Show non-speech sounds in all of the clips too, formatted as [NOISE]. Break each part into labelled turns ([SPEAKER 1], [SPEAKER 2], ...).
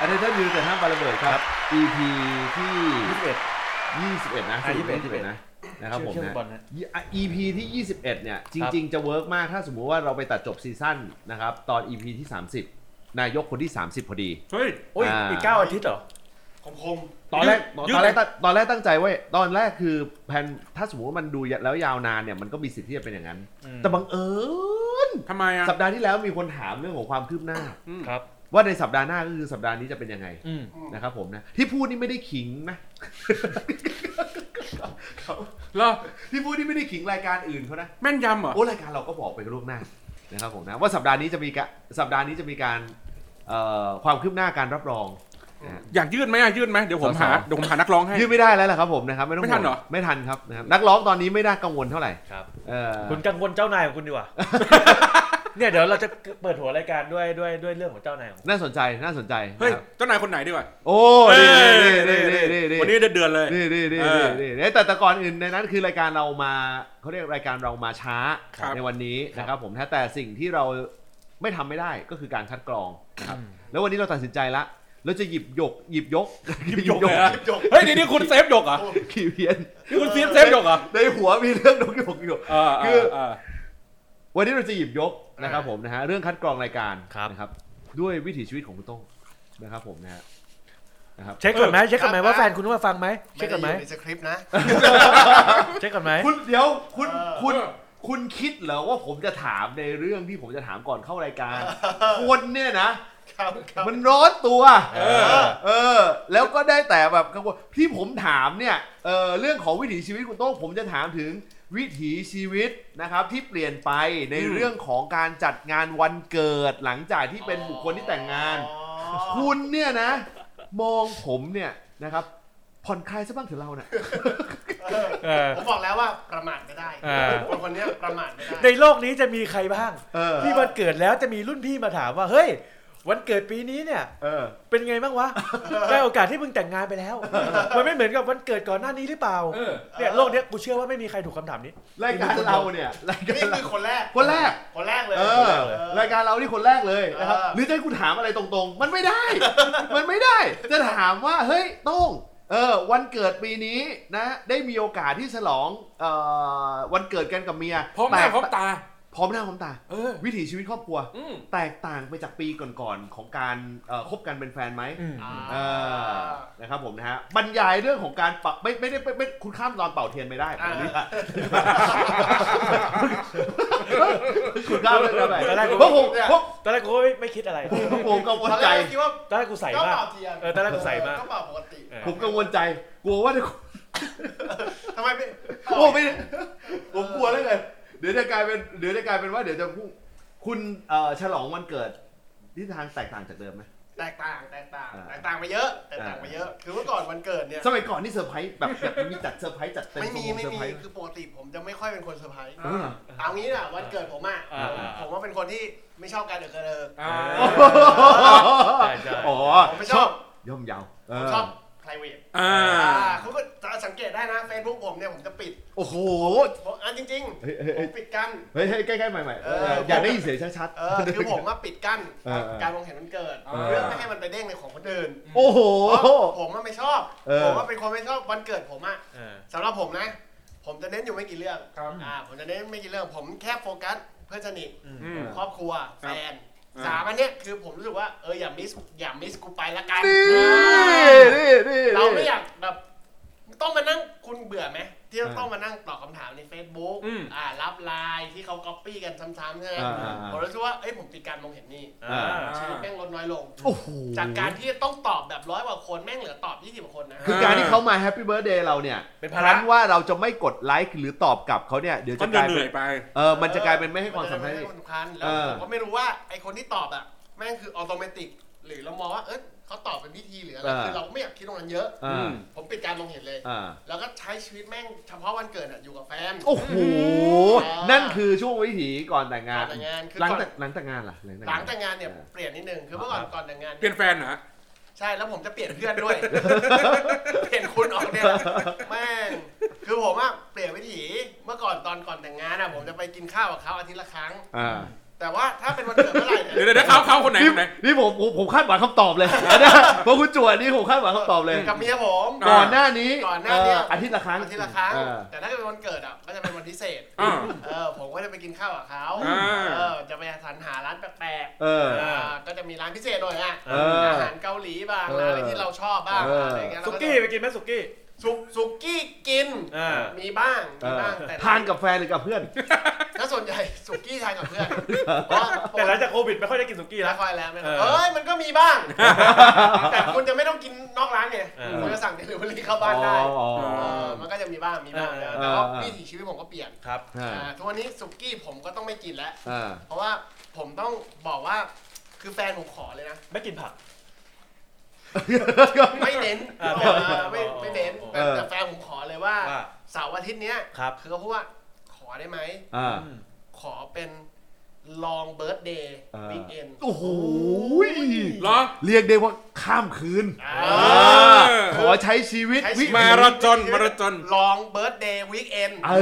[SPEAKER 1] อันนี้ถ้ายืนแต่ห้ามปาระเบิดครับ EP ที่
[SPEAKER 2] 21
[SPEAKER 1] 21 นะ
[SPEAKER 2] อ่ะ
[SPEAKER 1] สรุป
[SPEAKER 2] 21
[SPEAKER 1] 21นะนะครับผม
[SPEAKER 2] เชื่อ
[SPEAKER 1] นะ
[SPEAKER 2] บอลนะ
[SPEAKER 1] อ่ะ EP ที่ 21 เนี่ย จริง ๆ จะเวิร์กมากถ้าสมมุติว่าเราไปตัดจบซีซั่นนะครับ ตอน EP ที่ 30 นายกคนที่ 30 พอดี
[SPEAKER 3] เฮ้ย
[SPEAKER 2] โอ้ย
[SPEAKER 1] อ่า
[SPEAKER 2] อีกเก้าอาทิตย์เหรอ
[SPEAKER 4] ผมคม
[SPEAKER 1] ตอนแรก
[SPEAKER 3] ยื
[SPEAKER 1] ต
[SPEAKER 3] ด
[SPEAKER 1] อนแรก
[SPEAKER 3] เลย
[SPEAKER 1] ตอนแรกตั้งใจไว้ตอนแรกคือแผนถ้าสมมติว่ามันดูแล้วยาวนานเนี่ยมันก็มีสิทธิ์ที่จะเป็นอย่างนั้น
[SPEAKER 2] อืม
[SPEAKER 1] แต่บังเอิญ
[SPEAKER 3] ทำไมอ่ะ
[SPEAKER 1] สัปดาห์ที่แล้วมีคนถามเรื่องของความคืบหน้า
[SPEAKER 2] ครับ
[SPEAKER 1] ว่าในสัปดาห์หน้าก็คือสัปดาห์นี้จะเป็นยังไง
[SPEAKER 2] อืม
[SPEAKER 1] นะครับผมนะที่พูดนี่ไม่ได้ขิงนะ
[SPEAKER 3] เหรอ
[SPEAKER 1] ที่พูดนี่ไม่ได้ขิงรายการอื่นเขานะ
[SPEAKER 3] แม่นยำเหรอ
[SPEAKER 1] โอ้รายการเราก็บอกไปล่วงหน้านะครับผมนะว่าสัปดาห์นี้จะมีกะสัปดาห์นี้จะมีการเอ่อความคืบหน้าการรับรอง
[SPEAKER 3] อยากยืดไหมอ่ะยืดไหมเดี๋ยวผ
[SPEAKER 1] ส
[SPEAKER 3] ม
[SPEAKER 1] อสอ
[SPEAKER 3] หาเดี๋ยวผมหานักร้องให้
[SPEAKER 1] ยืดไม่ได้แล้วล่ะครับผมนะครับไม่ต้อง
[SPEAKER 3] ไม่ทันเหรอ
[SPEAKER 1] วงไม่ทันครับนะครับนักร้องตอนนี้ไม่น่ากังวลเท่าไหร่
[SPEAKER 2] ครับ
[SPEAKER 1] เออ
[SPEAKER 2] คุณกังวลเจ้านายของคุณดีกว่า
[SPEAKER 1] [LAUGHS]
[SPEAKER 2] เนี่ยเดี๋ยวเราจะเปิดหัวรายการด้วยด้วยด้วยเรื่องของเจ้านายของคุณ
[SPEAKER 1] น่าสนใจน่าสนใจ
[SPEAKER 3] เฮ้ย
[SPEAKER 1] นะครับ
[SPEAKER 3] เจ้านายคนไหนดีกว่า
[SPEAKER 1] โอ้
[SPEAKER 3] เอ้
[SPEAKER 1] นี่
[SPEAKER 3] ย
[SPEAKER 1] นี่นี่นี่นี่
[SPEAKER 3] วันนี้เดือดๆเลย
[SPEAKER 1] นี่นี่นี่
[SPEAKER 3] เออ
[SPEAKER 1] นี่นี่แต่แต่ก่อนอื่นในนั้นคือรายการเรามาเขาเรียกรายการเรามาช้า
[SPEAKER 3] ครับ
[SPEAKER 1] ในวันนี้นะครับผมนะแต่สิ่งที่เราไม่ทำไม่ได้ก็คือการคัดกรองนะครับแล้ววันนี้เราตัดสินใจละเราจะหยิบยกหยิบยก
[SPEAKER 3] หยิบหยกเลย
[SPEAKER 4] ค
[SPEAKER 1] [LAUGHS]
[SPEAKER 3] อะ
[SPEAKER 4] ลิปจบ
[SPEAKER 3] เฮ้ยนี่นี่คุณเซฟหยกเหรอ่ะ
[SPEAKER 1] ขี้เพี้ยน
[SPEAKER 3] นี่คุณเซฟเซฟหยกเหรอ่ะ
[SPEAKER 1] ในหัวมีเรื่องนกหยกอยู่
[SPEAKER 3] เออเออเออ
[SPEAKER 1] วันนี้เราจะหยิบยกนะครับผมนะฮะเรื่องคัดกรองรายการนะครับ ด้วยวิถีชีวิตของคุณโต้งนะครับผมนะฮะ
[SPEAKER 2] เช็คก่อนไหมเช็คก่อนไหมว่าแฟนคุณว่าฟังไหมเช็
[SPEAKER 4] ไม่
[SPEAKER 2] ค
[SPEAKER 4] ได้
[SPEAKER 2] ก่อนไหม
[SPEAKER 4] อยู่ในสคริปต์นะ
[SPEAKER 2] เช็คก่อนไหม
[SPEAKER 1] คุณเดี๋ยวคุณ
[SPEAKER 4] เออ
[SPEAKER 1] คุณคุณคิดเหรอว่าผมจะถามในเรื่องที่ผมจะถามก่อนเข้ารายการคนเนี่ยนะครับ
[SPEAKER 4] ครับ
[SPEAKER 1] มันร้อนตัว
[SPEAKER 3] เอ
[SPEAKER 4] เอ
[SPEAKER 3] อ
[SPEAKER 4] อ
[SPEAKER 1] เออ แล้วก็ได้แต่แบบกังวลที่ผมถามเนี่ยเออเรื่องของวิถีชีวิตคุณโต้งผมจะถามถึงวิถีชีวิตนะครับที่เปลี่ยนไปใน
[SPEAKER 3] อืม
[SPEAKER 1] เรื่องของการจัดงานวันเกิดหลังจากที่เป็นบุคคลที่แต่งงาน คุณเนี่ยนะ มองผมเนี่ยนะครับผ่อนคลายซะบ้างเถอะเราเนี่ย
[SPEAKER 4] เออ
[SPEAKER 2] เออ
[SPEAKER 4] ผมบอกแล้วว่าประมาทไม่ได้
[SPEAKER 2] เออ
[SPEAKER 4] คนคนเนี้ยประมาทไม่
[SPEAKER 2] ใน
[SPEAKER 4] ได้
[SPEAKER 2] โลกนี้จะมีใครบ้าง
[SPEAKER 1] เออ
[SPEAKER 2] ที่วันเกิดแล้วจะมีรุ่นพี่มาถามว่าเฮ้ย วันเกิดปีนี้เนี่ย
[SPEAKER 1] เออ
[SPEAKER 2] เป็นไงบ้าง
[SPEAKER 1] [LAUGHS]
[SPEAKER 2] วะ ได้โอกาสที่มึงแต่งงานไปแล้ว มันไม่เหมือนกับวันเกิดก่อนหน้านี้หรือเปล่า
[SPEAKER 3] เออ
[SPEAKER 2] เนี่ยโลกเนี้ยกูเชื่อว่าไม่มีใครถูกคำถามนี้
[SPEAKER 1] รายการเรา
[SPEAKER 3] [LAUGHS]
[SPEAKER 1] เนี่ยรายการ
[SPEAKER 4] นี่
[SPEAKER 1] เรา
[SPEAKER 4] คือคนแรก
[SPEAKER 1] คนแรก
[SPEAKER 4] คนแรกเลย
[SPEAKER 1] เออ รายการเรานี่คนแรกเลยนะครับหรือจะให้กูถามอะไรตรงๆ มันไม่ได้
[SPEAKER 3] [LAUGHS]
[SPEAKER 1] มันไม่ได้ จะถามว่าเฮ้ยโต้องเออวันเกิดปีนี้นะ ได้มีโอกาสที่ฉลองเอ่อวันเกิดกันกับเมีย
[SPEAKER 3] พร้อมหน้า
[SPEAKER 1] แตก
[SPEAKER 3] พร้อมตา
[SPEAKER 1] พร้อมหน้าพร้อมตา
[SPEAKER 3] เออ
[SPEAKER 1] วิถีชีวิตครอบครัว
[SPEAKER 3] อืม
[SPEAKER 1] แตกต่างไปจากปีก่อนๆของการเอ่อคบกันเป็นแฟนไหม
[SPEAKER 4] อ่า
[SPEAKER 1] เออนะครับผมนะฮะบรรยายเรื่องของการปักไม่ไม่ได้ไม่ไม่คุณข้ามตอนเป่าเทียนไม่ได้ผมนี่ค่ะคุณข้ามเรื่องอะไร
[SPEAKER 2] ตอนแรกผม
[SPEAKER 1] เพราะผมผม
[SPEAKER 2] ตอนแรกกูก็ไม่ไม่คิดอะไร
[SPEAKER 1] ผมผมกังวล
[SPEAKER 4] ตอนแร
[SPEAKER 1] ใจ
[SPEAKER 4] กก็คิดว่า
[SPEAKER 2] ตอนแรกกูใส่
[SPEAKER 4] ก็
[SPEAKER 2] มาก
[SPEAKER 4] เป่าเทียน
[SPEAKER 2] เออตอนแรกกูใส่มาก
[SPEAKER 4] ก็เป่าปกติ
[SPEAKER 2] เออ
[SPEAKER 1] ผมกังวลใจ กลัวว่าจะ
[SPEAKER 4] ทำไมไม่
[SPEAKER 1] โอ้ไม่ผมกลัวแล้วเลยเดี๋ยวจะกลายเป็นเดี๋ยวจะกลายเป็นว่าเดี๋ยวจะพูดคุณเอ่อฉลองวันเกิดที่ทางแตกต่างจากเดิมไหม
[SPEAKER 4] แตกต่างแตกต่าง
[SPEAKER 1] อ่า
[SPEAKER 4] แตกต่างไปเยอะแตกต่างไปเยอะ คือเมื่อก่อนวันเกิดเนี่ย
[SPEAKER 1] สมัยก่อนนี่เซอร์ไพรส์แบบแบบมีจัดเซอร์ไพรส์จัดเต็ม
[SPEAKER 4] ไม่มี
[SPEAKER 1] สง
[SPEAKER 4] ไม่
[SPEAKER 1] เซอร์
[SPEAKER 4] มี
[SPEAKER 1] พรส์
[SPEAKER 4] คือปกติผมจะไม่ค่อยเป็นคนเซอร์ไพรส์
[SPEAKER 1] เออ
[SPEAKER 4] เอางี้น่ะวันเกิดผมอ่ะ
[SPEAKER 2] อ่า
[SPEAKER 4] ผมว่าเป็นคนที่ไม่ชอบการเดือดกระเดิก
[SPEAKER 3] อ่า
[SPEAKER 2] ใช่ใช่
[SPEAKER 1] อ๋อ
[SPEAKER 4] ผมไม่ชอบ
[SPEAKER 1] ย่อมเยาวเ
[SPEAKER 4] ผมชอบ private
[SPEAKER 3] อ่า
[SPEAKER 4] อ่าคุณก็จะสังเกตได้นะ Facebook ผมเนี่ยผมจะปิด
[SPEAKER 1] โอ้โห
[SPEAKER 4] ผมอันจริง
[SPEAKER 1] เฮ้ยเฮ้ย
[SPEAKER 4] ๆผ
[SPEAKER 1] เฮ้ย
[SPEAKER 4] มปิดกั้น
[SPEAKER 1] เฮ้ยเฮ้ยใกล้ๆใหม่ใหม่
[SPEAKER 4] เออ
[SPEAKER 1] อ
[SPEAKER 4] อ
[SPEAKER 1] ยากได้ยินเสียงชัด
[SPEAKER 4] เออคือผมว่าปิดกั้น
[SPEAKER 1] เออเออ
[SPEAKER 4] การมองเห็นมันเกิด
[SPEAKER 3] เออ
[SPEAKER 4] เพื่อไม่ให้มันไปเด้งในของคนอื่น
[SPEAKER 1] ๆ โอ้โห
[SPEAKER 4] ผมว่าไม่ชอบ
[SPEAKER 1] เออ
[SPEAKER 4] ผมว่าเป็นคนไม่ชอบวันเกิดผมอ่ะ
[SPEAKER 2] เออ
[SPEAKER 4] สำหรับผมนะ ผมจะเน้นอยู่ไม่กี่เรื่อง
[SPEAKER 3] ครับ
[SPEAKER 4] อ่าผมจะเน้นไม่กี่เรื่องผมแค่โฟกัสเพื่อนสนิท
[SPEAKER 3] อืม
[SPEAKER 4] ครอบครัวแฟน
[SPEAKER 3] อ่า
[SPEAKER 4] สามอันเนี้ยคือผมรู้สึกว่าเอออย่ามิสอย่ามิสกูไปละกัน
[SPEAKER 1] นี่นี่นี่
[SPEAKER 4] เราไม่อยากแบบต้องมานั่งคุณเบื่อไหมที่ต้องมานั่งตอบคำถามใน Facebook
[SPEAKER 3] อืม
[SPEAKER 4] อ่ารับไลน์ที่เขาก๊อปปี้กันซ้ำๆใช่ไหม
[SPEAKER 1] อ่าอ่าอ่า
[SPEAKER 4] ผมรู้สึกว่าเอ้ยผมปิดการมองเห็นนี่
[SPEAKER 1] อ่า
[SPEAKER 3] อ่า
[SPEAKER 4] ชีวิตแม่งลดน้อยลง
[SPEAKER 1] โอ้โห
[SPEAKER 4] จากการที่ต้องตอบแบบร้อยกว่าคนแม่งเหลือตอบยี่สิบกว่าคนนะ
[SPEAKER 1] คือการที่เขามาแฮปปี้เบิร์ดเดย์เราเนี่ย
[SPEAKER 2] เป็นภาระ
[SPEAKER 1] ครั้นว่าเราจะไม่กดไลค์หรือตอบกลับเขาเนี่ย เดี๋ยว
[SPEAKER 3] ก็
[SPEAKER 1] จะกลาย
[SPEAKER 3] เห
[SPEAKER 1] เป็น
[SPEAKER 3] นื่อยไป
[SPEAKER 1] เออมันจะกลายเป็นไม่ให้ความสำคัญ
[SPEAKER 4] นจะไม่ให้ความสำคัญแล้ว
[SPEAKER 1] เออ
[SPEAKER 4] ผมก็ไม่รู้ว่าไอคนที่ตอบอ่ะแม่งคือออโตเมติกหรือเรามองว่าเอ้ยเขาตอบเป็นวิธีหรืออะไรคือเราไม่อยากคิดตรงนั้นเยอะ
[SPEAKER 1] อ่า
[SPEAKER 4] ผมปิดการมองเห็นเลย
[SPEAKER 1] อ่า
[SPEAKER 4] แล้วก็ใช้ชีวิตแม่งเฉพาะวันเกิดอะอยู่กับแฟน
[SPEAKER 1] โอ้โห
[SPEAKER 4] อ่านั่
[SPEAKER 1] นั่นคือช่วงวิถีก่อนแต่งงาน
[SPEAKER 4] แต่งงานคือ
[SPEAKER 1] หลัง
[SPEAKER 4] ก่อน
[SPEAKER 1] แต่หลังแต่งงานล่ะหลังแต่ง
[SPEAKER 4] หลั
[SPEAKER 1] งาง น
[SPEAKER 4] แต่งงานเนี่ย
[SPEAKER 1] อ่า
[SPEAKER 4] เปลี่ยนนิดนึงคือเมื่อก่อน
[SPEAKER 1] ครับ
[SPEAKER 4] ก่อนแต่งงาน
[SPEAKER 3] เปลี่ยนแฟนนะ
[SPEAKER 4] ใช่แล้วผมจะเปลี่ยนเพื่อนด้วย เปลี่ยนคุณออกเนี่ยแม่งคือผมอะเปลี่ยนวิถีเมื่อก่อนตอนก่อนแต่งงานอะผมจะไปกินข้าวกับเขาอาทิตย์ละครั้ง
[SPEAKER 1] อ่า
[SPEAKER 4] แต่ แต่ว่าถ้าเป็นวันเกิดเมื่อไหร่
[SPEAKER 3] เดี๋ยว
[SPEAKER 4] เนี่ย
[SPEAKER 3] เดี๋ยวเขาเขาคนไหน
[SPEAKER 1] นี่
[SPEAKER 3] คนไหน
[SPEAKER 1] นี่ผมผมผมคาดหวังคำตอบเลย [LAUGHS] อันเนี้ยเพราะคุณจวดนี่ผมคาดหวังคำตอบเลย
[SPEAKER 4] กับเมียผม
[SPEAKER 3] อ่า
[SPEAKER 1] ก่อนหน้านี้
[SPEAKER 4] ก่อนหน้าเนี่ย
[SPEAKER 1] เทิตย์ละครั้ง
[SPEAKER 4] อาทิตย์ละครั้ง
[SPEAKER 1] เออ
[SPEAKER 4] แต่ถ้าเป็นวันเกิดอ่ะก็จะเป็นวันพิเศษ
[SPEAKER 3] อ่า
[SPEAKER 4] เออผมก็จะไปกินข้าวกับเขา
[SPEAKER 3] อ่า
[SPEAKER 4] เออจะไปสรรหาร้านแปลก
[SPEAKER 1] เอ
[SPEAKER 4] ๆ
[SPEAKER 1] อ
[SPEAKER 4] เออก็จะมีร้านพิเศษหน่อยอ่ะ
[SPEAKER 1] เออ
[SPEAKER 4] อาหารเกาหลีบ้างร้านอะไรที่เราชอบบ้าง
[SPEAKER 1] เอออ
[SPEAKER 4] อะไรอย่างเงี้ย
[SPEAKER 2] สุ
[SPEAKER 4] เราจะ
[SPEAKER 2] กี้ไปกินไหมสุกี้
[SPEAKER 4] สุกสุกี้กิน
[SPEAKER 2] อ่ามี
[SPEAKER 4] มีบ้าง
[SPEAKER 1] เอ
[SPEAKER 4] มี
[SPEAKER 1] อ
[SPEAKER 4] บ้างแต่
[SPEAKER 1] ทานกับแฟนหรือกับเพื่อน
[SPEAKER 4] ถ้าส่วนใหญ่สุกี้ทานกับเพื่อนเพราะว่า
[SPEAKER 2] [LAUGHS] แต่หลังจากโควิดไม่ค่อยได้กินสุกี้
[SPEAKER 4] แล้
[SPEAKER 2] แล้ว ว
[SPEAKER 4] คอยแล้วไม่ค่อย
[SPEAKER 2] เออ
[SPEAKER 4] เอ้ยมันก็มี
[SPEAKER 2] [LAUGHS]
[SPEAKER 4] บ้าง แต่คุณจะไม่ต้องกินนอกร้านไง
[SPEAKER 2] เออ
[SPEAKER 4] คุณจะสั่งเดลิเวอรี่เข้าบ้านได้
[SPEAKER 1] อ๋ออ๋อ
[SPEAKER 4] เออมันก็จะมีบ้างมีบ้าง
[SPEAKER 2] เออ
[SPEAKER 4] แต่ว่า
[SPEAKER 1] เออ
[SPEAKER 4] วิถีชีวิตผมก็เปลี่ยน
[SPEAKER 2] ครับ
[SPEAKER 1] อ่า
[SPEAKER 4] อ่าทุกวันนี้สุกี้ผมก็ต้องไม่กินแล้ว
[SPEAKER 1] อ่า
[SPEAKER 4] เพราะว่าผมต้องบอกว่าคือแฟนผมขอเลยนะ
[SPEAKER 2] ไม่กินผัก
[SPEAKER 4] ไม่เน้น
[SPEAKER 2] อ่า
[SPEAKER 4] เออไม่ไม่เน้นแต่
[SPEAKER 1] เออ
[SPEAKER 4] แต่แฟนผมขอเลยว่า
[SPEAKER 2] ว่า
[SPEAKER 4] เสาร์อาทิตย์เนี้ย
[SPEAKER 2] ครับ
[SPEAKER 4] คือเขาพูดว่าขอได้ไหม
[SPEAKER 1] อ่า
[SPEAKER 2] อืม
[SPEAKER 4] ขอเป็นลองเบิร์ d เดย์
[SPEAKER 1] อ่า
[SPEAKER 4] วีคเอน
[SPEAKER 1] โอ้โห
[SPEAKER 3] เหรอ
[SPEAKER 1] เรียกได้ว่าข้ามคืน
[SPEAKER 3] เออ
[SPEAKER 1] ขอใช้ชีวิต
[SPEAKER 4] ใช้
[SPEAKER 1] วิ
[SPEAKER 4] ชีวิต
[SPEAKER 3] มาราธอนมาราธอน
[SPEAKER 4] ลองเบิร์ d เดย์วีคเอน
[SPEAKER 1] เอ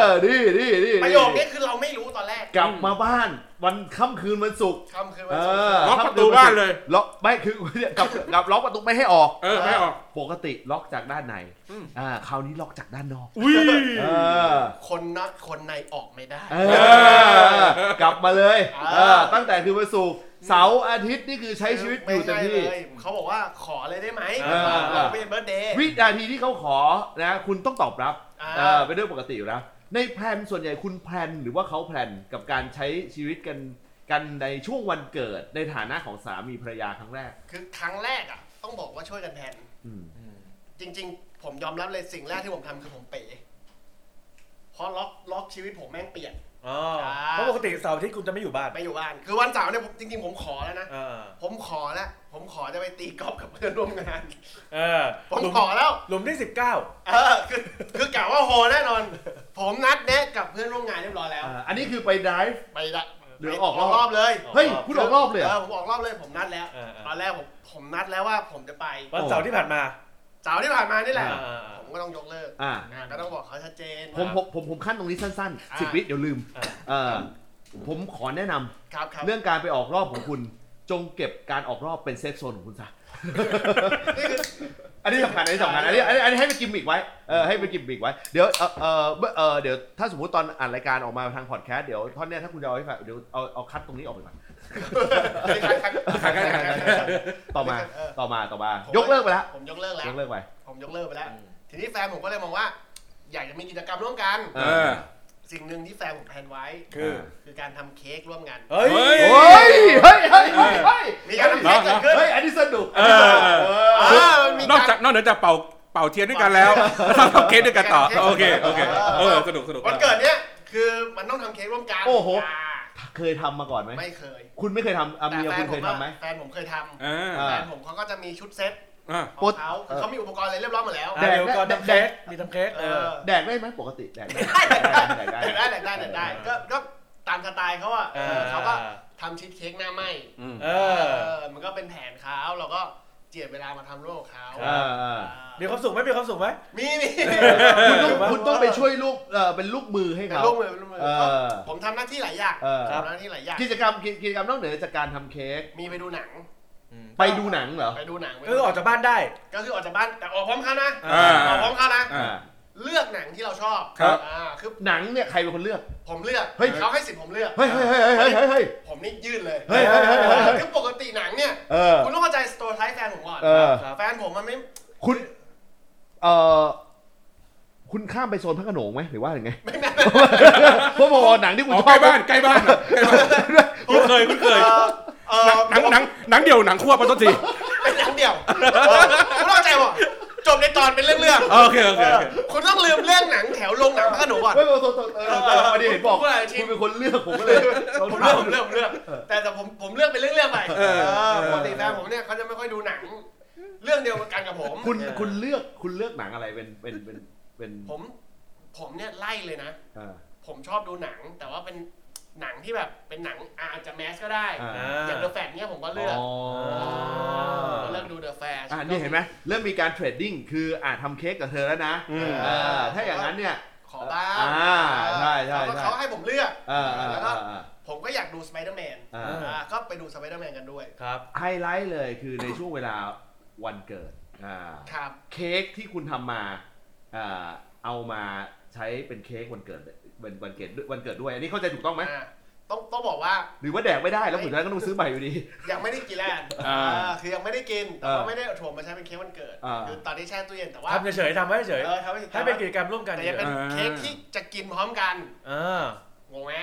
[SPEAKER 1] อนี่นี่นี่
[SPEAKER 4] ประโยคนี้คือเราไม่รู้ตอนแรก
[SPEAKER 1] กลับมาบ้านวันค่ำคืนวันศุกร์
[SPEAKER 4] คำคือ
[SPEAKER 1] เอ
[SPEAKER 4] ว่า
[SPEAKER 1] อ
[SPEAKER 3] ล็อก
[SPEAKER 4] สุกร์
[SPEAKER 3] ประตูบ้านเลย
[SPEAKER 1] ล็อกไม่คือ [LAUGHS] เนี่ยกลับกลับล็อกประตูไม่ให้ออก
[SPEAKER 3] เออไม่ออก
[SPEAKER 1] ปกติล็อกจากด้านใน
[SPEAKER 3] อืม
[SPEAKER 1] อ่าคราวนี้ล็อกจากด้านนอก
[SPEAKER 3] อุ้ย
[SPEAKER 1] เออ
[SPEAKER 4] คนนอกคนในออกไม่ได้
[SPEAKER 1] เออกลับมาเลยเอ
[SPEAKER 4] เอ
[SPEAKER 1] อ
[SPEAKER 4] อ
[SPEAKER 1] ตั้งแต่คือวันศุกร์เสาร์อาทิตย์นี่คือใช้ชีวิตอยู่เต็มที่
[SPEAKER 4] ไได้เลยเขาบอกว่าขอเลยได้ไหม
[SPEAKER 1] เออ
[SPEAKER 4] ลองเบิร์ดเดย์
[SPEAKER 1] วินาทีที่เขาขอนะคุณต้องตอบรับ
[SPEAKER 4] อ่า
[SPEAKER 1] เออเป็นเรื่องปกติอยู่แล้วในแพลนส่วนใหญ่คุณแพลนหรือว่าเขาแพลนกับการใช้ชีวิตกันกันในช่วงวันเกิดในฐานะของสามีภรรยาครั้งแรก
[SPEAKER 4] คือครั้งแรกอ่ะ ต้องบอกว่าช่วยกันแทน
[SPEAKER 1] อืม
[SPEAKER 4] จริง ๆ ผมยอมรับเลยสิ่งแรกที่ผมทำคือผมเป๋เพราะล็อกล็อกชีวิตผมแม่งเปลี่ยน
[SPEAKER 2] อ๋อ
[SPEAKER 4] อ่า
[SPEAKER 2] เพราะปกติเสาร์อาที่คุณจะไม่อยู่บ้าน
[SPEAKER 4] ไปอยู่บ้าน คือวันเสาร์เนี่ยผมจริง ๆ ผมขอแล้วนะ
[SPEAKER 2] เออ
[SPEAKER 4] ผมขอแล้ว ผมขอจะไปตีกอล์ฟกับเพื่อนร่วมงาน
[SPEAKER 2] เออ
[SPEAKER 4] ผม
[SPEAKER 2] หลุม
[SPEAKER 4] ขอแล้ว
[SPEAKER 2] หลุมที่สิบเก้า
[SPEAKER 4] เออ คือคือกะว่าโหแน่นอน ผมนัดแนะกับเพื่อนร่วมงานเรียบร้อยแล้ว
[SPEAKER 1] อ่าอันนี้คือไปไดฟ์
[SPEAKER 4] ไปละ
[SPEAKER 1] หรือออกรอบ
[SPEAKER 4] รอบเลย
[SPEAKER 1] เฮ้ยพูดออกรอบเลยเหร
[SPEAKER 4] เอ
[SPEAKER 1] อ
[SPEAKER 4] อผมออกรอบเลย ผมนัดแล้ว
[SPEAKER 2] เออเออ
[SPEAKER 4] ตอนแรกผมผมนัดแล้วว่าผมจะไป
[SPEAKER 2] วันเสาร์ที่ผ่านมา
[SPEAKER 4] เสาร์ที่ผ่านมานี่แหละ
[SPEAKER 2] เออ
[SPEAKER 4] ผมก็ต้องยกเลิก
[SPEAKER 1] อ่า
[SPEAKER 4] อ่าก็ต้องบอกเขาชัดเจน
[SPEAKER 1] ผม
[SPEAKER 4] ว่า
[SPEAKER 1] ผมผมผมขั้นตรงนี้สั้นๆ
[SPEAKER 4] อ่า
[SPEAKER 1] สิบวิเดี๋ยวลืม
[SPEAKER 2] อ่า
[SPEAKER 1] เออผมขอแนะนำ
[SPEAKER 4] ครับครับ
[SPEAKER 1] เรื่องการไปออกรอบของคุณ จงเก็บการออกรอบเป็นเซฟโซนของคุณซะ
[SPEAKER 4] นี่คือ
[SPEAKER 1] อันนี้สำคัญอันนี้สำคัญอันนี้อันนี้อันนี้ให้เป็นกิมมิกไว้เออให้เป็นกิมมิกไว้เดี๋ยวเออเออเมื่อเออเดี๋ยวถ้าสมมติตอนอ่านรายการออกมาทางพอดแคสต์เดี๋ยวท่อนเนี้ยถ้าคุณจะเอาให้ฟังเดี๋ยวเอาเอาคัดตรงนี้ออกไปก่อนต่อมา
[SPEAKER 4] เออ
[SPEAKER 1] ต่อมาต่อมา ยกเลิกไปแล้ว
[SPEAKER 4] ผมยกเลิกแล้
[SPEAKER 1] ยว กเลิกไป
[SPEAKER 4] ผมยกเลิกไปแล้ว ทีนี้แฟนผมก็เลยมองว่า อยากจะมีกิจกรรมร่วมกัน
[SPEAKER 3] เออ
[SPEAKER 4] สิ่งหนึ่งที่แฟนผมแพลนไว้
[SPEAKER 3] คือ
[SPEAKER 4] คือการทำเค้กร่วมกัน
[SPEAKER 2] เฮ้ย
[SPEAKER 3] เฮ้ย
[SPEAKER 1] เฮ้ยเฮ้ยเฮ้ยเฮ้ยเฮ้ย
[SPEAKER 4] มีการทำเค้กเกิดขึ้น
[SPEAKER 1] เฮ้ยอันนี้สนุก
[SPEAKER 3] เออ
[SPEAKER 1] เออ
[SPEAKER 4] เออมันมี
[SPEAKER 3] นอก
[SPEAKER 4] การ
[SPEAKER 3] จากนอกเหนือจากเป่าเป่าเทียนด้วยกันแล้วเราเค้กด้วย
[SPEAKER 4] [LAUGHS]
[SPEAKER 3] กันต่อ โอเค โอเค เออ สนุกสนุก
[SPEAKER 4] วันเกิดเนี้ยคือมันต้องทำเค้กร่วมกัน
[SPEAKER 1] โอ้โห
[SPEAKER 4] า
[SPEAKER 1] เคยทำมาก่อนไหม
[SPEAKER 4] ไม่เคย
[SPEAKER 1] คุณไม่เคยทำอา
[SPEAKER 4] แต่
[SPEAKER 1] เมีย
[SPEAKER 4] แฟ
[SPEAKER 1] คุ
[SPEAKER 4] น
[SPEAKER 1] ณ
[SPEAKER 4] ผ
[SPEAKER 1] เคย
[SPEAKER 4] มอะ
[SPEAKER 1] ทำไหม
[SPEAKER 4] แฟนผมเคยทำ
[SPEAKER 3] อ่า
[SPEAKER 1] อ่า
[SPEAKER 4] แฟนผมเขาก็จะมีชุดเซต
[SPEAKER 3] อ่า
[SPEAKER 4] ของเขาคือเขามีอุปกรณ์อะไรเรียบร้อยหมดแล้ว
[SPEAKER 2] อ่ะเดี๋ยวก่อนทำเค้กมีทำเค้ก
[SPEAKER 4] เอ
[SPEAKER 2] เออ
[SPEAKER 4] อ
[SPEAKER 1] แดกได้ไหมปกติแดกได้
[SPEAKER 4] ได้ได้ได้
[SPEAKER 1] แดกได้
[SPEAKER 4] ได้ได้ได้ได้ก็ก็ตามสไตล์เขาอะ
[SPEAKER 2] เออ
[SPEAKER 4] เขาก็ทำชีสเค้กหน้าไหม
[SPEAKER 2] เออ
[SPEAKER 4] เออมันก็เป็นแผนเขาเราก็เจียดเวลามาทำโลกเขา
[SPEAKER 2] ครับ มีความสุขไหมมีความสุขไหม
[SPEAKER 4] มีมี
[SPEAKER 1] คุณต้องคุณต้องไปช่วยลูกเออเป็นลูกมือให้
[SPEAKER 4] เป็น
[SPEAKER 1] เขา
[SPEAKER 4] ลูกมือเป็นลูกมือ
[SPEAKER 1] เออ
[SPEAKER 4] ผมทำหน้าที่หลายอย่าง
[SPEAKER 1] เออ
[SPEAKER 2] ครับ
[SPEAKER 4] ทำหน้าที่หลายอย่าง
[SPEAKER 1] กิจกรรมกิกิจกรรมนอกเหนือจากการทำเค้ก
[SPEAKER 4] มีไปดูหนัง
[SPEAKER 1] ไปดูหนังเหรอ
[SPEAKER 4] ไปดูหนังไป
[SPEAKER 2] เอ
[SPEAKER 4] ดู
[SPEAKER 2] ออ
[SPEAKER 4] หนั
[SPEAKER 2] องกจากบ้านได้
[SPEAKER 4] ก็คือออกจากบ้านแต่ออกพร้อมเขานะ
[SPEAKER 3] อ่า
[SPEAKER 4] ออกพร้อมเขานะ
[SPEAKER 3] อ่า
[SPEAKER 4] เลือกหนังที่เราชอบ
[SPEAKER 3] ครับ
[SPEAKER 4] อ่าคือ
[SPEAKER 1] หนังเนี่ยใครเป็นคนเลือก
[SPEAKER 4] ผมเลือก
[SPEAKER 1] เฮ้ย
[SPEAKER 4] เขาให้สิทธิ์ผมเลือก
[SPEAKER 1] เฮ้ยเฮ้ยเฮ้ยเฮ้ยเฮ้ยเฮ้ย
[SPEAKER 4] ผมนี่ยื่นเลย
[SPEAKER 1] เฮ้ยเฮ้ยเฮ้ยเฮ้ยเฮ้ย
[SPEAKER 4] คือปกติหนังเนี่ย
[SPEAKER 1] เออ
[SPEAKER 4] คุณต้องเข้าใจสโตร์ไทป์แฟนผมก่อน
[SPEAKER 1] เออ
[SPEAKER 4] แฟนผมมันไม่
[SPEAKER 1] คุณเออคุณข้ามไปโซนพระโขนงไหมหรือว่าอย่างไง
[SPEAKER 4] ไม่ไม่
[SPEAKER 1] เพราะบอกว่าหนังที่คุณ
[SPEAKER 3] อ๋อ
[SPEAKER 1] ช
[SPEAKER 3] ใก
[SPEAKER 1] อบ
[SPEAKER 3] ล้บ้านใกล้
[SPEAKER 4] [LAUGHS]
[SPEAKER 3] บ้านใกล้บ้านคุ้นเคยคุ้นเคย
[SPEAKER 4] เออเออ
[SPEAKER 3] หนังหนังหนังเดียวหนังควบมาต้นที
[SPEAKER 4] เป็นหนังเดี่ยวเออคุณต้องเข้าใจว่าจบในตอนเป็นเรื่อง
[SPEAKER 3] โอเคโอ
[SPEAKER 4] ๆ
[SPEAKER 3] เค
[SPEAKER 4] เอ
[SPEAKER 3] โอ
[SPEAKER 4] อ
[SPEAKER 3] เค
[SPEAKER 4] คุณต้องลืมเรื่องหนังแถวลงหนังพระโขนงก่อน
[SPEAKER 1] เฮ้ยโซนโซนโซนเออเออพอดีเห็นบอก
[SPEAKER 4] ผมก็เลยชิ
[SPEAKER 1] คุ
[SPEAKER 4] ม
[SPEAKER 1] ณเป็นคนเลือกผมก็เลย
[SPEAKER 4] ผมเลือกผมเลือกผมเลือกแต่แต่ผมผมเลือกเป็นเรื่องๆไป
[SPEAKER 3] เออ
[SPEAKER 4] เออปกติแฟนผมเนี่ยเขาจะไม่ค่อยดูหนัง เรื่องเดียวกันกับผม
[SPEAKER 1] คุณคุณเลือกคุณเลือกหนังอะไรเป็นเป็นเป็นเป็น
[SPEAKER 4] ผมผมเนี่ยไล่เลยนะ
[SPEAKER 1] เออ
[SPEAKER 4] ผมชอบดูหนัง แต่ว่าเป็นหนังที่แบบเป็นหนังอาจจะแมสก็ได้
[SPEAKER 1] อ่า
[SPEAKER 4] อย่างเดอะแฟนเนี่ยผมก็เลือก
[SPEAKER 1] อ๋อ
[SPEAKER 4] ผมเลือกดูเดอะแฟน
[SPEAKER 1] อ่านี่เห็นไหมเริ่มมีการเทรดดิ้งคืออาจทำเค้กกับเธอแล้วนะ
[SPEAKER 3] อืม
[SPEAKER 1] เออถ้าอย่างนั้นเนี่ย
[SPEAKER 4] ขอบ้าง
[SPEAKER 1] อ่าใช่ใช่
[SPEAKER 4] แล้วก็
[SPEAKER 1] ใช่
[SPEAKER 4] เขาให้ผมเลือก
[SPEAKER 1] เออเออเออเออ
[SPEAKER 4] ผมก็ อยากดูสไปเดอร์แมน
[SPEAKER 1] อ่า
[SPEAKER 4] อ่าก็ไปดูสไปเดอร์แมนกันด้วย
[SPEAKER 2] ครับ
[SPEAKER 1] ไฮไลท์เลยคือในช่วงเวลาวันเกิดอ่า
[SPEAKER 4] ครับ
[SPEAKER 1] เค้กที่คุณทำมาอ่าเอามาใช้เป็นเค้กวันเกิดวันวันเกิดด้วยวันเกิดด้วย อันนี้เข้าใจถูกต้องไหม
[SPEAKER 4] อ่า ต้องต้องบอกว่า
[SPEAKER 1] หรือว่าแดกไม่ได้แล้วผมแล้วก็ต้องซื้อใหม่อยู่ดี
[SPEAKER 4] ยังไม่ได้กินแล้วกัน
[SPEAKER 3] อ่า
[SPEAKER 4] อ่าคือยังไม่ได้กิน แต่
[SPEAKER 1] เอ
[SPEAKER 4] ว่า
[SPEAKER 1] อ
[SPEAKER 4] ไม่ได้เอาถั่วมาใช้เป็นเค้กวันเกิด
[SPEAKER 1] อ่า
[SPEAKER 4] คือตอนนี้แช่ตู้เย็นแต่ว่า
[SPEAKER 2] ทำเฉยๆทำให้เฉย
[SPEAKER 4] เออทำให้
[SPEAKER 2] ๆให้เป็นกิจกรรมร่วมกัน
[SPEAKER 4] แต่ยังเป็น
[SPEAKER 2] เฉย
[SPEAKER 4] เค้กที่จะกินพร้อมกัน
[SPEAKER 2] ๆเออ
[SPEAKER 4] งงไหม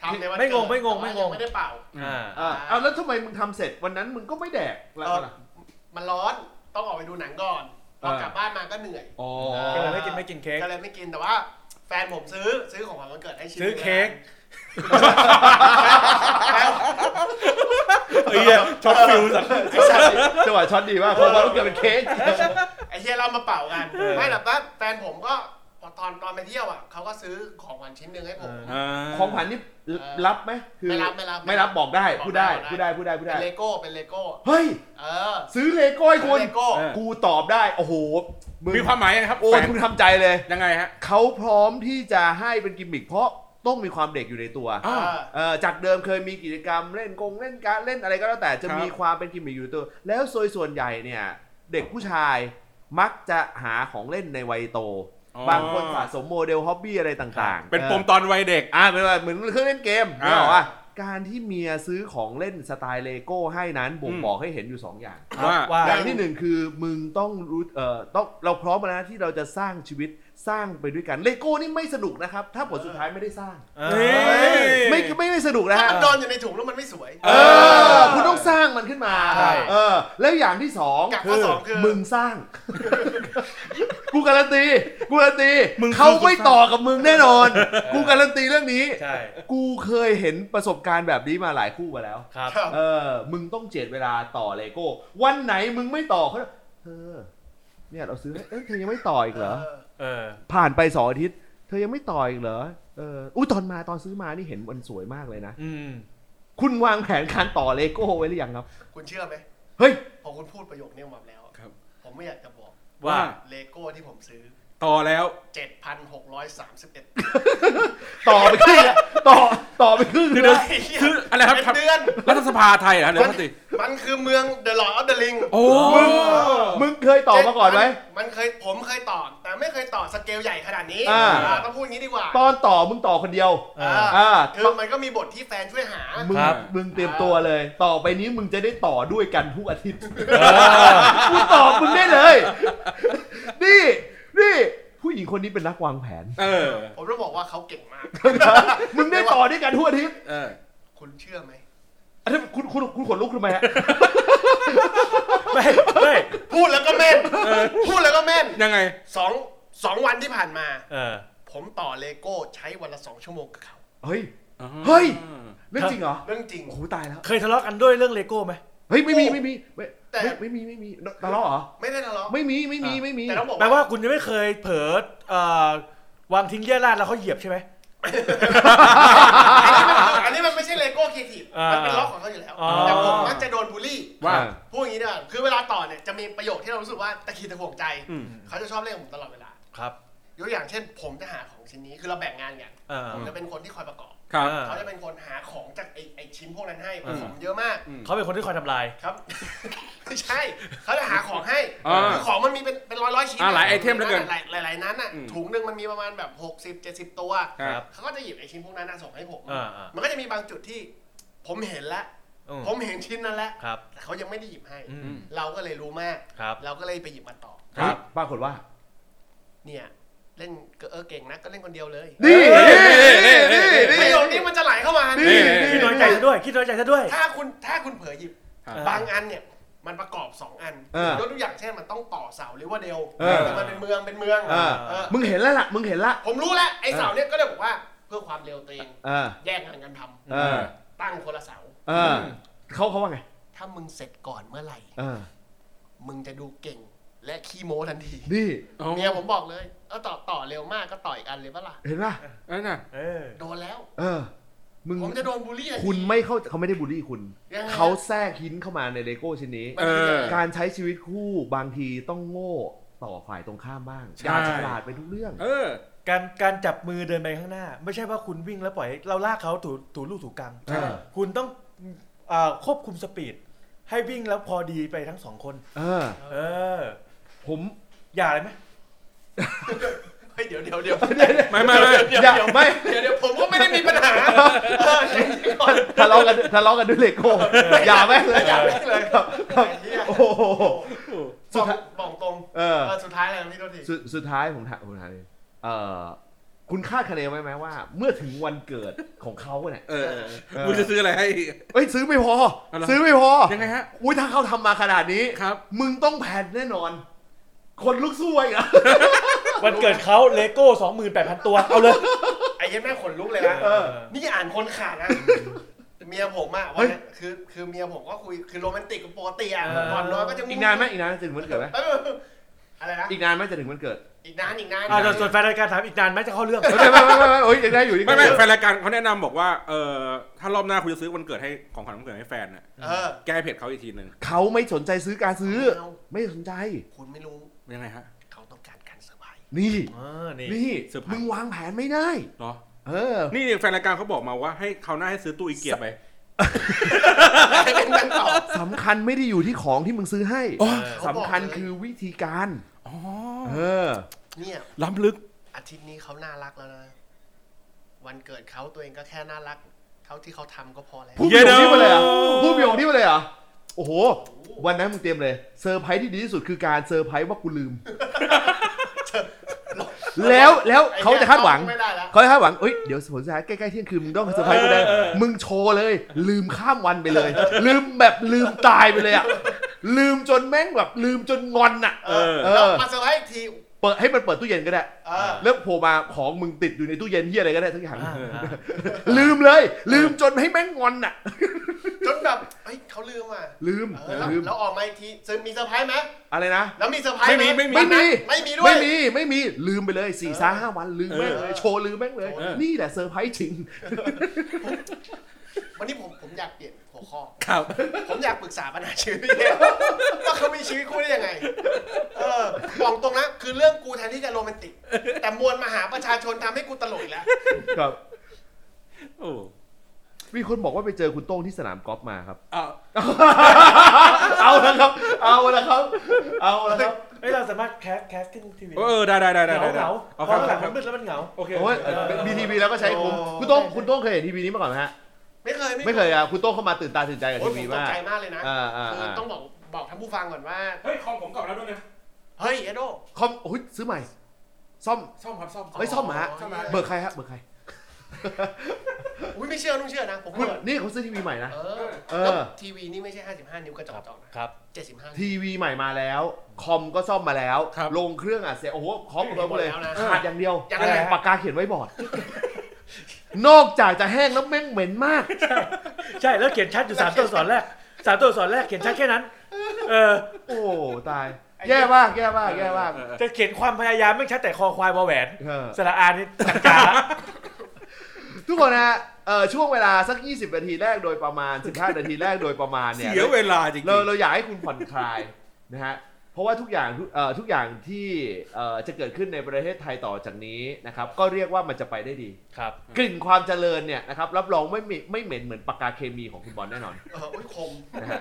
[SPEAKER 4] ทำในวัน
[SPEAKER 2] ไม่งง
[SPEAKER 4] เกิด
[SPEAKER 2] ไม่งงไม่
[SPEAKER 4] แต่
[SPEAKER 2] งง
[SPEAKER 4] ว่ายัไม่ได้เป่า
[SPEAKER 2] อ่า
[SPEAKER 1] อ่าเอาแล้วทำไมมึงทำเสร็จวันนั้นมึงก็ไม่แดกแล้วล่ะ
[SPEAKER 4] มันร้อน ต้องออกไปดูหนังก่อน พอ
[SPEAKER 1] เออ
[SPEAKER 4] กลับบ้านมาก็เหนื่อย
[SPEAKER 1] อ๋อ
[SPEAKER 2] ก็เลยไม่กินไม่กินเค้ก
[SPEAKER 4] ก็เลยไม่กินแต่ว่า แฟนผมซื้อซื้อของขวัญวันเกิดให้ชิ้น
[SPEAKER 2] ซื้อ
[SPEAKER 4] หนึ่ง
[SPEAKER 2] เค้ก
[SPEAKER 3] ไอ้เหี้ยช็อตฟิลสัตว์
[SPEAKER 4] ไอ้สัตว์
[SPEAKER 1] จังหวะช็อตดีมากเพราะว่ามันเกิดเป็นเค้ก
[SPEAKER 4] ไอ้เฮียเรามาเป่ากัน ไม่หรอกว่าแฟนผมก็ตอนตอนไปเที่ยวอ่ะเขาก็ซื้อของขวัญชิ้นหนึ่งให้ผม
[SPEAKER 2] เ
[SPEAKER 3] อ่า
[SPEAKER 1] ของขวัญนี่รับไหมคือ
[SPEAKER 4] ไม่รับไม่รับ
[SPEAKER 1] ไม่รับบอกได้
[SPEAKER 4] บอก
[SPEAKER 1] พูดได้
[SPEAKER 4] บอกได้
[SPEAKER 1] พูดได้พูดได้พูด
[SPEAKER 4] เป็
[SPEAKER 1] ได้
[SPEAKER 4] นเลโก้เป็นเลโก้
[SPEAKER 1] เฮ้ย
[SPEAKER 4] เออ
[SPEAKER 1] ซื้อเลโก้ให้คุณ
[SPEAKER 4] เลโก้
[SPEAKER 3] เออ
[SPEAKER 1] กูตอบได้ โอ้โหง
[SPEAKER 3] มีความหมายไงครับ
[SPEAKER 1] โอ้
[SPEAKER 3] แฟน
[SPEAKER 1] ทุนทำใจเลย
[SPEAKER 3] ยังไงฮะ
[SPEAKER 1] เขาพร้อมที่จะให้เป็นกิมมิคเพราะต้องมีความเด็กอยู่ในตัว
[SPEAKER 3] อ่า
[SPEAKER 1] เอ่อจากเดิมเคยมีกิจกรรมเล่นกงเล่นการดเล่นอะไรก็แล้วแต่จะ
[SPEAKER 3] ครับ
[SPEAKER 1] มีความเป็นกิมมิคอยู่ในตัว แล้วโดยส่วนใหญ่เนี่ย เด็กผู้ชายมักจะหาของเล่นในวัยโต
[SPEAKER 3] อ๋อบ
[SPEAKER 1] างคนสะสมโมเดลฮ็อบบี้อะไรต่างๆ
[SPEAKER 3] เป็นป
[SPEAKER 1] อ่อ
[SPEAKER 3] มตอนวัยเด็ก
[SPEAKER 1] อ่าเป็นว่าเหมือนเครื่องเล่นเกม
[SPEAKER 3] อ่า
[SPEAKER 1] นี่หรอกว่าการที่เมียซื้อของเล่นสไตล์เลโก้ให้นั้นบ่ง
[SPEAKER 3] อืม
[SPEAKER 1] บอกให้เห็นอยู่ 2 อย่าง
[SPEAKER 3] ว่า
[SPEAKER 2] ว่า
[SPEAKER 1] อย่างที่หนึ่งคือมึงต้องรู้เอ่อต้องเราพร้อมแล้วนะที่เราจะสร้างชีวิตสร้างไปด้วยกันเลโก้นี่ไม่สนุกนะครับ ถ้าผลสุดท้ายไม่ได้สร้าง
[SPEAKER 2] เออ
[SPEAKER 3] เฮ้ย
[SPEAKER 1] ไม่ไม่ไม่สนุกนะ
[SPEAKER 4] ถ้า
[SPEAKER 1] ฮะ
[SPEAKER 4] มันนอนอยู่ในถุงแล้วมันไม่สวย
[SPEAKER 1] เออคุณต้องสร้างมันขึ้นมา
[SPEAKER 2] ใช่
[SPEAKER 1] เออแล้วอย่างที่สอง
[SPEAKER 4] กับข้อสองคือ
[SPEAKER 1] มึงสร้าง กูการันตีกูการันตี
[SPEAKER 3] มึงคือ
[SPEAKER 1] เขา
[SPEAKER 3] คนสร้าง
[SPEAKER 1] ไม่ต่อกับมึงแน่นอน กูการันตีเรื่องนี้
[SPEAKER 2] ใช่
[SPEAKER 1] กูเคยเห็นประสบการณ์แบบนี้มาหลายคู่มาแล้ว
[SPEAKER 2] ครับ
[SPEAKER 4] ครับ
[SPEAKER 1] เออ มึงต้องเจียดเวลาต่อเลโก้ วันไหนมึงไม่ต่อเขาจะเธอ เนี่ยเราซื้อให้เอ้ยเธอยังไม่ต่ออีกเหรอ
[SPEAKER 2] เออ
[SPEAKER 1] ผ่านไปสองอาทิตย์ เธอยังไม่ต่ออีกเหรอ เออ อุ้ยตอนมาตอนซื้อมานี่เห็นมันสวยมากเลยนะ
[SPEAKER 2] อืม
[SPEAKER 1] คุณวางแผนการต่อเลโก้ไว้หรือยังครับ
[SPEAKER 4] คุณเชื่อไหม
[SPEAKER 1] เฮ้ย
[SPEAKER 4] พอคุณพูดประโยคนี้ออกมาแล้ว
[SPEAKER 3] ครับ
[SPEAKER 4] ผมไม่อยากจะบอก
[SPEAKER 2] ว่า
[SPEAKER 4] เลโก้ที่ผมซื้อ
[SPEAKER 3] ต่อแล้ว
[SPEAKER 4] 7,631
[SPEAKER 1] ต่อไปครึ่งละ [LAUGHS] ต่อ ต่อไปครึ่ง
[SPEAKER 3] เดี๋ยว
[SPEAKER 1] ละ
[SPEAKER 3] คืออะไรครับ
[SPEAKER 4] เป็น
[SPEAKER 3] ทำ
[SPEAKER 4] เดือน
[SPEAKER 3] รัฐสภาไทยเหรอครับเดี๋ยวนะสิ
[SPEAKER 4] มันคือเมือง The Lord of the Ring
[SPEAKER 3] โอ้
[SPEAKER 1] มึง มึงเคยต่อมาก่อนไหม
[SPEAKER 4] มันเคยผมเคยต่อ แต่ไม่เคยต่อสเกลใหญ่ขนาดนี้
[SPEAKER 1] อ่า
[SPEAKER 4] อ่าต้องพูดอย่างนี้ดีกว่า
[SPEAKER 1] ตอนต่อมึงต่อคนเดียว
[SPEAKER 4] อ่า
[SPEAKER 1] อ่า
[SPEAKER 4] คือมันก็มีบทที่แฟนช่วยหา
[SPEAKER 1] มึง
[SPEAKER 2] ครับ
[SPEAKER 1] มึงเตรียมตัวเลย ต่อไปนี้มึงจะได้ต่อด้วยกันทุกอาทิตย์กูตอบมึงได้เลย นี่นี่ผู้หญิงคนนี้เป็นนักวางแผน [LAUGHS]
[SPEAKER 3] เออ
[SPEAKER 4] ผมต้องบอกว่าเขาเก่งมาก
[SPEAKER 1] มึงได้ต่อด้วยกันทุกอาทิตย์
[SPEAKER 3] เออ
[SPEAKER 4] คุณเชื่อไหม
[SPEAKER 1] อันนี้คุณคุณคุณขนลุกทำไมฮะ
[SPEAKER 2] ไม่ไม่
[SPEAKER 4] พูดแล้วก็แม่น พูดแล้วก็แม่น
[SPEAKER 3] ยังไง
[SPEAKER 4] สองสองวันที่ผ่านมา
[SPEAKER 2] เออ
[SPEAKER 4] ผมต่อเลโก้ใช้วันละสองชั่วโมงกับเขา
[SPEAKER 1] เฮ้ย เฮ้ย เรื่องจริงเหรอ
[SPEAKER 4] เรื่องจริง
[SPEAKER 1] โอ้โหตายแล้ว
[SPEAKER 2] เคยทะเลาะกันด้วยเรื่องเลโก้ไหม
[SPEAKER 1] เฮ้ยไม่มีไม่มีไม่
[SPEAKER 4] แต่
[SPEAKER 1] ไม่ไม่มีไม่มีตะเลาะเหรอ
[SPEAKER 4] ไม่ได้ทะเลาะ
[SPEAKER 1] ไม่มีไม่มีไม่มี
[SPEAKER 4] แต่ต้องบอก
[SPEAKER 2] แปลว่าคุณยังไม่เคยเผลอเอ่อวางทิ้งเยี่ยราดแล้วเขาเหยียบใช่ไหม
[SPEAKER 4] อันนี้มันอันนี้มันไม่ใช่เลโก้ครีเอทีฟ
[SPEAKER 2] อ่ามั
[SPEAKER 4] มันเป็นล็อกของเขาอยู่แล้ว
[SPEAKER 2] อ๋อ
[SPEAKER 4] แต่ผมมักจะโดนบูลลี่
[SPEAKER 3] ว่า
[SPEAKER 4] พูดอย่างนี้ดีกว่าคือเวลาต่อเนี่ยจะมีประโยคที่เรารู้สึกว่าตะขีดตะห่วงใจ
[SPEAKER 3] อืม
[SPEAKER 4] เขาจะชอบเล่นกับผมตลอดเวลา
[SPEAKER 2] ครับ
[SPEAKER 4] ยกตัวอย่างเช่น ผมจะหาของชิ้นนี้คือเราแบ่งงานกัน
[SPEAKER 2] เออ
[SPEAKER 4] ผมจะเป็นคนที่คอยประกอบ
[SPEAKER 3] ครับ
[SPEAKER 2] อ่า
[SPEAKER 4] เขาจะเป็นคนหาของจากไอ้ไอ้ชิ้นพวกนั้นให้
[SPEAKER 3] อืม
[SPEAKER 4] ของเยอะมาก
[SPEAKER 3] อืม
[SPEAKER 2] เขาเป็นคนที่คอยทำลาย
[SPEAKER 4] ครับ [LAUGHS] ไม่ใช่ เขาจะหาของให้
[SPEAKER 3] อ่า
[SPEAKER 4] คือของมันมีเป็นเป็นร้อยร้อยๆชิ้น
[SPEAKER 3] อ่าหลายไอเทมเหลือเกิน
[SPEAKER 4] หลายหลายหลายนั้นอ่ะ
[SPEAKER 3] อืม
[SPEAKER 4] ถุงหนึ่งมันมีประมาณแบบ 60 70 ตัว
[SPEAKER 3] ครับ
[SPEAKER 4] เขาก็จะหยิบไอชิ้นพวกนั้นน่ะส่งให้ผม
[SPEAKER 2] อ่าอ่ามั
[SPEAKER 4] มันก็จะมีบางจุดที่ ผมเห็นแล้ว
[SPEAKER 2] อืม
[SPEAKER 4] ผมเห็นชิ้นนั้นแล้ว
[SPEAKER 2] ครับ
[SPEAKER 4] แต่เขายังไม่ได้หยิบให้
[SPEAKER 2] อืม
[SPEAKER 4] เราก็เลยรู้มาก
[SPEAKER 2] ครับ
[SPEAKER 4] เราก็เลยไปหยิบมาต่อ
[SPEAKER 3] ครับ
[SPEAKER 1] เฮ้ยปรากฏว่า
[SPEAKER 4] เนี่ยเล่นเออเก่งนะก็เล่นคนเดียวเลย
[SPEAKER 1] นี่
[SPEAKER 3] เฮ้
[SPEAKER 1] นี่
[SPEAKER 3] ยเฮ้
[SPEAKER 1] นี่
[SPEAKER 3] ยเฮ้
[SPEAKER 1] นี่
[SPEAKER 3] ยเฮ้ย
[SPEAKER 4] ประ
[SPEAKER 1] นี่
[SPEAKER 4] โยคนี้มันจะไหลเข้ามา
[SPEAKER 1] นี่
[SPEAKER 4] นี่
[SPEAKER 2] คิดน้อยใจซะด้วย คิดน้อยใจซะด้วย
[SPEAKER 4] ถ้าคุณถ้าคุณเผลอหยิบ
[SPEAKER 3] ครับ
[SPEAKER 4] บางอันเนี่ยมันประกอบ 2 อัน
[SPEAKER 1] เออย
[SPEAKER 4] กตัวอย่างเช่นมันต้องต่อเสาหรือว่าเดล
[SPEAKER 1] เออ
[SPEAKER 4] แต่มันเป็นเมืองเป็นเมือง
[SPEAKER 1] เออ
[SPEAKER 4] เออ
[SPEAKER 1] มึงเห็นแล้วล่ะ มึงเห็นละ
[SPEAKER 4] ผมรู้แล้วไอ้เสาเนี่ยก็เลยบอกว่าเพื่อความเร็วตัวเอง
[SPEAKER 1] เออ
[SPEAKER 4] แยกงานกันทำ
[SPEAKER 1] เออ
[SPEAKER 4] ตั้งคนละเสา
[SPEAKER 1] เออเขาเขาว่าไง
[SPEAKER 4] ถ้ามึงเสร็จก่อนเมื่อไหร่
[SPEAKER 1] เออ
[SPEAKER 4] มึงจะดูเก่งและขี้โม้ทันที
[SPEAKER 1] นี่
[SPEAKER 3] เอา
[SPEAKER 4] เมียผมบอกเลยเออต่อต่อเร็วมากก็ต่ออีกอันเลยปะล่ะ
[SPEAKER 1] เห็นป่ะ
[SPEAKER 3] เอ้ยน่ะ
[SPEAKER 2] เออ
[SPEAKER 4] โดนแล้ว
[SPEAKER 1] เออ มึง
[SPEAKER 4] ผมจะโดนบูลลี่ทันที
[SPEAKER 1] คุณไม่เข้าเขาไม่ได้บูลลี่คุณ
[SPEAKER 4] ยังไงฮะ
[SPEAKER 1] เขาแทรกหินเข้ามาในเลโก้ชิ้นนี้
[SPEAKER 4] มันคือยังไง
[SPEAKER 3] เออ
[SPEAKER 1] การใช้ชีวิตคู่บางทีต้องโง่ต่อฝ่ายตรงข้ามบ้าง
[SPEAKER 3] ใช่
[SPEAKER 1] อย่าฉลาดไปทุกเรื่อง
[SPEAKER 3] เออ
[SPEAKER 2] การการจับมือเดินไปข้างหน้า ไม่ใช่ว่าคุณวิ่งแล้วปล่อยให้เราลากเขาถูถูลู่ถูกกัง
[SPEAKER 1] อ่า
[SPEAKER 2] คุณต้องเอ่อควบคุมสปีด ให้วิ่งแล้วพอดีไปทั้งสองคน
[SPEAKER 1] เออ
[SPEAKER 2] เออ
[SPEAKER 1] ผม
[SPEAKER 2] อย่าเลยไหม
[SPEAKER 4] เฮ้ยเดี๋ยวเดี๋ยวเดี๋ยว
[SPEAKER 3] ไม่ไม่ไม่
[SPEAKER 4] เดี๋ยว
[SPEAKER 1] อย่า
[SPEAKER 4] เดี๋ยว
[SPEAKER 1] ไม่
[SPEAKER 4] เดี๋ยวเดี๋ยวผมก็ไม่ได้มีปัญหาเออเดี๋ยวก่อน
[SPEAKER 1] ทะเลาะกันทะเลาะกันด้วยเลโก้อย่าแม่งเลย
[SPEAKER 4] อย่าแม่งเลย
[SPEAKER 1] ครับครับ
[SPEAKER 4] ไอ้เหี้ย
[SPEAKER 1] โอ้โห สุ
[SPEAKER 4] บ
[SPEAKER 1] ด
[SPEAKER 4] อก
[SPEAKER 1] ท้าย
[SPEAKER 4] บอกตรง
[SPEAKER 1] เออ
[SPEAKER 4] เออสุดท้ายอะไรนะพี่โทษที
[SPEAKER 1] สุดสุดท้ายผมถามผมถามเลยเออคุณคาดคะเนไว้ไหมว่า เมื่อถึงวันเกิดของเขาเนี่ย
[SPEAKER 3] เออเออมึงจะซื้ออะไรให้
[SPEAKER 1] เอ้ยซื้อไม่พอ
[SPEAKER 3] เอาเหรอ
[SPEAKER 1] ซื้อไม่พอ
[SPEAKER 3] ยังไงฮะ
[SPEAKER 1] อุ้ยถ้าเขาทำมาขนาดนี้
[SPEAKER 3] ครับ
[SPEAKER 1] มึงต้องแผ่นแน่นอน คนลุกสู้ไว้เหรอ
[SPEAKER 2] วันเกิดเขาเลโก้สองหมื่นแปดพันตัว เอาเลย
[SPEAKER 4] ไอ้เหี้ยันแม่งขนลุกเลยนะ
[SPEAKER 1] เออ
[SPEAKER 4] นี่อ่านคนขาดนะ เมียผมอะวันนั้นคือคือเมียผมก็คุยคือโรแมนติกกับปกติอะ
[SPEAKER 2] เออ
[SPEAKER 4] ก่อนนอนก็จะ
[SPEAKER 1] อีกนานไหมอีกนานไหมจะถึงวันเกิดไหม
[SPEAKER 4] เอออะไรนะ
[SPEAKER 1] อีกนานไหมจะถึงวันเกิด
[SPEAKER 4] อีกนานอีกนาน
[SPEAKER 2] อ่าส่วนแฟนรายการถามอีกนานไหมจะเข้าเรื่อง
[SPEAKER 1] ไม่ไม่ไม่ไม่ไม่โอ้ยยังได้อยู่ยัง
[SPEAKER 3] ไม่
[SPEAKER 1] ด้
[SPEAKER 3] ไม่
[SPEAKER 1] อยู่
[SPEAKER 3] แฟนรายการเขาแนะนำบอกว่าเออถ้ารอบหน้าคุณจะซื้อวันเกิดให้ของขวัญวันเกิดให้แฟนน่ะ
[SPEAKER 4] เออ
[SPEAKER 3] แก้เพจเขาอีกทีหนึ่ง
[SPEAKER 1] เขาไม่สนใจซื้อการซื้อ
[SPEAKER 4] เา
[SPEAKER 1] ไม่สนใจ
[SPEAKER 4] คุณไม่รู้
[SPEAKER 3] ยังไงฮะ
[SPEAKER 4] เขาต้องการการเซอร์ไพรส์
[SPEAKER 1] นี่
[SPEAKER 2] อ่านี่
[SPEAKER 1] นี่
[SPEAKER 3] เซอร์ไพรส์
[SPEAKER 1] มึงวางแผนไม่ได้
[SPEAKER 3] เหรอ
[SPEAKER 1] เออ
[SPEAKER 3] นี่แฟนรายการเขาบอกมาว่าให้เขาวหน้าให้ซื้อตู้อีเกียไป
[SPEAKER 4] ให้เป็นการตอบ
[SPEAKER 1] สำคัญไม่ได้อยู่ที่ของที่มึงซื้อให้
[SPEAKER 3] โอ้
[SPEAKER 1] สำคัญคือวิธีการ
[SPEAKER 3] อ๋อ
[SPEAKER 1] เออ
[SPEAKER 4] เนี่ย
[SPEAKER 3] ล้ำลึก
[SPEAKER 4] อาทิตย์นี้เขาน่ารักแล้วนะ วันเกิดเขาตัวเองก็แค่น่ารักเท่าที่เขาทำก็พอแล้ว
[SPEAKER 1] พูดประโยคนี้มาเลยเหรอ่ะ
[SPEAKER 3] เย้
[SPEAKER 1] พูดป
[SPEAKER 3] เด้อ
[SPEAKER 1] ระโยคนี้มาเลยเหรอ่ะโอ้โห วันนั้นมึงเตรียมเลย เซอร์ไพรส์ที่ดีที่สุดคือการเซอร์ไพรส์ว่ากูลืม แล้วแล้วเขาจะคาดหวัง
[SPEAKER 4] ไม่ได้แล้ว
[SPEAKER 1] เขาจะคาดหวังเอ้ย เดี๋ยวผลสุดท้ายใกล้ๆเที่ยงคืนมึงต้องเซอร์ไพรส์กูได้
[SPEAKER 2] เออเออ
[SPEAKER 1] มึงโชว์เลย ลืมข้ามวันไปเลย ลืมแบบลืมตายไปเลยอ่ะ ลืมจนแม่งแบบลืมจนงอนอ่ะ
[SPEAKER 4] เออ
[SPEAKER 1] เออ
[SPEAKER 4] แล้วมาเซอร์ไพรส์อีกที
[SPEAKER 1] เปิดให้มันเปิดตู้เย็นก็ได้
[SPEAKER 4] เออ
[SPEAKER 1] แล้วโผล่มาของมึงติดอยู่ในตู้เย็นที่อะไรก็ได้ทั้งอย่าง
[SPEAKER 2] อ่าอ่า
[SPEAKER 1] ลืมเลย ลืมจนให้แม่งงอนอ่ะ
[SPEAKER 4] จนแบบเฮ้ยเขาลืมอ่ะ
[SPEAKER 1] ลืม
[SPEAKER 4] เออแล้ว
[SPEAKER 1] ลืม
[SPEAKER 4] แล้วออกมาอีกทีเซอร์มีเซอร์ไพรส์ไหม
[SPEAKER 1] อะไรนะ
[SPEAKER 4] แล้วมีเซอร์ไพรส์
[SPEAKER 3] ไม่มี
[SPEAKER 4] ห
[SPEAKER 3] ไม่มี
[SPEAKER 1] ไม่มี
[SPEAKER 4] ไม่มีด้วย
[SPEAKER 1] ไม่มี ไม่มี ลืมไปเลยสี่สาห้าวันลืมแม่งเลย
[SPEAKER 4] เออ
[SPEAKER 1] โชว์ลืมแม่งเลย
[SPEAKER 3] เออ
[SPEAKER 1] นี่แหละเซอร์ไพรส์จริง
[SPEAKER 4] วันนี้ผมผมอยากเปลี่ยนหัวข้อ
[SPEAKER 3] ครับ
[SPEAKER 4] ผมอยากปรึกษาปัญหาชีวิต [LAUGHS] เนี่ยว่าเขามีชีวิตคู่ได้ยังไง เออบอกตรงนะคือเรื่องกูแทนที่จะโรแมนติก แต่มวลมหาประชาชนทำให้กูตลกอีกแล้ว
[SPEAKER 1] ครับ
[SPEAKER 3] โอ้
[SPEAKER 1] มีคนบอกว่าไปเจอคุณโต้งที่สนามกอล์ฟมาครับ
[SPEAKER 3] เอา
[SPEAKER 1] เอาละครับ เอาละครับ เอาละครับ
[SPEAKER 2] เฮ้ยเราสามารถแคสแคสขึ้นทีวี
[SPEAKER 3] เออได้ได้ได้
[SPEAKER 2] เห
[SPEAKER 3] ได้
[SPEAKER 2] งา
[SPEAKER 3] ได้
[SPEAKER 2] เหงา
[SPEAKER 3] เอา
[SPEAKER 2] เพ
[SPEAKER 3] ครั
[SPEAKER 2] ราะ
[SPEAKER 3] บ
[SPEAKER 2] ห
[SPEAKER 3] ค
[SPEAKER 2] ลั
[SPEAKER 3] รั
[SPEAKER 2] ง
[SPEAKER 3] บค
[SPEAKER 2] มันมื
[SPEAKER 3] รับ
[SPEAKER 2] ดแล้วมันเหงา
[SPEAKER 3] โอเค
[SPEAKER 1] โอ้ยบีทีวีแล้วก็ใช้คุ้ม
[SPEAKER 4] โอ้
[SPEAKER 1] คุณโต้งคุณโต้งเคยเห็นทีวีนี้มาก่อนไหมฮะ
[SPEAKER 4] ไม่เคย
[SPEAKER 1] ไม่เคยอ่ะ คุณโต้งเข้ามาตื่นตาตื่นใจกับ
[SPEAKER 4] โอ้ย
[SPEAKER 1] ที
[SPEAKER 4] ผ
[SPEAKER 1] วี
[SPEAKER 4] มตก
[SPEAKER 1] มาก
[SPEAKER 4] ใจมากเลยนะ
[SPEAKER 1] อ่าอ่า
[SPEAKER 4] คือ
[SPEAKER 1] อ่า
[SPEAKER 4] ต้องบอกบอกท่านผู้ฟังก่อนว่า
[SPEAKER 3] เฮ้ยคอมผมกลับแล้วด้วยนะ
[SPEAKER 4] เฮ้ยเอโด
[SPEAKER 1] คอมโอ้ยซื้อใหม่ ซ่อม
[SPEAKER 3] ซ่อมครับซ่อม
[SPEAKER 1] เฮ้ยซ่อมเหรอฮะ
[SPEAKER 3] ซ่อมเหรอ
[SPEAKER 1] เบิกใครฮะเบิกใคร
[SPEAKER 4] อุ้ยไม่เชื่อต้องเชื่อนะ ผม
[SPEAKER 1] คุณ
[SPEAKER 4] เปิด
[SPEAKER 1] นี่เขาซื้อทีวีใหม่นะ
[SPEAKER 4] เออ
[SPEAKER 1] เอ
[SPEAKER 4] แล้ว
[SPEAKER 1] อ
[SPEAKER 4] ทีวีนี่ไม่ใช่ 55 นิ้วกระจอกจอกนะครับ 75
[SPEAKER 1] ทีวีใหม่มาแล้ว คอมก็ซ่อมมาแล้ว
[SPEAKER 3] ครับ
[SPEAKER 1] ลงเครื่องอ่ะเสียโอ้โหคอมเริ่มเลย
[SPEAKER 4] หมดแล้วนะ
[SPEAKER 1] ขาดอย่างเดียว
[SPEAKER 4] ยังไงฮะ
[SPEAKER 1] ปากกาเขียนไว้บอร์ด [LAUGHS] นอกจากจะแห้งแล้วแม่งเหม็นมาก
[SPEAKER 2] ใช่แล้วเขียนชัดอยู่สามตัวอักษรแรกสามตัวอักษรแรกเขียนชัดแค่นั้น เออ
[SPEAKER 1] โอ้ตาย แย่มากแย่มากแย่มาก
[SPEAKER 3] เออเออ
[SPEAKER 2] จะเขียนความพยายามไม่ชัดแต่คอควายวอแหวน
[SPEAKER 1] เออ
[SPEAKER 2] สระอานี่ตักกาละ
[SPEAKER 1] ทุกคนนะฮะเอ่อช่วงเวลาสัก 20 นาทีแรกโดยประมาณ 15 นาทีแรกโดยประมาณเนี่ย
[SPEAKER 3] เสียเวลาจริงๆ
[SPEAKER 1] เราเราอยากให้คุณผ่อนคลาย นะฮะ เพราะว่าทุกอย่างทุกเอ่อทุกอย่างที่เอ่อจะเกิดขึ้นในประเทศไทยต่อจากนี้นะครับ ก็เรียกว่ามันจะไปได้ดี
[SPEAKER 2] ครับ
[SPEAKER 1] กลิ่นความเจริญเนี่ยนะครับรับรองไม่มีไม่เหม็นเหมือนปากกาเคมีของคุณบอลแน่น [LAUGHS] อน
[SPEAKER 4] เอออุ้ยคม
[SPEAKER 1] นะฮะ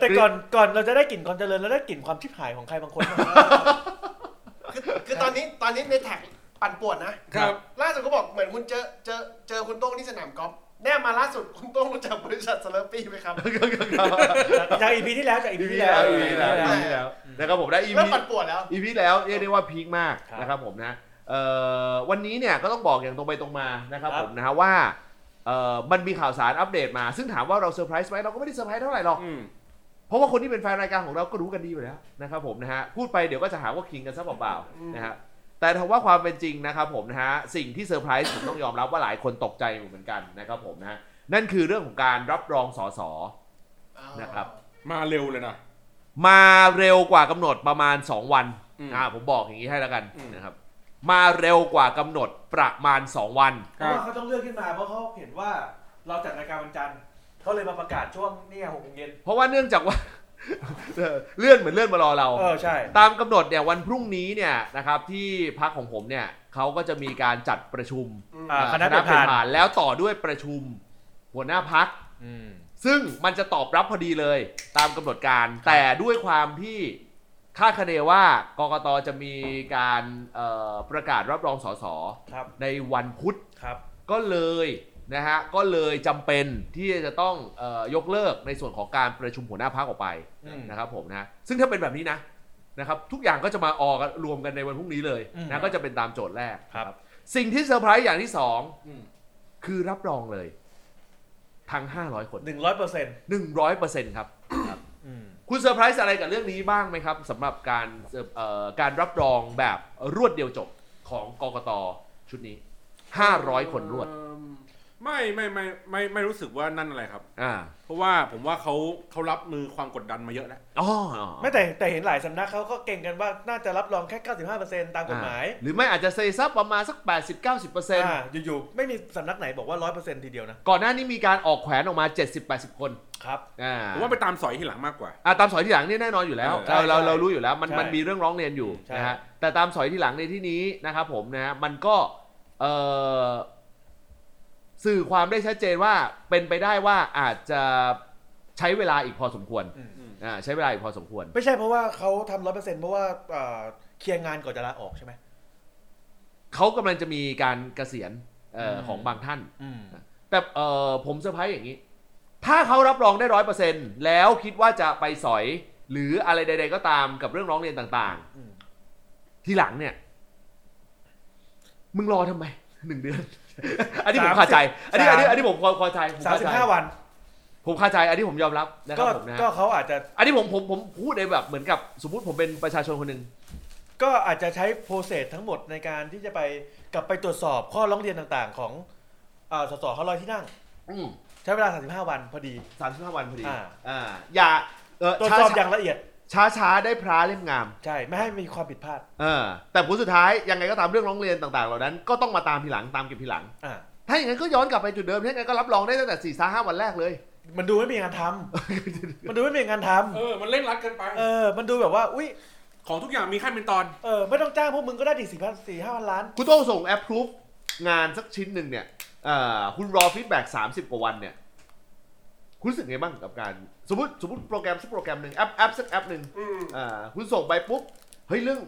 [SPEAKER 2] แต่ก่อนก่อนเราจะได้กลิ่นความเจริญเราได้กลิ่นความชิบหายของใครบางคนมา
[SPEAKER 4] คือคือตอนนี้ตอนนี้ในแท็กปั่นป่วนนะครับ ล่าสุดก็บอกเหมือนคุณเจอเจอเจอคุณโต้งที่สนามกอล์ฟแน่มาล่าสุดคุณโต้งรู้จักบริษัทสเลอร์ปี้ไหมครับ
[SPEAKER 2] จากอีพีที่แล้วจากอี
[SPEAKER 1] อี
[SPEAKER 2] พี
[SPEAKER 1] พี
[SPEAKER 2] ที่
[SPEAKER 1] แล้ว
[SPEAKER 2] แล้ว
[SPEAKER 4] EP
[SPEAKER 1] อีพีแล้วอีพีแล้วนะครับผมได้อี
[SPEAKER 4] เริ่ม
[SPEAKER 1] พี
[SPEAKER 4] ปั่นป่วนแล้ว
[SPEAKER 1] อีพีแล้วเรียกได้ว่าพีคมาก
[SPEAKER 2] ครับ
[SPEAKER 1] นะครับผมนะเอ่อวันนี้เนี่ยก็ต้องบอกอย่างตรงไปตรงมานะครับ
[SPEAKER 2] ครับ
[SPEAKER 1] ผมนะฮะว่าเอ่อมันมีข่าวสารอัปเดตมา ซึ่งถามว่าเราเซอร์ไพรส์ไหมเราก็ไม่ได้เซอร์ไพรส์เท่าไหร่หรอก
[SPEAKER 3] อืม
[SPEAKER 1] เพราะว่าคนที่เป็นแฟนรายการของเราก็รู้กันดีอยู่แล้วนะครับผมนะฮะพูดไปเดี๋ยวก็จะหาว่าคิงกันซะเปล่า
[SPEAKER 4] อืม
[SPEAKER 1] ๆนะฮะแต่ถ้าว่าความเป็นจริงนะครับผมนะฮะสิ่งที่เซอร์ไพรส์ผมต้องยอมรับว่าหลายคนตกใจอยู่เหมือนกันนะครับผมนะฮะนั่นคือเรื่องของการรับรองสส นะครับ
[SPEAKER 3] มาเร็วเลยนะ
[SPEAKER 1] มาเร็วกว่ากำหนดประมาณ 2 วัน
[SPEAKER 3] อืม
[SPEAKER 1] อ่าผมบอกอย่างนี้ให้แล้วกัน
[SPEAKER 3] อืม
[SPEAKER 1] นะครับมาเร็วกว่ากำหนดประมาณ 2 วัน
[SPEAKER 2] เพราะว่าเขาต้องเลื่อนขึ้นมาเพราะเขาเห็นว่าเราจัดรายการวันจันทร์เขาเลยมาประกาศช่วงเนี่ยหกโมงเย็น
[SPEAKER 1] เพราะว่าเนื่องจากว่า [LAUGHS] เออเลื่อนเหมือนเลื่อนมารอเรา
[SPEAKER 2] เออใช่
[SPEAKER 1] ตามกำหนดเนี่ยวันพรุ่งนี้เนี่ยนะครับที่พักของผมเนี่ยเขาก็จะมีการจัดประชุม
[SPEAKER 4] อืม
[SPEAKER 2] อ่า คณะ
[SPEAKER 1] เ
[SPEAKER 2] ประธาน
[SPEAKER 1] นแล้วต่อด้วยประชุมหัวหน้าพัก
[SPEAKER 2] อืม
[SPEAKER 1] ซึ่งมันจะตอบรับพอดีเลยตามกำหนดการ แต่ด้วยความที่คาดคะเนว่ากกตจะมีการเอ่อประกาศรับรองสส
[SPEAKER 2] ครับ
[SPEAKER 1] ในวันพุธ
[SPEAKER 2] ครับ
[SPEAKER 1] ก็เลยนะฮะก็เลยจำเป็นที่จะต้องเออยกเลิกในส่วนของการประชุมหัวหน้าพักออกไป
[SPEAKER 2] อืม
[SPEAKER 1] นะครับผมนะซึ่งถ้าเป็นแบบนี้นะนะครับทุกอย่างก็จะมาออกนรวมกันในวันพรุ่งนี้เลย
[SPEAKER 2] อืม
[SPEAKER 1] นะก็จะเป็นตามโจทย์แรก
[SPEAKER 2] ครับ
[SPEAKER 1] สิ่งที่เซอร์ไพรส์อย่างที่สอง
[SPEAKER 4] อืม
[SPEAKER 1] คือรับรองเลย ทั้ง 500 คน
[SPEAKER 2] หนึ่งร้อยเปอร์เซ็นต์
[SPEAKER 1] 100%ครับ
[SPEAKER 2] อืม
[SPEAKER 1] คุณเซอร์ไพรส์อะไรกับเรื่องนี้บ้างไหมครับสำหรับการเอ่อการรับรองแบบรวดเดียวจบของกกตชุดนี้ 500 คนรวด
[SPEAKER 4] อืม
[SPEAKER 3] ไม่ไม่ไม่ไม่ไม่รู้สึกว่านั่นอะไรครับ
[SPEAKER 1] อ่า
[SPEAKER 3] เพราะว่าผมว่าเขาเขารับมือความกดดันมาเยอะแล้ว
[SPEAKER 1] อ๋อ
[SPEAKER 2] ไม่แต่แต่เห็นหลายสำนักเขาก็เก่งกันว่าน่าจะรับรองแค่ 95%ตามกฎหมาย
[SPEAKER 1] อ่หรือไม่อาจจะเซซับประมาณสัก 80 90เปอร์เซ็นต์
[SPEAKER 2] อ่าอยู่ๆไม่มีสำนักไหนบอกว่า 100%ทีเดียวนะ
[SPEAKER 1] ก่อนหน้านี้มีการออกแขวนออกมา 70 80 คน
[SPEAKER 2] ครับ
[SPEAKER 1] อ่า
[SPEAKER 3] ผมว่าไปตามสอยที่หลังมากกว่า
[SPEAKER 1] อ่าตามสอยที่หลังนี่แน่นอนอยู่แล้ว
[SPEAKER 2] ใช่
[SPEAKER 1] เราเรา
[SPEAKER 2] ใช่
[SPEAKER 1] เรารู้อยู่แล้วมัน
[SPEAKER 2] ใช่
[SPEAKER 1] มันมีเรื่องร้องเรียนอยู่
[SPEAKER 2] ใช่
[SPEAKER 1] นะฮะแต่ตามสอยที่หลังในที่นี้นะครับผมนะฮะมันก็เอ่อสื่อความได้ชัดเจนว่าเป็นไปได้ว่าอาจจะใช้เวลาอีกพอสมควรอ่าใช้เวลาอีกพอสมควร
[SPEAKER 2] ไม่ใช่เพราะว่าเขาทำร้อยเปอร์เซ็นต์เพราะว่าเอ่อเคลียร์งานก่อนจะลาออกใช่ไหม
[SPEAKER 1] เขากำลังจะมีการเกษียณเอ่ออ
[SPEAKER 2] ม
[SPEAKER 1] ของบางท่าน
[SPEAKER 2] อืม
[SPEAKER 1] แต่เออผมเซอร์ไพรส์อย่างนี้ ถ้าเขารับรองได้ร้อยเปอร์เซ็นต์แล้วคิดว่าจะไปสอย หรืออะไรใด ๆ ก็ตามกับเรื่องร้องเรียนต่าง
[SPEAKER 2] อืม
[SPEAKER 1] ๆ ที่หลังเนี่ย มึงรอทำไมหนึ่งเดือน [LAUGHS] อันนี้ผมคาใจ อันนี้อันนี้อันนี้ผมคอคาใจผม
[SPEAKER 2] สาม
[SPEAKER 1] คา
[SPEAKER 2] สิ
[SPEAKER 1] ใจ
[SPEAKER 2] บห้าวัน
[SPEAKER 1] ผมคาใจ อันนี้ผมยอมรับนะค
[SPEAKER 2] ก็
[SPEAKER 1] รับผมนะ
[SPEAKER 2] ก็เขาอาจจะ
[SPEAKER 1] อันนี้ผมผมผมพูดในแบบเหมือนกับสมมติผมเป็นประชาชนคนหนึ่ง
[SPEAKER 2] ก็อาจจะใช้โปรเซสทั้งหมดในการที่จะไปกลับไปตรวจสอบข้อร้องเรียนต่างๆ ของเอ่อสสเขาร้อยที่นั่ง
[SPEAKER 1] อืม
[SPEAKER 2] ใช้เวลา 35 วันพอดี
[SPEAKER 1] สามสิบห้าวันพอดี
[SPEAKER 2] อ่า
[SPEAKER 1] อ่า อย่าเออ
[SPEAKER 2] ตรวจ
[SPEAKER 1] ช้า
[SPEAKER 2] สอบอย่างละเอียด
[SPEAKER 1] ช้าช้าได้พระเล่มงาม
[SPEAKER 2] ใช่ ไม่ให้มีความผิดพลาด
[SPEAKER 1] เออแต่ผลสุดท้ายยังไงก็ตามเรื่องร้องเรียนต่างๆ เหล่านั้นก็ต้องมาตามทีหลังตามเก็บทีหลัง
[SPEAKER 2] อ่า
[SPEAKER 1] ถ้าอย่างนั้นก็ย้อนกลับไปจุดเดิมถ้าอย่างนั้นก็รับรองได้ตั้งแต่4ี่สาห้าวันแรกเลย
[SPEAKER 2] มันดูไม่มีงานทำ
[SPEAKER 1] [LAUGHS]
[SPEAKER 2] มันดูไม่มีงานทำ
[SPEAKER 3] เออ มันเล่นรัดเกินไป
[SPEAKER 2] เออ มันดูแบบว่า อุ้ย
[SPEAKER 3] ของทุกอย่างมีขั้นเป็นตอน
[SPEAKER 2] เออ ไม่ต้องจ้างพวกมึงก็ได้ดิสี่พันสี่ห้าพันล้าน
[SPEAKER 1] คุณต้องส่งแอปพรูฟงานสักชิ้นหนึ่งเนี่ยเอ่อคุณรอฟีดแบ็กสามสิบกว่าวันเนี่ย คุณรู้สึกไงบ้างกับการ สมมติสมมติโปรแกรมสักโปรแกรมหนึ่งแอปแอปสักแอปหนึ่ง
[SPEAKER 4] อืม
[SPEAKER 1] เอ่อคุณส่งไปปุ๊บ เฮ้ยเรื่อง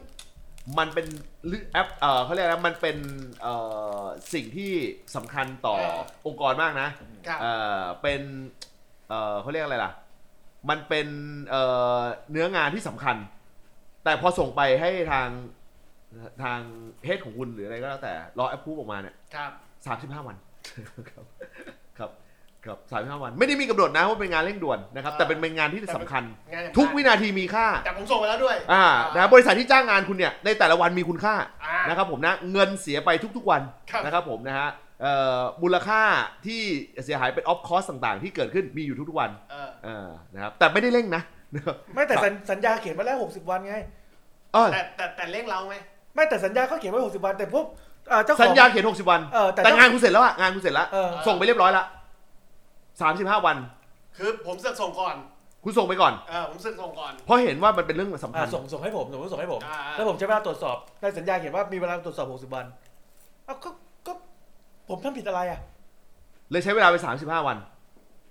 [SPEAKER 1] มันเป็นหรือแอปเอ่อเขาเรียกอะไรนะมันเป็นเอ่อสิ่งที่สำคัญต่อองค์กรมากนะ
[SPEAKER 4] ครับ
[SPEAKER 1] เอ่อเป็นเอ่อเขาเรียกอะไรล่ะ มันเป็นเอ่อเนื้องานที่สำคัญ แต่พอส่งไปให้ทางทางเฮดของคุณหรืออะไรก็แล้วแต่รอแอปพูออกมาเนี่ย
[SPEAKER 4] ครับ
[SPEAKER 1] สามสิบห้าวัน ครับครับครับสามสิบห้าวัน ไม่ได้มีกำหนดนะว่าเป็นงานเร่งด่วนนะครับ
[SPEAKER 4] อ่า
[SPEAKER 1] แต่เป็นเป็นงานที่สำคัญ
[SPEAKER 4] งานสำคัญ
[SPEAKER 1] ทุกวินาทีมีค่า
[SPEAKER 4] แต่ผมส่งไปแล้วด้วย
[SPEAKER 1] อ่านะบริษัทที่จ้างงานคุณเนี่ยในแต่ละวันมีคุณค่า
[SPEAKER 4] อ่า
[SPEAKER 1] นะครับผมนะเงินเสียไปทุกๆวัน
[SPEAKER 4] ครับ
[SPEAKER 1] นะครับผมนะฮะเอ่อมูลค่าที่เสียหายเป็นออฟคอสต่างๆ ที่เกิดขึ้นมีอยู่ทุกๆวัน
[SPEAKER 4] เออ
[SPEAKER 1] เออนะครับแต่ไม่ได้เร่งนะ [LAUGHS]
[SPEAKER 2] ไม่แต่สัญสัญญาเขียนไว้แล้ว 60 วันไง
[SPEAKER 1] เออ
[SPEAKER 4] แต่แต่แต่เร่งเราไหม
[SPEAKER 2] ไม่แต่สัญญาเขาเขียนไว้ 60 วัน แต่พวกเอ่อเจ้าของ
[SPEAKER 1] สัญญาเขียน 60 วัน
[SPEAKER 2] เออแต่
[SPEAKER 1] แต่
[SPEAKER 2] เจ้
[SPEAKER 1] งานคุณเสร็จแล้วอะงานคุณเสร็จแล้ว
[SPEAKER 2] เออ
[SPEAKER 1] ส่งไปเรียบร้อยละ35 วัน
[SPEAKER 4] คือผมเสือกส่งก่อน
[SPEAKER 1] คุณส่งไปก่อน
[SPEAKER 4] เออผมเสือกส่งก่อน
[SPEAKER 1] เพราะเห็นว่ามันเป็นเรื่องสำ
[SPEAKER 2] อ่า
[SPEAKER 1] คัญ
[SPEAKER 2] ส่งส่งให้ผมสมมติส่งให้ผม
[SPEAKER 4] อ่าอ่า
[SPEAKER 2] แล้วผมใช้เวลาตรวจสอบในสัญญาเขียนว่ามีเวลาตรวจสอบ 60 วันเอ้าก็ก็ผมทำผิดอะไรอ่ะ
[SPEAKER 1] เลยใช้เวลาไป 35 วัน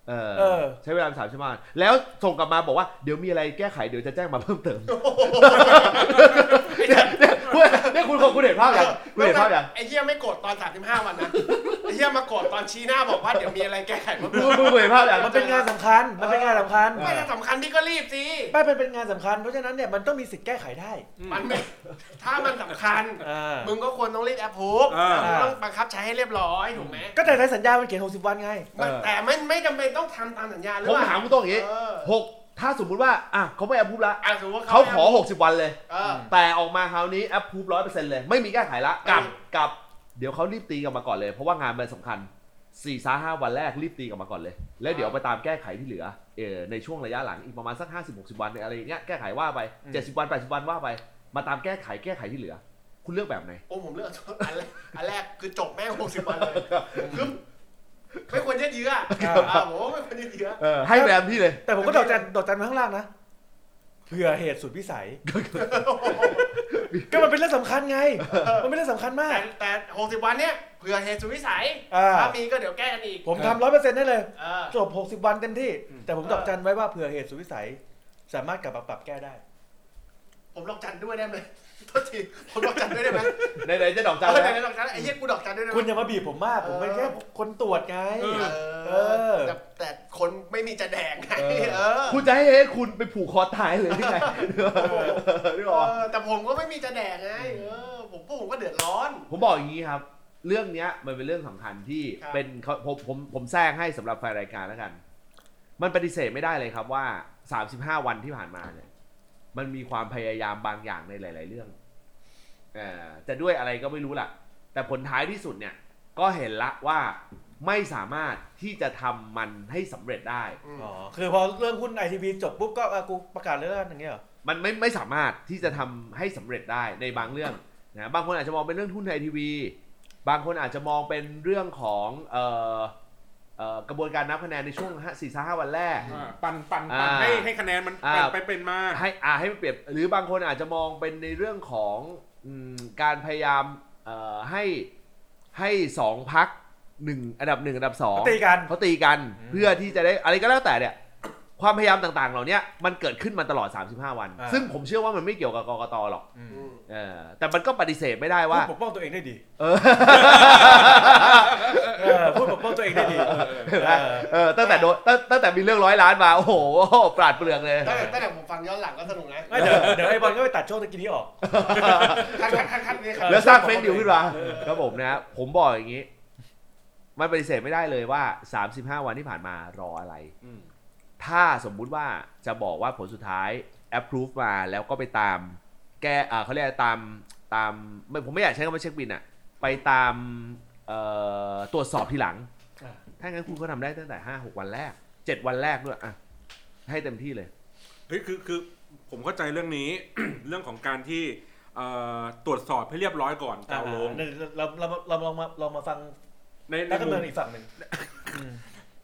[SPEAKER 1] เอ
[SPEAKER 2] เอ
[SPEAKER 1] อ
[SPEAKER 2] อ
[SPEAKER 1] ใช้เวลาไป35วันแล้วส่งกลับมาบอกว่าเดี๋ยวมีอะไรแก้ไขเดี๋ยวจะแจ้งมาเพิ่มเติม [LAUGHS] เนี่ยเนี่ยคุณเนี่ยคุณคุณเห็นภาพยังคุณเห็นภา
[SPEAKER 2] [LAUGHS]
[SPEAKER 1] พยัง
[SPEAKER 4] ไอ้เหี้ยไม่โกรธตอน 35 วันนะ ไอ้เหี้ยมาโกรธตอนชี้หน้าบอกว่าเดี๋ยวมีอะไรแก้ไขเพิ่ม
[SPEAKER 1] มึ
[SPEAKER 4] เติ
[SPEAKER 1] ง
[SPEAKER 4] ม
[SPEAKER 1] มึงเผยภาพอย่าง
[SPEAKER 2] มันเป็นงานสำคัญ มันเป็นงานสำคัญ
[SPEAKER 4] ไม่แต่สำคัญที่ก็รีบสิ
[SPEAKER 2] ไม่เป็นเป็นงานสำคัญ เพราะฉะนั้นเนี่ยมันต้องมีสิทธิ์แก้ไขได้
[SPEAKER 4] มันไม่ ถ้ามันสำคัญ
[SPEAKER 2] อ่า
[SPEAKER 4] มึงก็ควรต้องรีบแอปพู
[SPEAKER 3] อ่า
[SPEAKER 4] ต้องบังคับใช้ให้เรียบร้อยถูกไหม
[SPEAKER 2] ก็แต่ในสัญญามันเขียน 60 วันไง
[SPEAKER 4] มันแต่ไม่ไม่จำเป็นต้องทำตามสัญญาหรือ
[SPEAKER 1] ผม
[SPEAKER 4] เปล่า
[SPEAKER 1] ถามคุณต้องอย่างนี้
[SPEAKER 4] เออ
[SPEAKER 1] หกถ้าสมมุติว่า อ่ะเขาไม่แอปพูบละ
[SPEAKER 4] อ่ะสมมติว่
[SPEAKER 1] เขาขอ 60 วันเลย
[SPEAKER 4] เออ
[SPEAKER 1] แต่ออกมาคราวนี้แอปพูบร้อยเปอร์เซ็นต์เลย ไม่มีแก้ไขละกลับ
[SPEAKER 4] อืม
[SPEAKER 1] กลับ เดี๋ยวเขารีบตีกลับมาก่อนเลย เพราะว่างานมันสำคัญ4ี่สาห้าวันแรกรีบตีกลับมาก่อนเลย แล้วเดี๋ยวไปตามแก้ไขที่เหลือเออในช่วงระยะหลังอีกประมาณสัก 50 60 วันเนี่ยอะไรอย่างเงี้ยแก้ไขว่าไป
[SPEAKER 2] อืม
[SPEAKER 1] 70 วัน 80 วันว่าไป มาตามแก้ไขแก้ไขที่เหลือ คุณเลือกแบบไหน
[SPEAKER 4] โอ้ผมเลือกอันแรก [LAUGHS] อันแรกคือจบแม่งหกสิบวันเลยคือไม่ควรยืดเยื้ออ่ะอ่าผมว่าไม่ควรยืดเยื้อ
[SPEAKER 1] ให้แบบที่เลย
[SPEAKER 2] แต่ผมก็ดอกจันดอกจันมาข้างล่างนะ เผื่อเหตุสุดวิสัย ก็มันเป็นเรื่องสำคัญไง มันเป็นเรื่องสำคัญมา
[SPEAKER 4] แต่
[SPEAKER 2] ก
[SPEAKER 4] แต่หกสิบวันเนี้ยเผื่อเหตุสุดวิสัย
[SPEAKER 2] อ่า
[SPEAKER 4] ถ้ามีก็เดี๋ยวแก้กันอีก
[SPEAKER 2] ผมทำร้อยเปอร์เซ็นต์ได้เลย
[SPEAKER 4] เออ
[SPEAKER 2] จบ 60 วันเต็มที่
[SPEAKER 3] อืม
[SPEAKER 2] แต่ผม
[SPEAKER 4] เออ
[SPEAKER 2] ดอกจันไว้ว่าเผื่อเหตุสุดวิสัย สามารถกลับมาปรับแก้ได้
[SPEAKER 4] ผมดอกจันด้วยได้ไหม [LAUGHS] โทษทีผมดอกจันด้วยได้ไหม
[SPEAKER 1] ไหนๆจะดอกจั
[SPEAKER 4] เอน อ
[SPEAKER 1] แล้ว
[SPEAKER 4] [LAUGHS] ได้ไหมดอกจันไอ้เหี้ยกูดอกจันด้วยได้ไหม
[SPEAKER 2] คุณอย่ามาบีบผมมาก ผมเป็น
[SPEAKER 4] เออ
[SPEAKER 2] แค่คนตรวจไง
[SPEAKER 4] เอ
[SPEAKER 2] เอ
[SPEAKER 4] อ
[SPEAKER 2] อ
[SPEAKER 4] แต่แต่คนไม่มีจะแดงไงเออ
[SPEAKER 1] คุณจะให้เอ้คุณไปผูกคอตายเลยที่ไง [LAUGHS] นี่หรอ
[SPEAKER 4] เออแต่ผมก็ไม่มีจะแดงไงเออผมพวกผมก็เดือดร้อน
[SPEAKER 1] ผมบอกอย่างนี้ครับ เรื่องเนี้ยมันเป็นเรื่องสำคัญที่
[SPEAKER 4] ครับ
[SPEAKER 1] เป็นเขาผมผมผมแทรกให้สำหรับแฟนรายการแล้วกัน มันปฏิเสธไม่ได้เลยครับว่า 35 วันที่ผ่านมาเนี่ยมันมีความพยายามบางอย่างในหลาย ๆ เรื่องเอ่อจะด้วยอะไรก็ไม่รู้ล่ะ แต่ผลท้ายที่สุดเนี่ยก็เห็นละว่าไม่สามารถที่จะทำมันให้สำเร็จได้
[SPEAKER 4] ม
[SPEAKER 2] อ๋อ คือพอเรื่องหุ้นไอทีบีจบปุ๊บก็อ่ะกูประกาศเลยแล้วกันอย่างเงี้ยเหรอ
[SPEAKER 1] มันไม่ไม่สามารถที่จะทำให้สำเร็จได้ในบางเรื่องนะบางคนอาจจะมองเป็นเรื่องทุนไอทีวี บางคนอาจจะมองเป็นเรื่องของเอ่อเอ่อกระบวนการนับคะแนนในช่วงสี่ห้าวันแรก
[SPEAKER 3] อ่าปั่นปั่นปั่น
[SPEAKER 1] อ่า
[SPEAKER 3] ให้ให้คะแนนมัน
[SPEAKER 1] อ่า
[SPEAKER 3] ปั่นไปเป็นมา
[SPEAKER 1] ให้อ่าให้มันเปรียบหรือบางคนอาจจะมองเป็นในเรื่องของอืมการพยายามเอ่อให้ให้สองพักหนึ่งอันดับหนึ่งอันดับสอง
[SPEAKER 2] เขาตีกัน
[SPEAKER 1] เขาตีกัน
[SPEAKER 2] อืม
[SPEAKER 1] เพื่อที่จะได้อะไรก็แล้วแต่เนี่ยความพยายามต่างๆ เหล่าเนี้ยมันเกิดขึ้นมาตลอด 35 วัน
[SPEAKER 2] อ่า
[SPEAKER 1] ซึ่งผมเชื่อว่ามันไม่เกี่ยวกับกกตหรอก
[SPEAKER 2] อืม
[SPEAKER 1] เออแต่มันก็ปฏิเสธไม่ได้ว่า
[SPEAKER 2] พูดปกป้องตัวเองได้ดี
[SPEAKER 1] เออ
[SPEAKER 2] เออ พูดปกป้องตัวเองได้ดี
[SPEAKER 3] เออเออ
[SPEAKER 2] เออ
[SPEAKER 1] เออตั้งแต่โดนตั้งตั้งแต่มีเรื่องร้อยล้านมา โอ้โห ปราดเปลืองเลย
[SPEAKER 4] ตั้งแต่ตั้งแต่ผมฟังย้อนหลังก็สนุกนะ
[SPEAKER 2] ไม่เดี๋ยวเดี๋ยวไอ้บอลก็ไปตัดช่วงตะกี้นี้ออก
[SPEAKER 4] คันคันคันคันนี่ครั
[SPEAKER 1] แล้วสร้างเฟซนิวส์ขึ้นมาครับผมนะ ผมบอกอย่างนี้ มันปฏิเสธไม่ได้เลยว่า 35 วันที่ผ่านมารออะไร
[SPEAKER 3] อืม
[SPEAKER 1] ถ้าสมมุติว่าจะบอกว่าผลสุดท้าย approve มาแล้วก็ไปตาม แก้อ่าเขาเรียกตามตามไม่ผมไม่อยากใช้คำว่าเช็คบินอะไปตามเอ่อตรวจสอบทีหลัง
[SPEAKER 2] อ่า
[SPEAKER 1] ถ้างั้นคุณก็ทำได้ตั้งแต่ 5 6 วันแรก 7 วันแรกด้วยอ่ะให้เต็มที่เลย
[SPEAKER 3] เฮ้ยคือคือผมเข้าใจเรื่องนี้ [COUGHS] เรื่องของการที่เอ่อตรวจสอบให้เรียบร้อยก่อนจะเอาลง
[SPEAKER 2] อ่เราเราเราลองมาลองมาฟัง
[SPEAKER 3] ในใน
[SPEAKER 2] นักการ
[SPEAKER 3] มุ
[SPEAKER 2] เมือ
[SPEAKER 3] ม
[SPEAKER 2] งอีกฝั่งหนึ่ง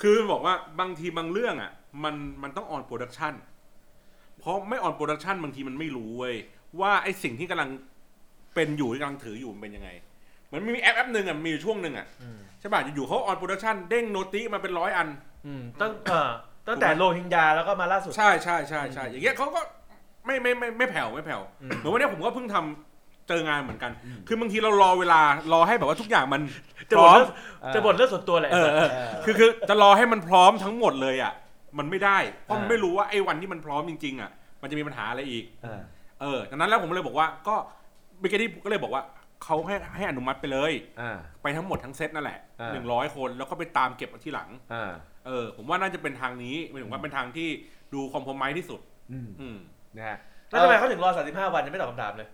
[SPEAKER 3] คือบอกว่าบางทีบางเรื่องอ่ะมันมันต้องออนโปรดักชันเพราะไม่ออนโปรดักชันบางทีมันไม่รู้เว้ยว่าไอสิ่งที่กำลังเป็นอยู่ที่กำลังถืออยู่มันเป็นยังไงเหมือนมีแอปแอปหนึ่งอ่ะมีอยู่ช่วงหนึ่งอ่ะ
[SPEAKER 2] อืม
[SPEAKER 3] ใช่ป่ะอยู่ๆเขาออนโปรดักชันเด้งโนติมาเป็นร้อยอัน
[SPEAKER 2] อืมตั้งเอ่อตั้งแต่โรฮิงญาแล้วก็มาล่าสุด
[SPEAKER 3] ใช่ใช่ใช่ใช่อย่างเงี้ยเขาก็ไม่ไม่ไม่ไม่แผ่วไม่แผ่ว
[SPEAKER 2] อืม
[SPEAKER 3] เหมือนวันเนี้ยผมก็เพิ่งทำเจองานเหมือนกัน คือบางทีเรารอเวลารอให้แบบว่าทุกอย่างมัน
[SPEAKER 2] จะ
[SPEAKER 3] พ
[SPEAKER 2] บ่
[SPEAKER 3] ร้
[SPEAKER 2] น
[SPEAKER 3] อ
[SPEAKER 2] เรื่อ
[SPEAKER 3] ม
[SPEAKER 2] งจะบ่นเรื่องส่วนตัวแหละ
[SPEAKER 3] เออเออคือคือจะรอให้มันพร้อมทั้งหมดเลยอ่ะมันไม่ได้เพราะมัน
[SPEAKER 2] เออ
[SPEAKER 3] ไม่รู้ว่าไอ้วันที่มันพร้อมจริงๆอ่ะมันจะมีปัญหาอะไรอีก
[SPEAKER 1] เออ
[SPEAKER 3] เออดังนั้นแล้วผมเลยบอกว่าก็เมื่อกี้ที่ก็เลยบอกว่าเขาให้ให้อนุมัติไปเลย
[SPEAKER 1] อ่า
[SPEAKER 3] ไปทั้งหมดทั้งเซตนั่นแหละ
[SPEAKER 1] เออ
[SPEAKER 3] หนึ่งร้อยคนแล้วก็ไปตามเก็บเอาที่หลัง
[SPEAKER 1] อ่า
[SPEAKER 3] เออผมว่าน่าจะเป็นทางนี้หมายถึงว่าเป็นทางที่ดูคอมโพมไมที่สุด
[SPEAKER 1] อืม
[SPEAKER 3] อืม
[SPEAKER 1] นะฮะ
[SPEAKER 2] แล้วทำไมเขาถึงรอ 35 วันยังไม่ตอบคำถามเลย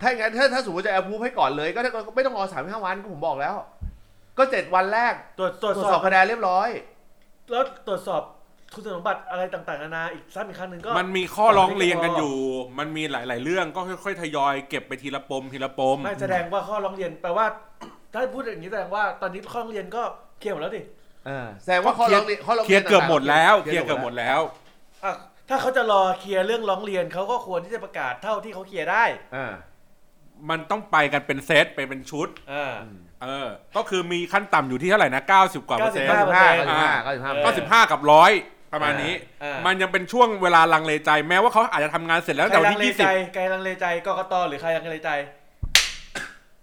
[SPEAKER 1] ถ้าอย่างนั้นถ้าถ้าสมมติจะ approve ให้ก่อนเลยก็ก็ก็ไม่ต้องรอสามห้าวันก็ผมบอกแล้ว ก็เจ็ดวันแรก
[SPEAKER 2] ตรวจต
[SPEAKER 1] ต
[SPEAKER 2] ร
[SPEAKER 1] ร
[SPEAKER 2] ว
[SPEAKER 1] ว
[SPEAKER 2] จ
[SPEAKER 1] จ
[SPEAKER 2] ส
[SPEAKER 1] ส
[SPEAKER 2] อ
[SPEAKER 1] อ
[SPEAKER 2] บบ
[SPEAKER 1] คะแนนเรียบร้อย
[SPEAKER 2] แล้วตรวจสอบคุณสมบัติอะไรต่างๆนานาอีกซ้ำอีกครั้งหนึ่งก็
[SPEAKER 3] มันมีข้อร้องเรียนกันอยู่ มันมีหลาย ๆ เรื่องก็ค่อย ๆ ทยอยเก็บไปทีละปมทีละปม
[SPEAKER 2] ไม่แสดงว่าข้อร้องเรียนแปลว่า ถ้าพูดอย่างนี้แสดงว่าตอนนี้ข้อร้องเรียนก็เคลียร์หมดแล้วดิ
[SPEAKER 1] เออแสดงว่าข้อร้องเรียนข้อร้อง
[SPEAKER 3] เคลียร์เกือบหมดแล้ว
[SPEAKER 1] ต่างๆ
[SPEAKER 3] เคลียร์เกือบหมดแล้ว
[SPEAKER 2] อ่ะถ้าเขาจะรอเคลียร์เรื่องร้องเรียนเขาก็ควรที่จะประกาศเท่าที่เขาเคลียร์ได้
[SPEAKER 1] อ่า
[SPEAKER 3] มันต้องไปกันเป็นเซตไปเป็นชุด
[SPEAKER 2] อ่า
[SPEAKER 3] เออ ก็คือมีขั้นต่ำอยู่ที่เท่าไหร่นะ 90 กว่าเปอร์เซ็นต์
[SPEAKER 1] เก้าสิบห้า
[SPEAKER 2] 95%
[SPEAKER 1] เก้าสิบห้าเก้าสิบห้า
[SPEAKER 2] เออ
[SPEAKER 1] เก้าสิบ
[SPEAKER 3] 95 กับร้อยประมาณนี้
[SPEAKER 2] เออ
[SPEAKER 3] มันยังเป็นช่วงเวลาลังเลใจ แม้ว่าเขาอาจจะทำงานเสร็จแล้ว
[SPEAKER 2] ใคร
[SPEAKER 3] แต่วัน
[SPEAKER 2] ลังเล
[SPEAKER 3] ที่
[SPEAKER 2] ใจใครลังเลใจกกตหรือใครลังเลใจ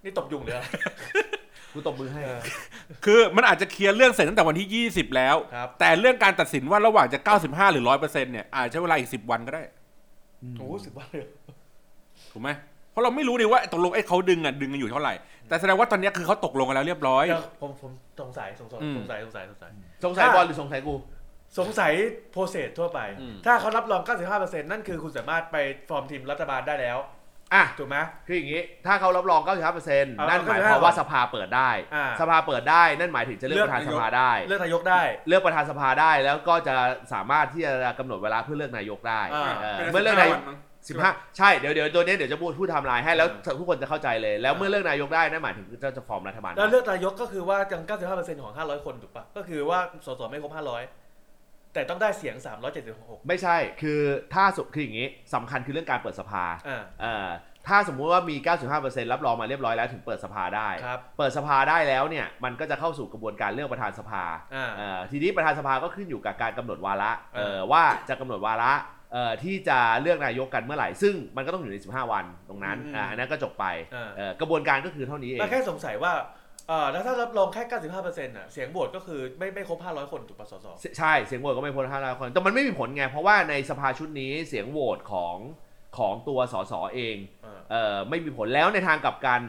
[SPEAKER 2] นี่ตบยุงเหรืออะไร
[SPEAKER 1] กูตบมือให้
[SPEAKER 3] 20 คือมันอาจจะเคลียร์เรื่องเสร็จตั้งแต่วันที่ 20 แล้ว
[SPEAKER 2] ครับ
[SPEAKER 3] แต่เรื่องการตัดสินว่าระหว่างจะ 95 หรือ 100%เนี่ยอาจจะใช้เวลาอีก 10 วันก็ได้
[SPEAKER 2] โอ้สึกว่าเลย
[SPEAKER 3] ถูกไหมเพราะเราไม่รู้ดีว่าตกลงไอ้เขาดึงอ่ะดึงกันอยู่เท่าไหร่ แต่แสดงว่าตอนเนี้ยคือเขาตกลงกันแล้วเรียบร้อย
[SPEAKER 2] เดี๋ยวผมผมสงสัยสงสัย
[SPEAKER 3] อืม
[SPEAKER 2] สงสัยสงสัยสงสัย
[SPEAKER 1] สงสัย
[SPEAKER 2] อ่ะ
[SPEAKER 1] บอลหรือสงสัยกู
[SPEAKER 2] สงสัยโปรเซสทั่วไป
[SPEAKER 3] อืม
[SPEAKER 2] ถ้าเขารับรอง 95%นั่นคือคุณสามารถไปฟอร์มทีมรัฐบาลได้แล้ว
[SPEAKER 1] อ่ะ
[SPEAKER 2] ถูกไหม
[SPEAKER 1] คืออย่างนี้ ถ้าเขารับรอง 95%นั่นหมาย
[SPEAKER 2] 95%
[SPEAKER 1] ความว่าสภาเปิดได้
[SPEAKER 2] อ่า
[SPEAKER 1] สภาเปิดได้ นั่นหมายถึงจะเลือกประธานสภาได้
[SPEAKER 2] เลือกนายกได้
[SPEAKER 1] เลือกประธานสภาได้ แล้วก็จะสามารถที่จะกำหนดเวลาเพื่อเลือกนายกได้
[SPEAKER 2] อ่า
[SPEAKER 1] เออ
[SPEAKER 3] ป็น
[SPEAKER 1] เมื่อเลือกนายก
[SPEAKER 3] 15วันมั้ง
[SPEAKER 1] สิบห้าใช่เดี๋ยวเดี๋ยวตัวเนี้ยเดี๋ยวจะพูดพูดไทำลายให้แล้วทุกคนจะเข้าใจเลย แล้วเมื่อเลือกนายกได้นั่นหมายถึงจะจะฟอร์มรัฐบาล
[SPEAKER 2] แล้วเลือกนายกก็คือว่าจัง 95%ของ 500 คนถูกปะก็คือว่าสสไม่ครบ 500 แ แต่ต้องได้เสียง 376
[SPEAKER 1] ไม่ใช่คือถ้าสมคืออย่างนี้สำคัญคือเรื่องการเปิดสภา
[SPEAKER 2] อ่า
[SPEAKER 1] เอ่อถ้าสมมุติว่ามี 95%รับรองมาเรียบร้อยแล้วถึงเปิดสภาได้
[SPEAKER 2] ครับ
[SPEAKER 1] เปิดสภาได้แล้วเนี่ยมันก็จะเข้าสู่กระบวนการเลือกประธานสภา
[SPEAKER 2] อ่า
[SPEAKER 1] เอ่อทีนี้ประธานสภาก็ขึ้นอยู่กับการกำหนดวาระ
[SPEAKER 2] อ่า
[SPEAKER 1] เอ่อว่าจะกำหนดวาระเอ่อที่จะเลือกนายกกันเมื่อไหร่ ซึ่งมันก็ต้องอยู่ใน 15 วันตรงนั้นอ่าอันนั้นก็จบไปเอ่อกระบวนการก็คือเท่านี้เอง
[SPEAKER 2] เราแค่สงสัยว่าเออแล้วถ้ารับรองแค่ 95%น่ะ เสียงโหวตก็คือไม่ไม่ครบ 500 คนถูกปะสส
[SPEAKER 1] ใช่เสียงโหวตก็ไม่พ้นห้าร้อยคน แต่มันไม่มีผลไง เพราะว่าในสภาชุดนี้เสียงโหวตของของตัวสสเอง
[SPEAKER 2] เออ
[SPEAKER 1] เอ่อไม่มีผลแล้วในทางกลับกัน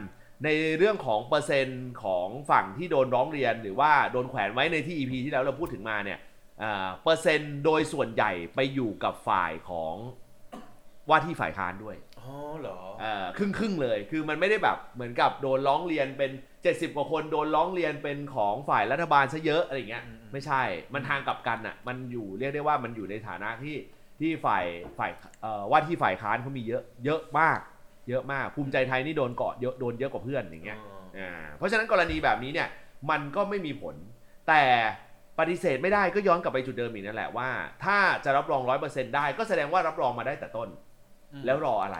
[SPEAKER 1] ในเรื่องของเปอร์เซ็นต์ของฝั่งที่โดนร้องเรียน หรือว่าโดนแขวนไว้ในที่ EP ที่แล้วเราพูดถึงมาเนี่ยเอ่อเปอร์เซ็นต์โดยส่วนใหญ่ไปอยู่กับฝ่ายของว่าที่ฝ่ายค้านด้วย
[SPEAKER 2] อ๋อเหรอ
[SPEAKER 1] เอ่อครึ่งครึ่งๆเลยคือมันไม่ได้แบบเหมือนกับโดนร้องเรียนเป็น 70 กว่าคนโดนร้องเรียนเป็นของฝ่ายรัฐบาลซะเยอะอะไรเงี้ย
[SPEAKER 2] อืม
[SPEAKER 1] ไม่ใช่มันทางกลับกันอ่ะมันอยู่เรียกได้ว่ามันอยู่ในฐานะที่ที่ฝ่ายฝ่ายเอ่อว่าที่ฝ่ายค้านเขามีเยอะเยอะมาก เยอะมากภูมิใจไทยนี่โดนเกาะเยอะโดนเยอะกว่าเพื่อนอย่างเงี้ย
[SPEAKER 2] อ๋อ
[SPEAKER 1] อ่าเพราะฉะนั้นกรณีแบบนี้เนี่ยมันก็ไม่มีผล แต่ปฏิเสธไม่ได้ก็ย้อนกลับไปจุดเดิมอีกนั่นแหละว่า ถ้าจะรับรองร้อยเปอร์เซ็นต์ได้ก็แสดงว่ารับรองมาได้แต่ต้น
[SPEAKER 2] อืม
[SPEAKER 1] แล้วรออะไร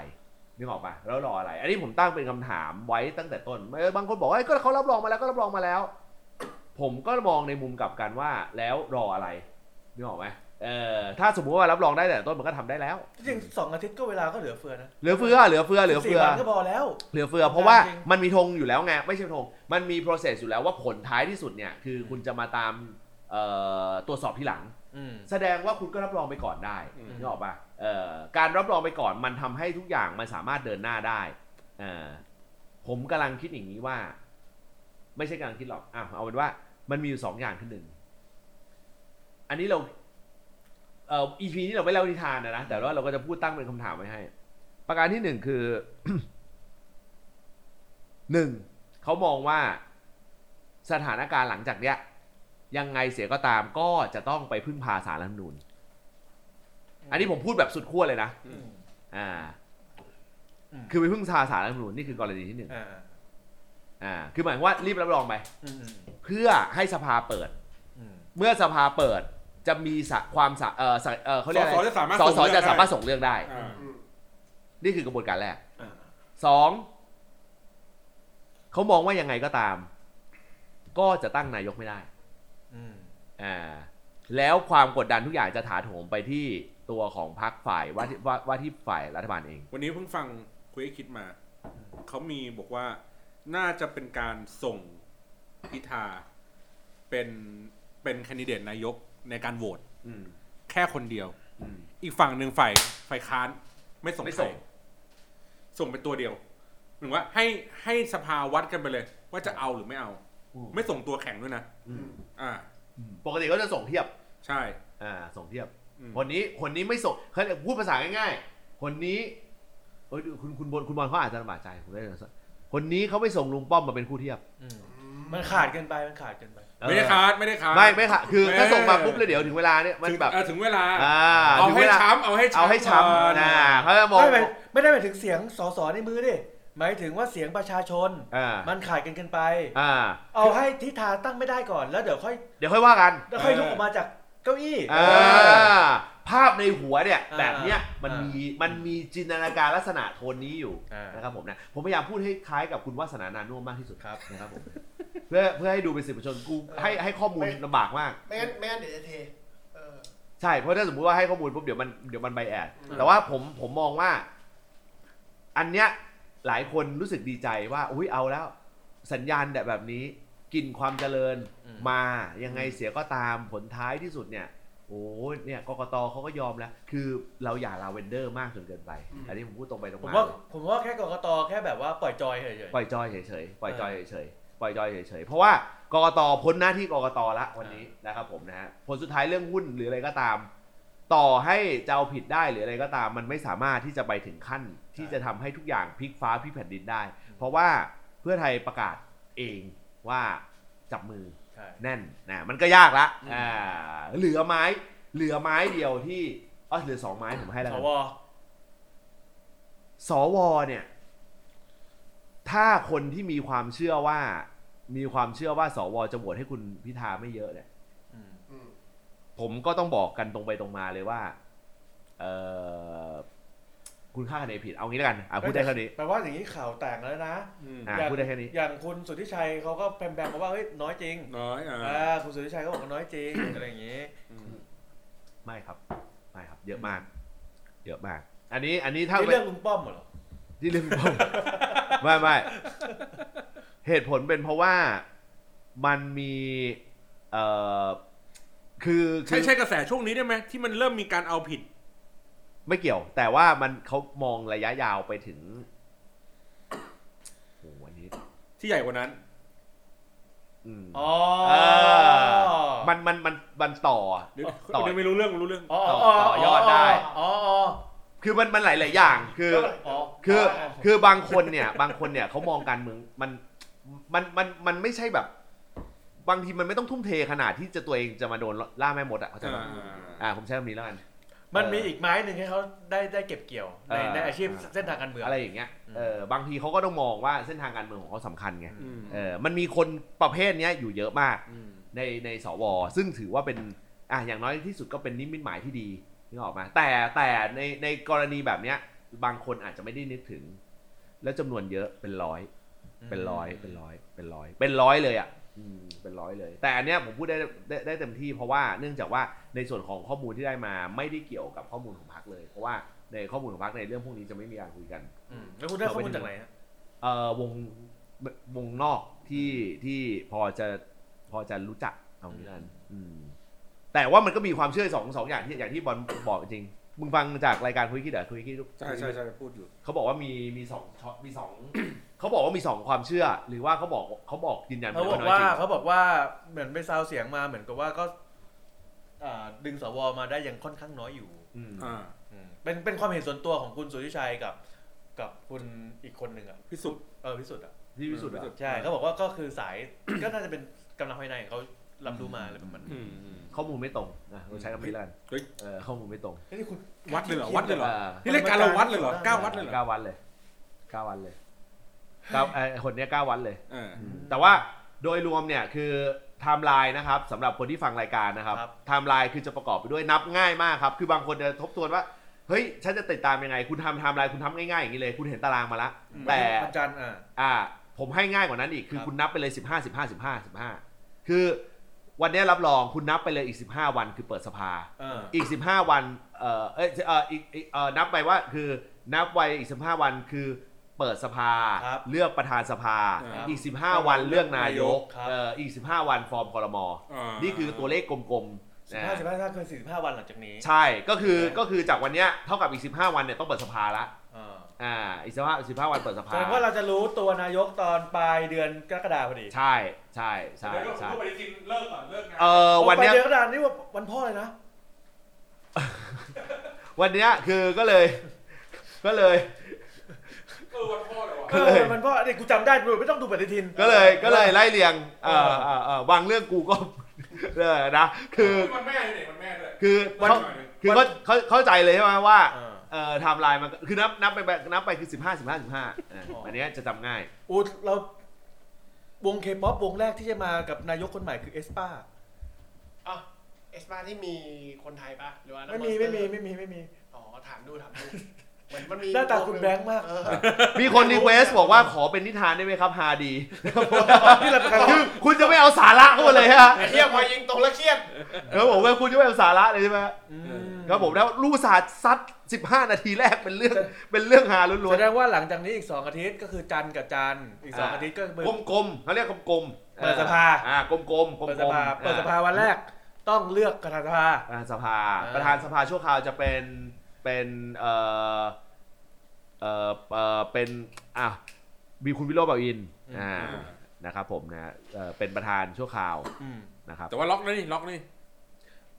[SPEAKER 1] นึกออกปะแล้วรออะไร อันนี้ผมตั้งเป็นคำถามไว้ตั้งแต่ต้นเออบางคนบอกว่าเอ้ยก็เขารับรองมาแล้วก็รับรองมาแล้ว ผมก็มองในมุมกลับกันว่าแล้วรออะไรนึกออกไหมเออถ้าสมมุติว่ารับรองได้แต่ต้นมันก็ทำได้แล้ว
[SPEAKER 2] จริงๆสองอาทิตย์ก็เวลาก็เหลือเฟือนะ
[SPEAKER 1] เหลือเฟือเหลือเฟือเหลือ
[SPEAKER 2] สี่
[SPEAKER 1] เฟือ
[SPEAKER 2] วันก็พอแล้ว
[SPEAKER 1] เหลือเฟือเพราะว่า
[SPEAKER 2] จริง
[SPEAKER 1] มันมีธงอยู่แล้วไงไม่ใช่ธงมันมี process อยู่แล้วว่าผลท้ายที่สุดเนี่ยคือคุณจะมาตามเอ่อตรวจสอบทีหลัง
[SPEAKER 2] อืม
[SPEAKER 1] แสดงว่าคุณก็รับรองไปก่อนได้
[SPEAKER 3] อืม
[SPEAKER 1] นึกออกปะเอ่อการรับรองไปก่อนมันทำให้ทุกอย่างมันสามารถเดินหน้าได้เอ่อผมกำลังคิดอย่างนี้ว่า ไม่ใช่กำลังคิดหรอกอ่ะเอาเป็นว่ามันมีอยู่สองอย่างคือหนึ่งอันนี้เราเอ่อ EP นี้เราไม่เล่านิทานนะนะแต่ว่าเราก็จะพูดตั้งเป็นคำถามไว้ให้ ประการที่หนึ่งคือ หนึ่งเขามองว่าสถานการณ์หลังจากเนี้ย ยังไงเสียก็ตามก็จะต้องไปพึ่งพาสารรัฐธรรมนูญอันนี้ผมพูดแบบสุดขั้วเลยนะ
[SPEAKER 3] อืม
[SPEAKER 1] อ่า
[SPEAKER 2] อืม
[SPEAKER 1] คือไปพึ่งพาสารรัฐธรรมนูญนี่คือกรณีที่หนึ่ง
[SPEAKER 2] อ่า
[SPEAKER 1] อ่า คือหมายความว่ารีบรับรองไป
[SPEAKER 2] อืม
[SPEAKER 1] เพื่อให้สภาเปิด
[SPEAKER 2] อืม
[SPEAKER 1] เมื่อสภาเปิดจะมีสะความสะเออสะเออเขาเรียกอะไร
[SPEAKER 3] สสจะสามารถ
[SPEAKER 1] ส
[SPEAKER 3] ส่ง
[SPEAKER 1] ส
[SPEAKER 3] เรื่อง
[SPEAKER 1] จะ
[SPEAKER 3] ได้
[SPEAKER 1] สามารถส่งเรื่องได้
[SPEAKER 3] อ่า
[SPEAKER 4] อืม
[SPEAKER 1] นี่คือกระบวนการแรก
[SPEAKER 2] อ่า
[SPEAKER 1] สอง เขามองว่ายังไงก็ตาม ก็จะตั้งนายกไม่ได้
[SPEAKER 2] อืม
[SPEAKER 1] อ่าแล้วความกดดันทุกอย่างจะถาโถมไปที่ตัวของพรรคฝ่ายว่าที่ว่าว่าที่ฝ่ายรัฐบาลเอง
[SPEAKER 3] วันนี้เพิ่งฟังคุยให้คิดมา เขามีบอกว่าน่าจะเป็นการส่งพิธาเป็นเป็นแคนดิเดตนายกในการโหวต
[SPEAKER 1] อืม
[SPEAKER 3] แค่คนเดียว
[SPEAKER 1] อืม
[SPEAKER 3] อีกฝั่งหนึ่งฝ่ายฝ่ายค้านไม่ส่ง
[SPEAKER 1] ไม่
[SPEAKER 3] ใค
[SPEAKER 1] ส่
[SPEAKER 3] รง ส่งเป็นตัวเดียวหนึ่งว่าให้ให้สภาวัดกันไปเลย ว่าจะเอาหรือไม่เอา ไม่ส่งตัวแข่งด้วยนะ
[SPEAKER 1] อืม
[SPEAKER 3] อ่า
[SPEAKER 1] ปกติก็จะส่งเทียบ
[SPEAKER 3] ใช่
[SPEAKER 1] อ่า ส่งเทียบ
[SPEAKER 3] อืม
[SPEAKER 1] คนนี้คนนี้ไม่ส่งเขาเรียกพูดภาษาง่ายๆ คนนี้เอ้ยคุณคุณบอลคุณบอลเขาอาจจะลำบากใจผมได้เลยคนนี้เขาไม่ส่งลุงป้อมมาเป็นคู่เทียบ
[SPEAKER 2] อืมมันขาดเกินไปมันขาดเกินไป
[SPEAKER 3] ไม่ได้ค้านไม่ได้ค้าน
[SPEAKER 1] ไม่ไม่ค่ะคือ
[SPEAKER 3] เออ
[SPEAKER 1] ถ้าส่งมาปุ๊บแล้วเดี๋ยวถึงเวลาเนี่ยมัน
[SPEAKER 3] ถึง
[SPEAKER 1] แบบ
[SPEAKER 3] เออถึงเวลา
[SPEAKER 1] อ่า
[SPEAKER 3] เอา
[SPEAKER 1] ถึง
[SPEAKER 3] ให้
[SPEAKER 1] เวลา
[SPEAKER 3] ช้ำเอาให้ช้ำ
[SPEAKER 1] เอาให้ช้
[SPEAKER 3] ก่อน
[SPEAKER 1] ำนะเขาจะมอง
[SPEAKER 2] ไม่ไม่ไม่ได้หมายถึงเสียงสสในมือดิหมายถึงว่าเสียงประชาชน
[SPEAKER 1] อ่า
[SPEAKER 2] มันขาดกันเกินไป
[SPEAKER 1] อ่า
[SPEAKER 2] เอาให้ทิธาตั้งไม่ได้ก่อนแล้วเดี๋ยวค่อย
[SPEAKER 1] เดี๋ยวค่อยว่ากัน
[SPEAKER 2] แล้วค่อยลุกออกมาจากเก้าอี้
[SPEAKER 1] อ่าภาพในหัวเนี่ย
[SPEAKER 2] อ่า
[SPEAKER 1] แบบเนี้ยมัน
[SPEAKER 2] อ่ามี
[SPEAKER 1] มีมันมีจินตนาการลักษณะโทนนี้อยู่
[SPEAKER 2] อ่าน
[SPEAKER 1] นะครับผมนะผมพยายามพูดให้คล้ายกับคุณวาสนานานุ่มมากที่สุด
[SPEAKER 2] ครับ
[SPEAKER 1] นะครับผมเพื่อเพื่อให้ดูเป็นสิบประชนกูให้ให้ข้อมูลลำบากมาก
[SPEAKER 4] ไม่งั้นไม่งั้นเดี๋ยวจะเทเออ
[SPEAKER 1] ใช่เพราะถ้าสมมติว่าให้ข้อมูลปุ๊บเดี๋ยวมันเดี๋ยวมันไบแอด
[SPEAKER 4] อืม
[SPEAKER 1] แต่ว่าผมผมมองว่า อันเนี้ยหลายคนรู้สึกดีใจว่าอุ้ยเอาแล้ว สัญญาณแบบนี้กลินความเจริญ
[SPEAKER 2] อืม
[SPEAKER 1] มายังไงเสียก็ตามผลท้ายที่สุดเนี่ย โอ้ยเนี่ยกกตเขาก็ยอมแล้ว คือเราอย่าลาเวนเดอร์มากจนเกินไป อันนี้ผมพูดตรงไปตรง
[SPEAKER 2] ผม
[SPEAKER 1] มา
[SPEAKER 2] ว่า
[SPEAKER 1] เลย
[SPEAKER 2] ผมว่าแค่กกตแค่แบบว่าปล่อยจอยเฉย
[SPEAKER 1] ปล่อยจอยเฉยๆปล่อยจอยเฉยๆปล่อยจอยเฉยๆเพราะว่ากกตพ้นหน้าที่กกตละวันนี้นะครับผมนะฮะผลสุดท้ายเรื่องหุ้นหรืออะไรก็ตาม ต่อให้จะเอาผิดได้หรืออะไรก็ตาม มันไม่สามารถที่จะไปถึงขั้นที่จะทำให้ทุกอย่างพลิกฟ้าพลิกแผ่นดินได้
[SPEAKER 2] ม
[SPEAKER 1] เพราะว่าเพื่อไทยประกาศเองว่าจับมือ
[SPEAKER 2] ๆใช่
[SPEAKER 1] แน่นนะมันก็ยากละอ่าเหลือไม้ เหลือไม้เดียวที่อ๋อเหลือสองไม้ผมให้แล้ว
[SPEAKER 2] ส
[SPEAKER 1] กัน
[SPEAKER 2] ว
[SPEAKER 1] สวเนี่ย ถ้าคนที่มีความเชื่อว่า มีความเชื่อว่าสวจะโหวตให้คุณพิธาไม่เยอะเนี่ย
[SPEAKER 2] อืม
[SPEAKER 4] อืม
[SPEAKER 1] ผมก็ต้องบอกกันตรงไปตรงมาเลยว่าเออคุณค่าคะแนนผิดเอางี้แล้วกันอ่ะพูดได้แค่นี้
[SPEAKER 2] แปลว่าอย่างนี้ข่าวแตกแล้วนะ
[SPEAKER 3] อืม
[SPEAKER 1] อ่ะ
[SPEAKER 2] อยาก
[SPEAKER 1] พูดได้แค่นี้
[SPEAKER 2] อย่างคุณสุทธิชัยเขาก็แพมแบมมาว่าเฮ้ยน้อยจริง
[SPEAKER 3] น้อยอ่า
[SPEAKER 2] อ่าคุณสุทธิชัยเขาบอกว่าน้อยจริงอะไรอย่างนี้
[SPEAKER 3] อืม
[SPEAKER 1] ไม่ครับ ไม่ครับ เยอะมาก เยอะมาก อันนี้ อันนี้ถ้า
[SPEAKER 2] ที่เรื่องลุงป้อมเหรอ
[SPEAKER 1] ที่เรื่องผม ไม่ไม่เหตุผลเป็นเพราะว่ามันมีเอ่อคือคื
[SPEAKER 3] ใช่
[SPEAKER 1] อ
[SPEAKER 3] ใช่กระแสช่วงนี้ได้ไหมที่มันเริ่มมีการเอาผิด
[SPEAKER 1] ไม่เกี่ยว แต่ว่ามันเขามองระยะยาวไปถึงโอ้โหอันนี้
[SPEAKER 3] ที่ใหญ่กว่านั้น
[SPEAKER 1] อืม
[SPEAKER 2] อ๋อ
[SPEAKER 1] เออมันมันมันมันต่อ
[SPEAKER 3] เดี๋ยว
[SPEAKER 1] ต่อ
[SPEAKER 3] เดี๋ยวไม่รู้เรื่องรู้เรื่อง
[SPEAKER 2] อ๋อ
[SPEAKER 1] ต่อยอดได้
[SPEAKER 2] อ๋ออ๋อ
[SPEAKER 1] คือมันมันหลาย ๆ อย่าง คือ
[SPEAKER 2] อ๋อ
[SPEAKER 1] คือคือบางคนเนี่ย บางคนเนี่ยเขามองการเมืองมันมันมันมันไม่ใช่แบบ บางทีมันไม่ต้องทุ่มเทขนาดที่จะตัวเองจะมาโดนล่าแม่มดอ่ะเข้าใจไหมอ่าผมใช้คำนี้แล้วกัน
[SPEAKER 2] มันมีอีกไม้หนึ่งให้เขาได้ได้เก็บเกี่ยวใน
[SPEAKER 1] เออ
[SPEAKER 2] ในอาชีพเส้นทางการเมือง
[SPEAKER 1] อะไรอย่างเงี้ย
[SPEAKER 2] อืม
[SPEAKER 1] เออบางทีเขาก็ต้องมองว่าเส้นทางการเมืองของเขาสำคัญไง
[SPEAKER 3] อืม
[SPEAKER 1] เออมันมีคนประเภทเนี้ยอยู่เยอะมาก
[SPEAKER 3] อืม
[SPEAKER 1] ในในสว ซึ่งถือว่าเป็นอ่ะอย่างน้อยที่สุดก็เป็นนิมิตหมายที่ดีนึกออกมาแต่แต่ในในกรณีแบบเนี้ย บางคนอาจจะไม่ได้นึกถึง แล้วจำนวนเยอะเป็นร้อย เป็นร้อยเป็นร้อยเป็นร้อยเป็นร้อยเลยอ่ะอืมเป็นร้อยเลย แต่อันเนี้ยผมพูดได้ได้ได้เต็มที่เพราะว่าเนื่องจากว่าในส่วนของข้อมูลที่ได้มาไม่ได้เกี่ยวกับข้อมูลของพักเลย เพราะว่าในข้อมูลของพักในเรื่องพวกนี้จะไม่มีการคุยกัน
[SPEAKER 2] อืมแล้วคุณได้ข้อมูลจากไหนฮะ
[SPEAKER 1] เอ่อวงวงนอกที่ที่พอจะพอจะรู้จักเอางี้กันอืมแต่ว่ามันก็มีความเชื่อสองสองอย่างที่อย่างที่บอลบอกจริงมึงฟังจากรายการคุยคิดเหรอคุยคิดทุก
[SPEAKER 3] ใช่ใช่ใช่พูดอยู่
[SPEAKER 1] เขาบอกว่ามีมีสองช็อตมีสอง เขาบอกว่ามีสองความเชื่อ หรือว่าเขาบอกเขาบอกยืนยัน
[SPEAKER 2] เขา
[SPEAKER 1] ไป
[SPEAKER 2] บอก
[SPEAKER 1] น้ย
[SPEAKER 2] ว่า
[SPEAKER 1] จริง
[SPEAKER 2] เขาบอกว่าเหมือนไปซาวเสียงมาเหมือนกับว่าก็อ่าดึงสวมาได้ยังค่อนข้างน้อยอยู่
[SPEAKER 1] อืม
[SPEAKER 3] อ่า
[SPEAKER 2] อืมเป็นเป็นความเห็นส่วนตัวของคุณสุทธิชัยกับ กับคุณอีกคนหนึ่งอ่ะ
[SPEAKER 3] พิสุทธิ์
[SPEAKER 2] เออพิสุทธิ์อ่ะ
[SPEAKER 1] ที่พิสุทธิ์เหร
[SPEAKER 3] พิสุ
[SPEAKER 1] อ
[SPEAKER 3] ทธิ์
[SPEAKER 2] ใช่เขาบอกว่าก็คือสาย [COUGHS] ก็น่าจะเป็นกำลังภายในของเขารับรู้มาอะไรประมาณนั้น
[SPEAKER 3] อืมอืม
[SPEAKER 1] ข้อมูลไม่ตรงนะเราใช้คำนี้แล้วกัน
[SPEAKER 3] เฮ้ย
[SPEAKER 1] เออข้อมูลไม่ตรง
[SPEAKER 2] เฮ้ยนี่คุณ
[SPEAKER 3] วัดเลยเหรอ วัดเลยเหรอ
[SPEAKER 1] อ่า
[SPEAKER 3] นี่เรียกการเราวัดเลยเหรอเก้าวัดเลยเหรอ
[SPEAKER 1] เก้าวัดเลยเก้าวัดเลยเก้าไอ้คนเนี้ยเก้าวัดเลย
[SPEAKER 3] เออ
[SPEAKER 1] แต่ว่าโดยรวมเนี่ยคือไทม์ไลน์นะครับสำหรับคนที่ฟังรายการนะครับ
[SPEAKER 2] ครับ
[SPEAKER 1] ไทม์ไลน์คือจะประกอบไปด้วยนับง่ายมากครับ คือบางคนจะทบทวนว่าเฮ้ยฉันจะติดตามยังไง คุณทำไทม์ไลน์คุณทำง่ายๆอย่างนี้เลย คุณเห็นตารางมาละแต่
[SPEAKER 2] อาจารย์อ่า
[SPEAKER 1] อ่าผมให้ง่ายกว่านั้นอีก คือ
[SPEAKER 2] ครับ
[SPEAKER 1] คุณนับไปเลย 15 15 15 15 คือวันเนี้ยรับรองคุณนับไปเลยอีก 15 วันคือเปิดสภา
[SPEAKER 2] เออ
[SPEAKER 1] อีก 15 วันเอ่อเอยเอ่ออีกอีกเอ่อนับไปว่าคือนับไว้อีก 15 วันคือเปิดสภา
[SPEAKER 2] ครับ
[SPEAKER 1] เลือกประธานสภา
[SPEAKER 3] ครับ
[SPEAKER 1] อีก 15 วันเลือกนายก
[SPEAKER 2] ครับ
[SPEAKER 1] เอ่ออีก 15 วันฟอร์มคอรมอ
[SPEAKER 3] าน
[SPEAKER 1] นี่คือตัวเลขกลมๆ
[SPEAKER 2] สิบ
[SPEAKER 1] นะ
[SPEAKER 2] ห้าสิบห้าถ้าเกินสี่สิบห้าวันหลังจากนี้
[SPEAKER 1] ใช่ก็คือ
[SPEAKER 2] โอเค
[SPEAKER 1] ก็คือจากวันเนี้ยเท่ากับอีก 15 วันเนี่ยต้องเปิดสภาละ
[SPEAKER 2] อ่า
[SPEAKER 1] อ่าอีกสิบห้าสิบห้าวันเปิดสภา
[SPEAKER 2] แสดงว่าเราจะรู้ตัวนายกตอนปลายเดือนกรกฎาพอดี
[SPEAKER 1] ใช่ใช่ใช่ใช่
[SPEAKER 3] เลิกก่อนเลิกงาน
[SPEAKER 1] เออวันเนี้ย
[SPEAKER 2] ปลายเดือนกรกฎานี่ว่าวันพ่อเลยนะ
[SPEAKER 1] วันเนี้ยคือก็เลย [LAUGHS] ก็เลย
[SPEAKER 3] เออวันพ่อเลยวะ
[SPEAKER 2] เอ
[SPEAKER 1] เลย
[SPEAKER 2] อวันพ่อเนี่ยกูจำได้กูไม่ต้องดูปฏิทิน
[SPEAKER 1] ก็เลยก็เลยไล่เรียงเอ
[SPEAKER 2] เอ
[SPEAKER 1] อ
[SPEAKER 2] อ
[SPEAKER 1] เออเออบางเรื่องกูก็ [LAUGHS] เลยนะคือ
[SPEAKER 3] วันแม่เนี่ยวันแม่ด้วย
[SPEAKER 1] คือ
[SPEAKER 3] วัน
[SPEAKER 1] เข้า
[SPEAKER 3] หน่อยหนึ่ง
[SPEAKER 1] คือเขาเขาเข้าใจเลยใช่ไหมว่า
[SPEAKER 2] เออ
[SPEAKER 1] เอ่อไทม์ไลน์มันก็คือนับนับไปแบบนับไปคือสิบห้าสิบห้าสิบห้าอันเนี้ยจะจำง่าย
[SPEAKER 2] อูเราวงเคป๊อปวงแรกที่จะมากับนายกคนใหม่คือเอสปา
[SPEAKER 4] อ่ะเอสปาที่มีคนไทยปะหรือว่า
[SPEAKER 2] ไม่มีไม่มีไม่มีไม่มี
[SPEAKER 4] อ๋อถามดูถามดู [LAUGHS] เหมือนมันมี
[SPEAKER 2] หน้าตาคุณแบงค์มาก
[SPEAKER 4] เออ
[SPEAKER 1] มีคนรีเควสบอกว่าขอเป็นนิทานได้ไหมครับฮาดี
[SPEAKER 2] นี่เราเป็นการ
[SPEAKER 1] คือคุณจะไม่เอาสาระเข้ามาเลยฮะ
[SPEAKER 4] [LAUGHS] ไอ้เหี้ยพอยิงตรงแล้วเครียด
[SPEAKER 1] แล้วผมว่าคุณจะไม่เอาสาระเลยใช่ไหม
[SPEAKER 2] อืม
[SPEAKER 1] ครับผมแล้วลูกศาสตร์ซัด15 นาทีแรกเป็นเรื่องเป็นเรื่องฮาล้วนๆ
[SPEAKER 2] แสดงว่าหลังจากนี้อีกสองอาทิตย์ก็คือจันทร์กับจันทร์อีกสอง
[SPEAKER 1] อ่า
[SPEAKER 2] อาทิตย์ก็เป็น
[SPEAKER 1] กลมกลมๆเขาเรียกกลมกลมๆ
[SPEAKER 2] เปิดสภา
[SPEAKER 1] อ่ากลมๆกลมกลม
[SPEAKER 2] เปิดสภาเปิดสภาวันแรกต้องเลือกประธานสภา
[SPEAKER 1] ประธานสภาประธานส
[SPEAKER 2] อ่า
[SPEAKER 1] ภาชั่วคราวจะเป็นเป็นเอ่อเอ่อเอ่อเป็นอ่ะมีคุณวิโรจน์เบาอินอ่า
[SPEAKER 3] อืม
[SPEAKER 1] นะครับผมนะเอ่อเป็นประธานชั่วคราว
[SPEAKER 2] อืม
[SPEAKER 1] นะครับ
[SPEAKER 3] แต่ว่าล็อกนะนี่ล็อกนี่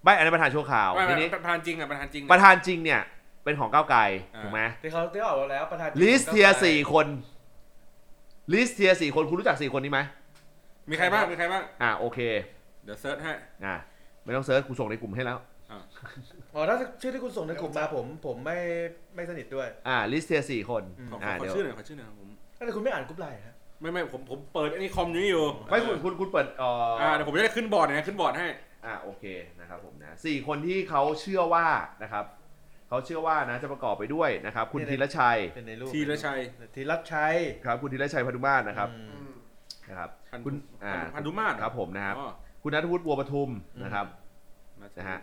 [SPEAKER 1] ไม่อันนั้นประธานชั่วคราว
[SPEAKER 3] ไม่
[SPEAKER 1] ที
[SPEAKER 3] ไม่
[SPEAKER 1] นี้
[SPEAKER 3] ประธานจริงอ่ะประธานจริง
[SPEAKER 1] ประธานจริงเนี่ยเป็นของก้าวไกล
[SPEAKER 3] อ่า
[SPEAKER 1] ถูกไหม
[SPEAKER 2] ที่เขาที่ออกมาแล้วประธาน
[SPEAKER 1] ลิสเทียสี่คนลิสเทียสี่คนคุณรู้จักสี่คนนี้ไหม
[SPEAKER 3] มีใครบ้างมีใครบ้าง
[SPEAKER 1] อ่าโอเค
[SPEAKER 3] เดี๋ยวเซิร์ชให้
[SPEAKER 1] อ่าไม่ต้องเซิร์ชกูส่งในกลุ่มให้แล้ว
[SPEAKER 2] อ๋อถ้าชื่อที่คุณส่งในกลุ่มมาผม ผมไม่ไม่สนิทด้วย
[SPEAKER 1] อ่าลิสเทียสี่คน
[SPEAKER 2] อืม
[SPEAKER 3] ขอขอ
[SPEAKER 1] อ่า
[SPEAKER 3] ขอ
[SPEAKER 1] เดี๋ยว
[SPEAKER 3] ชื่อหน่อยขอชื่อหน่อยผม
[SPEAKER 2] แต่คุณไม่อ่านกรุ๊ปไลน์นะ
[SPEAKER 3] ไม่ไม่ผมผมเปิดไอ้นี่คอมนี้อยู่
[SPEAKER 1] ไม่คุณคุณคุณเปิดเอ่ออ
[SPEAKER 3] อ่าเดี๋ยวผมจะได้ขึ้นบอร์ดนะขึ้นบอร์ดให้
[SPEAKER 1] อ่ะโอเคนะครับผมนะสี่คนที่เขาเชื่อว่านะครับเขาเชื่อว่านะจะประกอบไปด้วยนะครับ คุณธีรชัย
[SPEAKER 2] เป็นในรูป
[SPEAKER 3] ธีรชัย
[SPEAKER 2] ธีรชัย
[SPEAKER 1] ครับ คุณธีรชัยพันุมาศนะครับ
[SPEAKER 2] อื
[SPEAKER 4] อื
[SPEAKER 2] ม
[SPEAKER 4] ม
[SPEAKER 1] นะครับ
[SPEAKER 3] พันธุ
[SPEAKER 1] คุณอ่า
[SPEAKER 3] พันธุมาตร
[SPEAKER 1] ครับผมนะครับ
[SPEAKER 3] อ๋อ
[SPEAKER 1] คุณนัทวุฒิบัวประทุมนะครับนะฮะ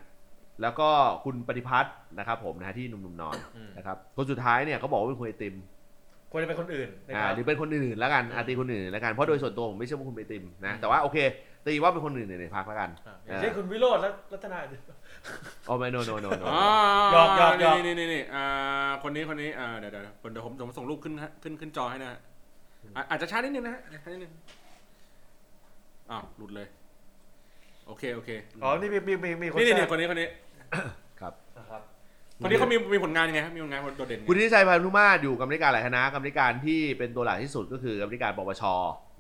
[SPEAKER 1] แล้วก็คุณปฏิพัฒน์นะครับผมนะฮะที่หนุ่มๆนอน
[SPEAKER 2] อืม
[SPEAKER 1] นะครับคนสุดท้ายเนี่ยเขาบอกว่าเป็นคุณไอติม
[SPEAKER 2] ควรจะเป็นคนอื่นนะค
[SPEAKER 1] อ่า
[SPEAKER 2] รับ
[SPEAKER 1] หรือเป็นคนอื่นๆแล้วกันอาตีคนอื่นๆแล้วกันเพราะโดยส่วนตัวผมไม่เชื่อว่าคุณไอติมนะแต่ว่าโอเคตีว่าเป็นคนอื่นๆในพักแล้วกัน
[SPEAKER 2] อ่าอย่างเช่น
[SPEAKER 1] อ่า
[SPEAKER 2] คุณวิโรจน์และรัตนา
[SPEAKER 1] โอ้ไม่โนโนโนโน
[SPEAKER 3] อ๋อ
[SPEAKER 2] หยอกหยอกหยอก
[SPEAKER 3] นี่นี่นี่อ่าคนนี้คนนี้อ่าเดี๋ยวเดี๋ยวเดี๋ยวผมผมส่งรูปขึ้นฮะขึ้นขึ้นจอให้นะฮะอ่ะอาจจะช้านิดนึงนะฮะอาจจะช้านิดนึงอ้าวหลุดเลย โอเคโอเค
[SPEAKER 2] อ๋อนี่มีมีมีมีคน
[SPEAKER 3] นี่นี่
[SPEAKER 2] แทร
[SPEAKER 3] นี่
[SPEAKER 2] ก
[SPEAKER 3] คนนี้คนนี้
[SPEAKER 2] นะครับ
[SPEAKER 3] คนนี้เขามีมีผลงานยังไงครับมีผลงานโดดเด่นไง
[SPEAKER 1] คุณทิชัยพันธุมาศอยู่กรรมธิการหลายคณะกรรมธิการที่เป็นตัวหลักที่สุดก็คือกรรมธิการปปช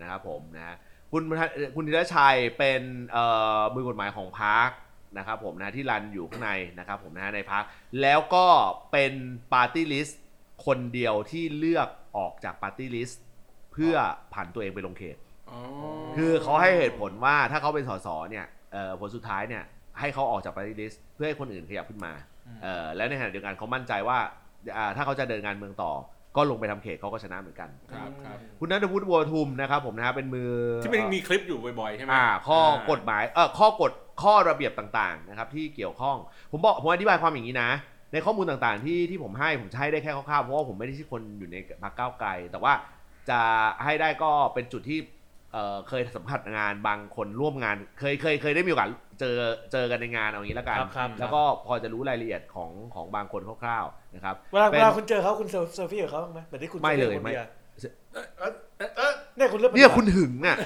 [SPEAKER 1] นะครับผมนะฮะคุณคุณธีรชัยเป็นเอ่อมือกฎหมายของพรรคนะครับผมนะที่รันอยู่ข้างในนะครับผมนะฮะในพรรคแล้วก็เป็นปาร์ตี้ลิสต์คนเดียวที่เลือกออกจากปาร์ตี้ลิสต์เพื่อผ่านตัวเองไปลงเขต
[SPEAKER 3] อ๋อ
[SPEAKER 1] คือเขาให้เหตุผลว่าถ้าเขาเป็นสสเนี่ยเอ่อผลสุดท้ายเนี่ยให้เขาออกจากปาร์ตี้ลิสต์เพื่อให้คนอื่นขยับขึ้นมาเอ่อแล้วในขณะเดียวกันเขามั่นใจว่าอ่าถ้าเขาจะเดินงานเมืองต่อ ก็ลงไปทำเขตเขาก็ชนะเหมือนกัน
[SPEAKER 3] ครับครับ
[SPEAKER 1] คุณนัทวุฒิบัวทุมนะครับผมนะฮะเป็นมือ
[SPEAKER 3] ที่มันมีคลิปอยู่บ่อยๆใช่ไหม
[SPEAKER 1] อ่าข้อกฎหมายเอ่อข้อกฎข้อระเบียบต่างๆนะครับที่เกี่ยวข้อง ผมบอกผมอธิบายความอย่างนี้นะ ในข้อมูลต่างๆที่ที่ผมให้ผมจะให้ได้แค่คร่าวๆเพราะว่าผมไม่ได้ที่คนอยู่ในพรรคก้าวไกล แต่ว่าจะให้ได้ก็เป็นจุดที่ เอ่อเคยสัมผัสงานบางคนร่วมงาน เคยเคยเคยได้มีโอกาสเจอเจอกันในงานเอาอย่างนี้แล้วกัน
[SPEAKER 2] ครับครับ
[SPEAKER 1] แล้วก็พอจะรู้รายละเอียดของของบางคนคร่าวๆนะครับ
[SPEAKER 2] เวลา
[SPEAKER 1] เป็
[SPEAKER 2] เวน ลาคุณเจอเขาคุณเซลเซลฟี่กับเขาบ้างไหมแบบที่คุณ
[SPEAKER 1] ไม่เลย
[SPEAKER 2] ซฟี่กับคุณ
[SPEAKER 1] ไม่
[SPEAKER 2] บีร์
[SPEAKER 4] เออเออ
[SPEAKER 2] เนี่ยคุณเลือก
[SPEAKER 1] เนี่ยคุณหึงอ่ะ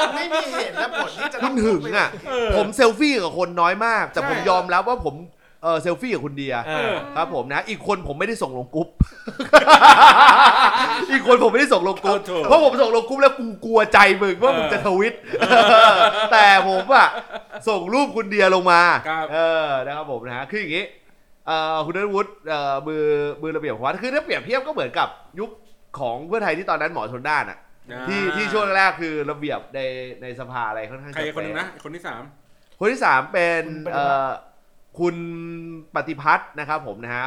[SPEAKER 4] มันไม่มีเหตุและผลที่จะต้
[SPEAKER 1] คุ
[SPEAKER 4] อ
[SPEAKER 1] ณ
[SPEAKER 4] พู
[SPEAKER 1] หึ
[SPEAKER 4] ด
[SPEAKER 1] ง
[SPEAKER 4] ไป
[SPEAKER 1] อ่ะ
[SPEAKER 4] เออ
[SPEAKER 1] ผมเซลฟี่กับคนน้อยมาก แต่
[SPEAKER 4] ใช่
[SPEAKER 1] ผมยอมรับว่าผมเออเซลฟี่กับคุณเดีย
[SPEAKER 2] อ่า
[SPEAKER 1] ครับผมนะ อีกคนผมไม่ได้ส่งลงกรุ๊ป [LAUGHS] อีกคนผมไม่ได้ส่งลงก
[SPEAKER 3] โอ้
[SPEAKER 1] รุ๊ป
[SPEAKER 3] โถ
[SPEAKER 1] เพราะผมส่งลงกรุ๊ปแล้วกูกลัวใจมึงว่ามึงจะทวิต แต่ผมอะส่งรูปคุณเดียลงมา
[SPEAKER 3] ครับ
[SPEAKER 1] เออนะครับผมนะฮะคืออย่างนี้เอ่อคุณนวุฒิเอ่อมือมือระเบียบของวัดคือถ้าเปรียบเทียบก็เหมือนกับยุคของเพื่อไทยที่ตอนนั้นหมอชนด้านอะ
[SPEAKER 3] อ่า
[SPEAKER 1] ที่ที่ช่วงแรกคือระเบียบในในสภาอะไรค่อนข้าง
[SPEAKER 3] ใคร
[SPEAKER 1] จะ
[SPEAKER 3] คนหนึงนะ
[SPEAKER 1] เป๊
[SPEAKER 3] คนที่สาม
[SPEAKER 1] คนที่สามเป็น
[SPEAKER 2] คุณปฏิพัฒน์
[SPEAKER 1] เอ่อคุณปฏิพัฒน์นะครับผมนะฮะ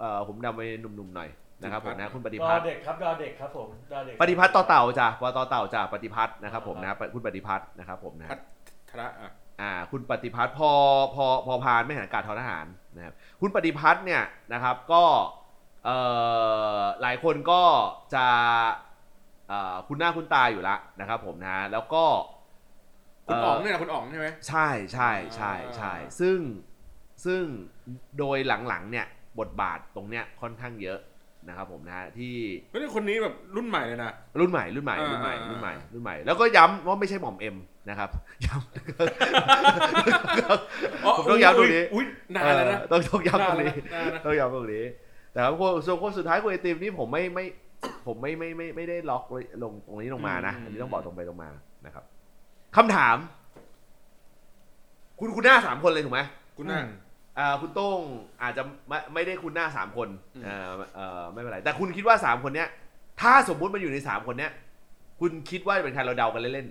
[SPEAKER 1] เอ่อผมดำไปหนุ่มๆหน่อยนะครับผมนะคุณปฏิ
[SPEAKER 2] ดอ
[SPEAKER 1] พัฒน์
[SPEAKER 2] เด็กครับดอเด็กครับผมดอเด็ก
[SPEAKER 1] ปฏิพัฒน์ต่อเต่าจ้ะปอต่อเต่าจ้ะปฏิพัฒน์นะครับผมนะคุณปฏิพัฒน์นะครับผมนะ
[SPEAKER 3] พัฒน์ ธระอ่ะ
[SPEAKER 1] อ่าคุณปฏิพัฒน์พอพอพอพานไม่หันอากาศทอทหารนะครับคุณปฏิพัฒน์เนี่ยนะครับก็เอ่อหลายคนก็จะเอ่อคุณหน้าคุณตาอยู่ละนะครับผมนะแล้วก็
[SPEAKER 3] คุณอ๋องเนี่ยนะคุณอ๋องใช่ไหม
[SPEAKER 1] ใช่ใช่ใช่ใช่
[SPEAKER 3] อ่า
[SPEAKER 1] ซึ่งซึ่งโดยหลังๆเนี่ยบทบาทตรงเนี้ยค่อนข้างเยอะนะครับผมนะฮะที่
[SPEAKER 3] แล้วนี่คนนี้แบบรุ่นใหม่เลยนะ
[SPEAKER 1] รุ่นใหม่รุ่นใหม่
[SPEAKER 3] อ่า
[SPEAKER 1] รุ่นใหม่
[SPEAKER 3] อ่า
[SPEAKER 1] รุ่นใหม่รุ่นใหม่ แล้วก็ย้ำว่าไม่ใช่หม่อมเอ็มนะครับย้ำ ผมต้องย้ำตรงนี้
[SPEAKER 3] อุ๊ยนานแล้วนะ
[SPEAKER 1] เออต้องต้องย้ำตรงนี้
[SPEAKER 3] นานแล้วนะ
[SPEAKER 1] ต้องย้ำตรงนี้แต่ครับคนส่วนคนสุดท้ายคุณไอติมนี่ผมไม่ไม่ผมไม่ไม่ไม่ไม่ได้ล็อกลงตรงนี้ลงมานะอันนี้ต้องบอกตรงไปตรงมานะครับคำถาม คุณคุณหน้าสามคนเลยถูกไหม
[SPEAKER 3] คุณน่ะ
[SPEAKER 1] อ่าคุณโต้งอาจจะไม่ไม่ได้คุณหน้าสามคน
[SPEAKER 3] อืม
[SPEAKER 1] เอ่อเอ่อไม่เป็นไร แต่คุณคิดว่าสามคนเนี้ย ถ้าสมมุติมันอยู่ในสามคนเนี้ย คุณคิดว่าจะเป็นใครเราเดากันเล่น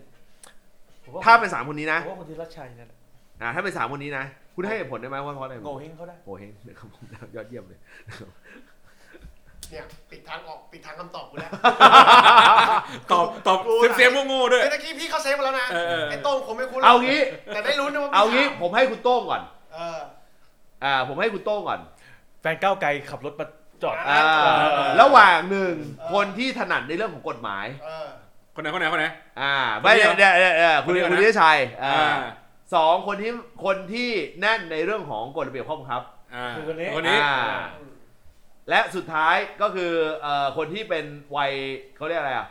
[SPEAKER 2] ผมว่
[SPEAKER 1] ๆถ้าเป็นสามคนนี้นะ
[SPEAKER 2] ผมว่าคนธีรชัยนั่นแหละ
[SPEAKER 1] อ่าถ้าเป็นสามคนนี้นะ คุณให้เหตุผลได้ไหมว่าเพราะอะไร
[SPEAKER 2] โง่เฮงเขาได้
[SPEAKER 1] โอ้เฮงนะครับผมยอดเยี่ยมเลย
[SPEAKER 4] เนี่ยปิดทางออกปิดทางคำตอบกูแล้ว
[SPEAKER 3] ตอบตอบ
[SPEAKER 4] กู
[SPEAKER 3] เซม
[SPEAKER 4] น่ะ
[SPEAKER 3] เซมโง่ๆด้วย
[SPEAKER 4] เมื่อกี้พี่เขาเซฟมาแล้วนะ
[SPEAKER 3] เออเออ
[SPEAKER 4] ไอ้โต้งผมไม่คุ้นหรก
[SPEAKER 1] เอางี้
[SPEAKER 4] แต่ได้รู้นะว่ามี
[SPEAKER 1] เอางี้
[SPEAKER 4] ข่ว
[SPEAKER 1] ผมให้คุณโต้งก่อน
[SPEAKER 4] เออ
[SPEAKER 1] อ่าผมให้คุณโต้งก่อน
[SPEAKER 2] แฟนก้าวไกลขับรถมาจอด
[SPEAKER 1] อ่า
[SPEAKER 4] เออเออเออ
[SPEAKER 1] ระหว่างหนึ่งคนที่ถนัดในเรื่องของกฎหมาย
[SPEAKER 4] เออ
[SPEAKER 3] คนไหนคนไหนคนไหน
[SPEAKER 1] อ่าไม่
[SPEAKER 3] คนเดี
[SPEAKER 1] เดี๋ย
[SPEAKER 3] ย
[SPEAKER 1] ว วเดี๋ยวเดี๋ยวเดี๋ยวคุณ
[SPEAKER 3] คนเดียวนะ
[SPEAKER 1] คุณนิชัยอ่า
[SPEAKER 3] อ่า
[SPEAKER 1] สองคนที่คนที่แน่นในเรื่องของกฎระเบียบข้อบังคับ
[SPEAKER 3] อ่า
[SPEAKER 2] คือคนนี้
[SPEAKER 3] คนนี้
[SPEAKER 1] อ่า และสุดท้ายก็คือเอ่อคนที่เป็นวัยเขาเรียกอะไรอ่ะ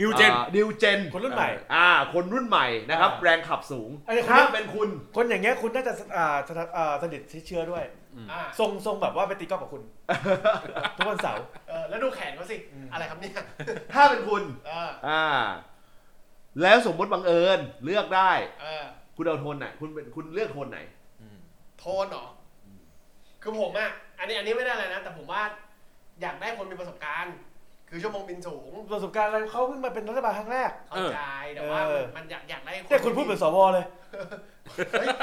[SPEAKER 3] นิวเจน
[SPEAKER 1] นิวเจน
[SPEAKER 2] คนรุ่นใหม่
[SPEAKER 1] อ่า คนรุ่นใหม่นะครับ
[SPEAKER 2] อ่า
[SPEAKER 1] แรงขับสูง
[SPEAKER 2] อันนี้คน
[SPEAKER 1] ถ้าเป็นคุณ
[SPEAKER 2] คนอย่างเงี้ยคุณน่าจะอ่าสนับอ่าสนิทชิดเชื้อด้วย
[SPEAKER 4] อ่า
[SPEAKER 2] ทรงทรงแบบว่าไปตีกอล์ฟ
[SPEAKER 4] [LAUGHS]
[SPEAKER 2] กับคุณ ทุกวันเสาร์
[SPEAKER 4] เออแล้วดูแขนเขาสิ
[SPEAKER 2] อืม
[SPEAKER 4] อะไรครับเนี่ย
[SPEAKER 1] ถ้าเป็นคุณ
[SPEAKER 4] เออ
[SPEAKER 1] อ่า แล้วสมมติบังเอิญเลือกได้
[SPEAKER 4] เออ
[SPEAKER 1] คุณเอาโทนไหนคุณเป็นคุณเลือกโทนไหน
[SPEAKER 4] โทนเหรออคือผมอะอันนี้อันนี้ไม่ได้อะไรนะ แต่ผมว่าอยากได้คนมีประสบการณ์ คือชั่วโมงบินสูง
[SPEAKER 2] ประสบการณ์อะไร
[SPEAKER 4] [LAUGHS]
[SPEAKER 2] เขาเพิ่งมาเป็นรัฐบาลครั้งแรก
[SPEAKER 4] เข้าใจแต่ว่า
[SPEAKER 2] เออ
[SPEAKER 4] มันอยากอยากได้คน [LAUGHS]
[SPEAKER 2] เนี่ยคุณพูดเหมือนสวเลย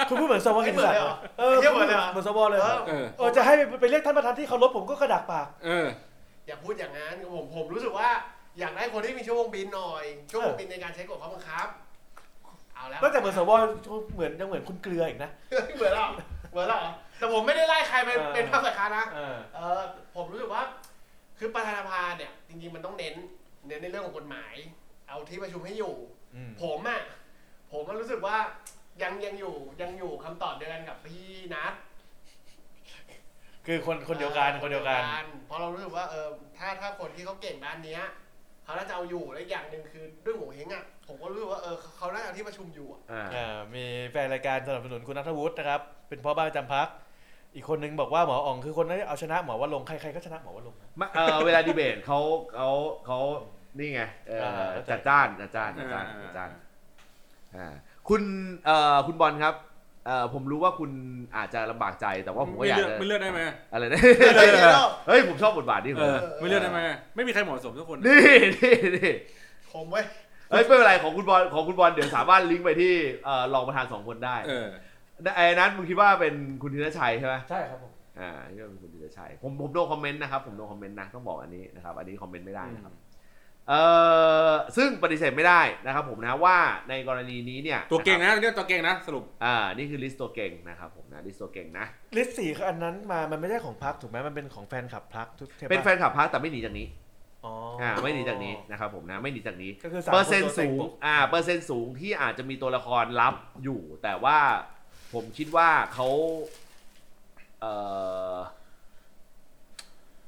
[SPEAKER 2] คุณพูดเหมือนสวกินศักดิ์
[SPEAKER 4] เหมือนเลยเหรอ
[SPEAKER 2] เออ
[SPEAKER 4] เหี้ยเหมือนเลยเหรอ
[SPEAKER 2] เหมือนสวเลยเหรอ
[SPEAKER 3] เออ
[SPEAKER 2] เออจะให้ไปเรียกท่านประธานที่เคารพผมก็กระดักปาก
[SPEAKER 3] เออ
[SPEAKER 4] อย่าพูดอย่างนั้นผมผมรู้สึกว่าอยากได้คนที่มีชั่วโมงบินหน่อย ชั่วโมงบินในการใช้กฎข้อบังคับ เอาแล้ว
[SPEAKER 2] ตั้งแต่เหมือนสวเหมือนยังเหมือนคุณเกลืออีกนะ
[SPEAKER 4] [LAUGHS] เหมือนเหรอเหมือนเหรอแต่ผมไม่ได้ไล่ใครเป็น
[SPEAKER 2] เออ
[SPEAKER 4] เป็นภาคฝ่ายค้านนะ
[SPEAKER 2] เออ
[SPEAKER 4] เออผมรู้สึกว่า คือประธานสภาเนี่ย จริงๆมันต้องเน้น เน้นในเรื่องของกฎหมาย เอาที่ประชุมให้อยู่ ผมอะผมก็รู้สึกว่ายังยังอยู่ยังอยู่คำตอบเดียวกันกับพี่นัท
[SPEAKER 2] คือคนคนเดียวกัน
[SPEAKER 4] อ่า
[SPEAKER 2] คนเดียวกัน
[SPEAKER 4] เพราะเรารู้สึกว่าเออถ้าถ้าคนที่เขาเก่งด้านเนี้ยเขาน่าจะเอาอยู่และอีกอย่างหนึ่งคือด้วยโหัวเฮงอะผมก็รู้สึกว่าเออเขาน่าจะเอาที่ประชุมอยู่อะ
[SPEAKER 1] อ่า
[SPEAKER 2] อ่ามีแฟนรายการสนับสนุนคุณนัทวุฒินะครับ เป็นพ่อบ้านประจำพัก อีกคนนึงบอกว่าหมออ่องคือคนที่เอาชนะหมอว่าลงค์ใครๆก็ชนะหมอว่าลงค์นะ
[SPEAKER 1] มาเออเวลาดีเบตเขาเขาเขานี่ไงเออ
[SPEAKER 2] อ่าเข้าใจ
[SPEAKER 1] จัดจ้านจัดจ้านจัดจ้าน
[SPEAKER 3] อ่า
[SPEAKER 1] จัดจ้านอ่าคุณเอ่อคุณบอลครับเอ่อผมรู้ว่าคุณอาจจะลำบากใจแต่ว่าผมก็
[SPEAKER 3] ไม่
[SPEAKER 1] อยาก
[SPEAKER 3] เลือก
[SPEAKER 1] จะ
[SPEAKER 3] ไม่เลือกได้ไหม
[SPEAKER 1] อะไรนะ
[SPEAKER 4] เดี๋ยวเรา
[SPEAKER 1] เฮ้ยผมชอบบทบาทนี้ผ
[SPEAKER 3] เอ
[SPEAKER 1] ม
[SPEAKER 3] อไม่เลือกได้ไหมไม่มีใครเหมาะสมทุกคน
[SPEAKER 1] นี่นี่นี่
[SPEAKER 4] ผมเว้ย
[SPEAKER 1] เฮ้ยไม่เป็นไรของคุณบอลของคุณบอลเดี๋ยวสามารถลิงก์ไปที่เอ่อรองประธานสองคนได้
[SPEAKER 3] เออ
[SPEAKER 1] ไอ้นั้นมึงคิดว่าเป็นคุณธีรชัยใช่ไหม
[SPEAKER 2] ใช่ครับผม
[SPEAKER 1] อ่าคิดว่าเป็นคุณธีรชัยผมผมโนคอมเมนต์นะครับผมโนคอมเมนต์นะต้องบอกอันนี้นะครับอันนี้คอมเมนต์ไม่ได้นะครับ เอ่อซึ่งปฏิเสธไม่ได้นะครับผมนะว่าในกรณีนี้เนี่ย
[SPEAKER 3] ตัวเก่ง
[SPEAKER 1] นะครับ
[SPEAKER 3] นะเรียกตัวเก่งนะสรุป
[SPEAKER 1] อ่านี่คือลิสต์ตัวเก่งนะครับผมนะลิสต์ตัวเก่งนะ
[SPEAKER 2] ลิสต์สี่คืออันนั้นมา มันไม่ใช่ของพักถูกไหมมันเป็นของแฟนคลับพักทุกเทปะ
[SPEAKER 1] เป็นแฟนคลับพักแต่ไม่หนีจากนี้
[SPEAKER 2] อ๋ออ่
[SPEAKER 1] อ่าไม่หนีจากนี้นะครับผมนะไม่หนีจากนี้
[SPEAKER 2] ก็คือสาม
[SPEAKER 1] เปอร์เซ็นต์
[SPEAKER 2] ค
[SPEAKER 1] สูง
[SPEAKER 2] ตัวต็
[SPEAKER 1] อ่าเปอร์เซ็นต์สูงที่อาจจะมีตัวละครลับอยู่ แต่ว่าผมคิดว่าเขาเอ่อ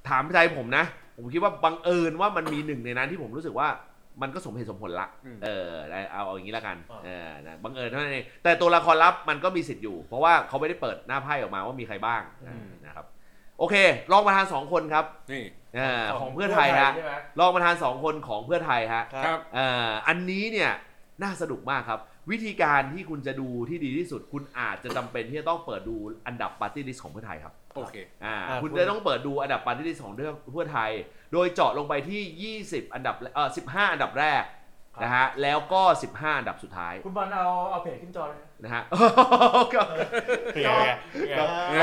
[SPEAKER 1] ถามใจผมนะ ผมคิดว่าบังเอิญว่ามันมีหนึ่งในนั้นที่ผมรู้สึกว่ามันก็สมเหตุสมผลละ
[SPEAKER 3] อืม
[SPEAKER 1] เออได้เอาเอาอย่างนี้ละกันเออนะบังเอิญเท่านั้นเองแต่ตัวละครลับมันก็มีสิทธิ์อยู่ เพราะว่าเขาไม่ได้เปิดหน้าไพ่ออกมาว่ามีใครบ้างนะนะครับ โอเครองประธานสองคนครับ
[SPEAKER 3] นี่
[SPEAKER 1] เออ
[SPEAKER 2] ต็ง
[SPEAKER 1] ของเพื่อไทยฮะ
[SPEAKER 2] ใช่ไหม
[SPEAKER 1] รองประธานสองคนของเพื่อไทยฮะ
[SPEAKER 2] ค
[SPEAKER 3] ค
[SPEAKER 2] รั
[SPEAKER 3] รั
[SPEAKER 2] บบ
[SPEAKER 1] เอ่ออันนี้เนี่ยน่าสนุกมากครับ วิธีการที่คุณจะดูที่ดีที่สุด คุณอาจจะจำเป็นที่จะต้องเปิดดูอันดับปาร์ตี้ลิสต์ของเพื่อไทยครับ
[SPEAKER 3] โอเค
[SPEAKER 1] อ่าคุณจะต้องเปิดดูอันดับปาร์ตี้ลิสต์ของเรื่องเพื่อไทย โดยเจาะลงไปที่ 20 อันดับเอ่อ15 อันดับแรกนะฮะแล้วก็ 15 อันดับสุดท้าย
[SPEAKER 2] คุณบอลเอาเอาเพจขึ้นจอเลย
[SPEAKER 1] นะฮะ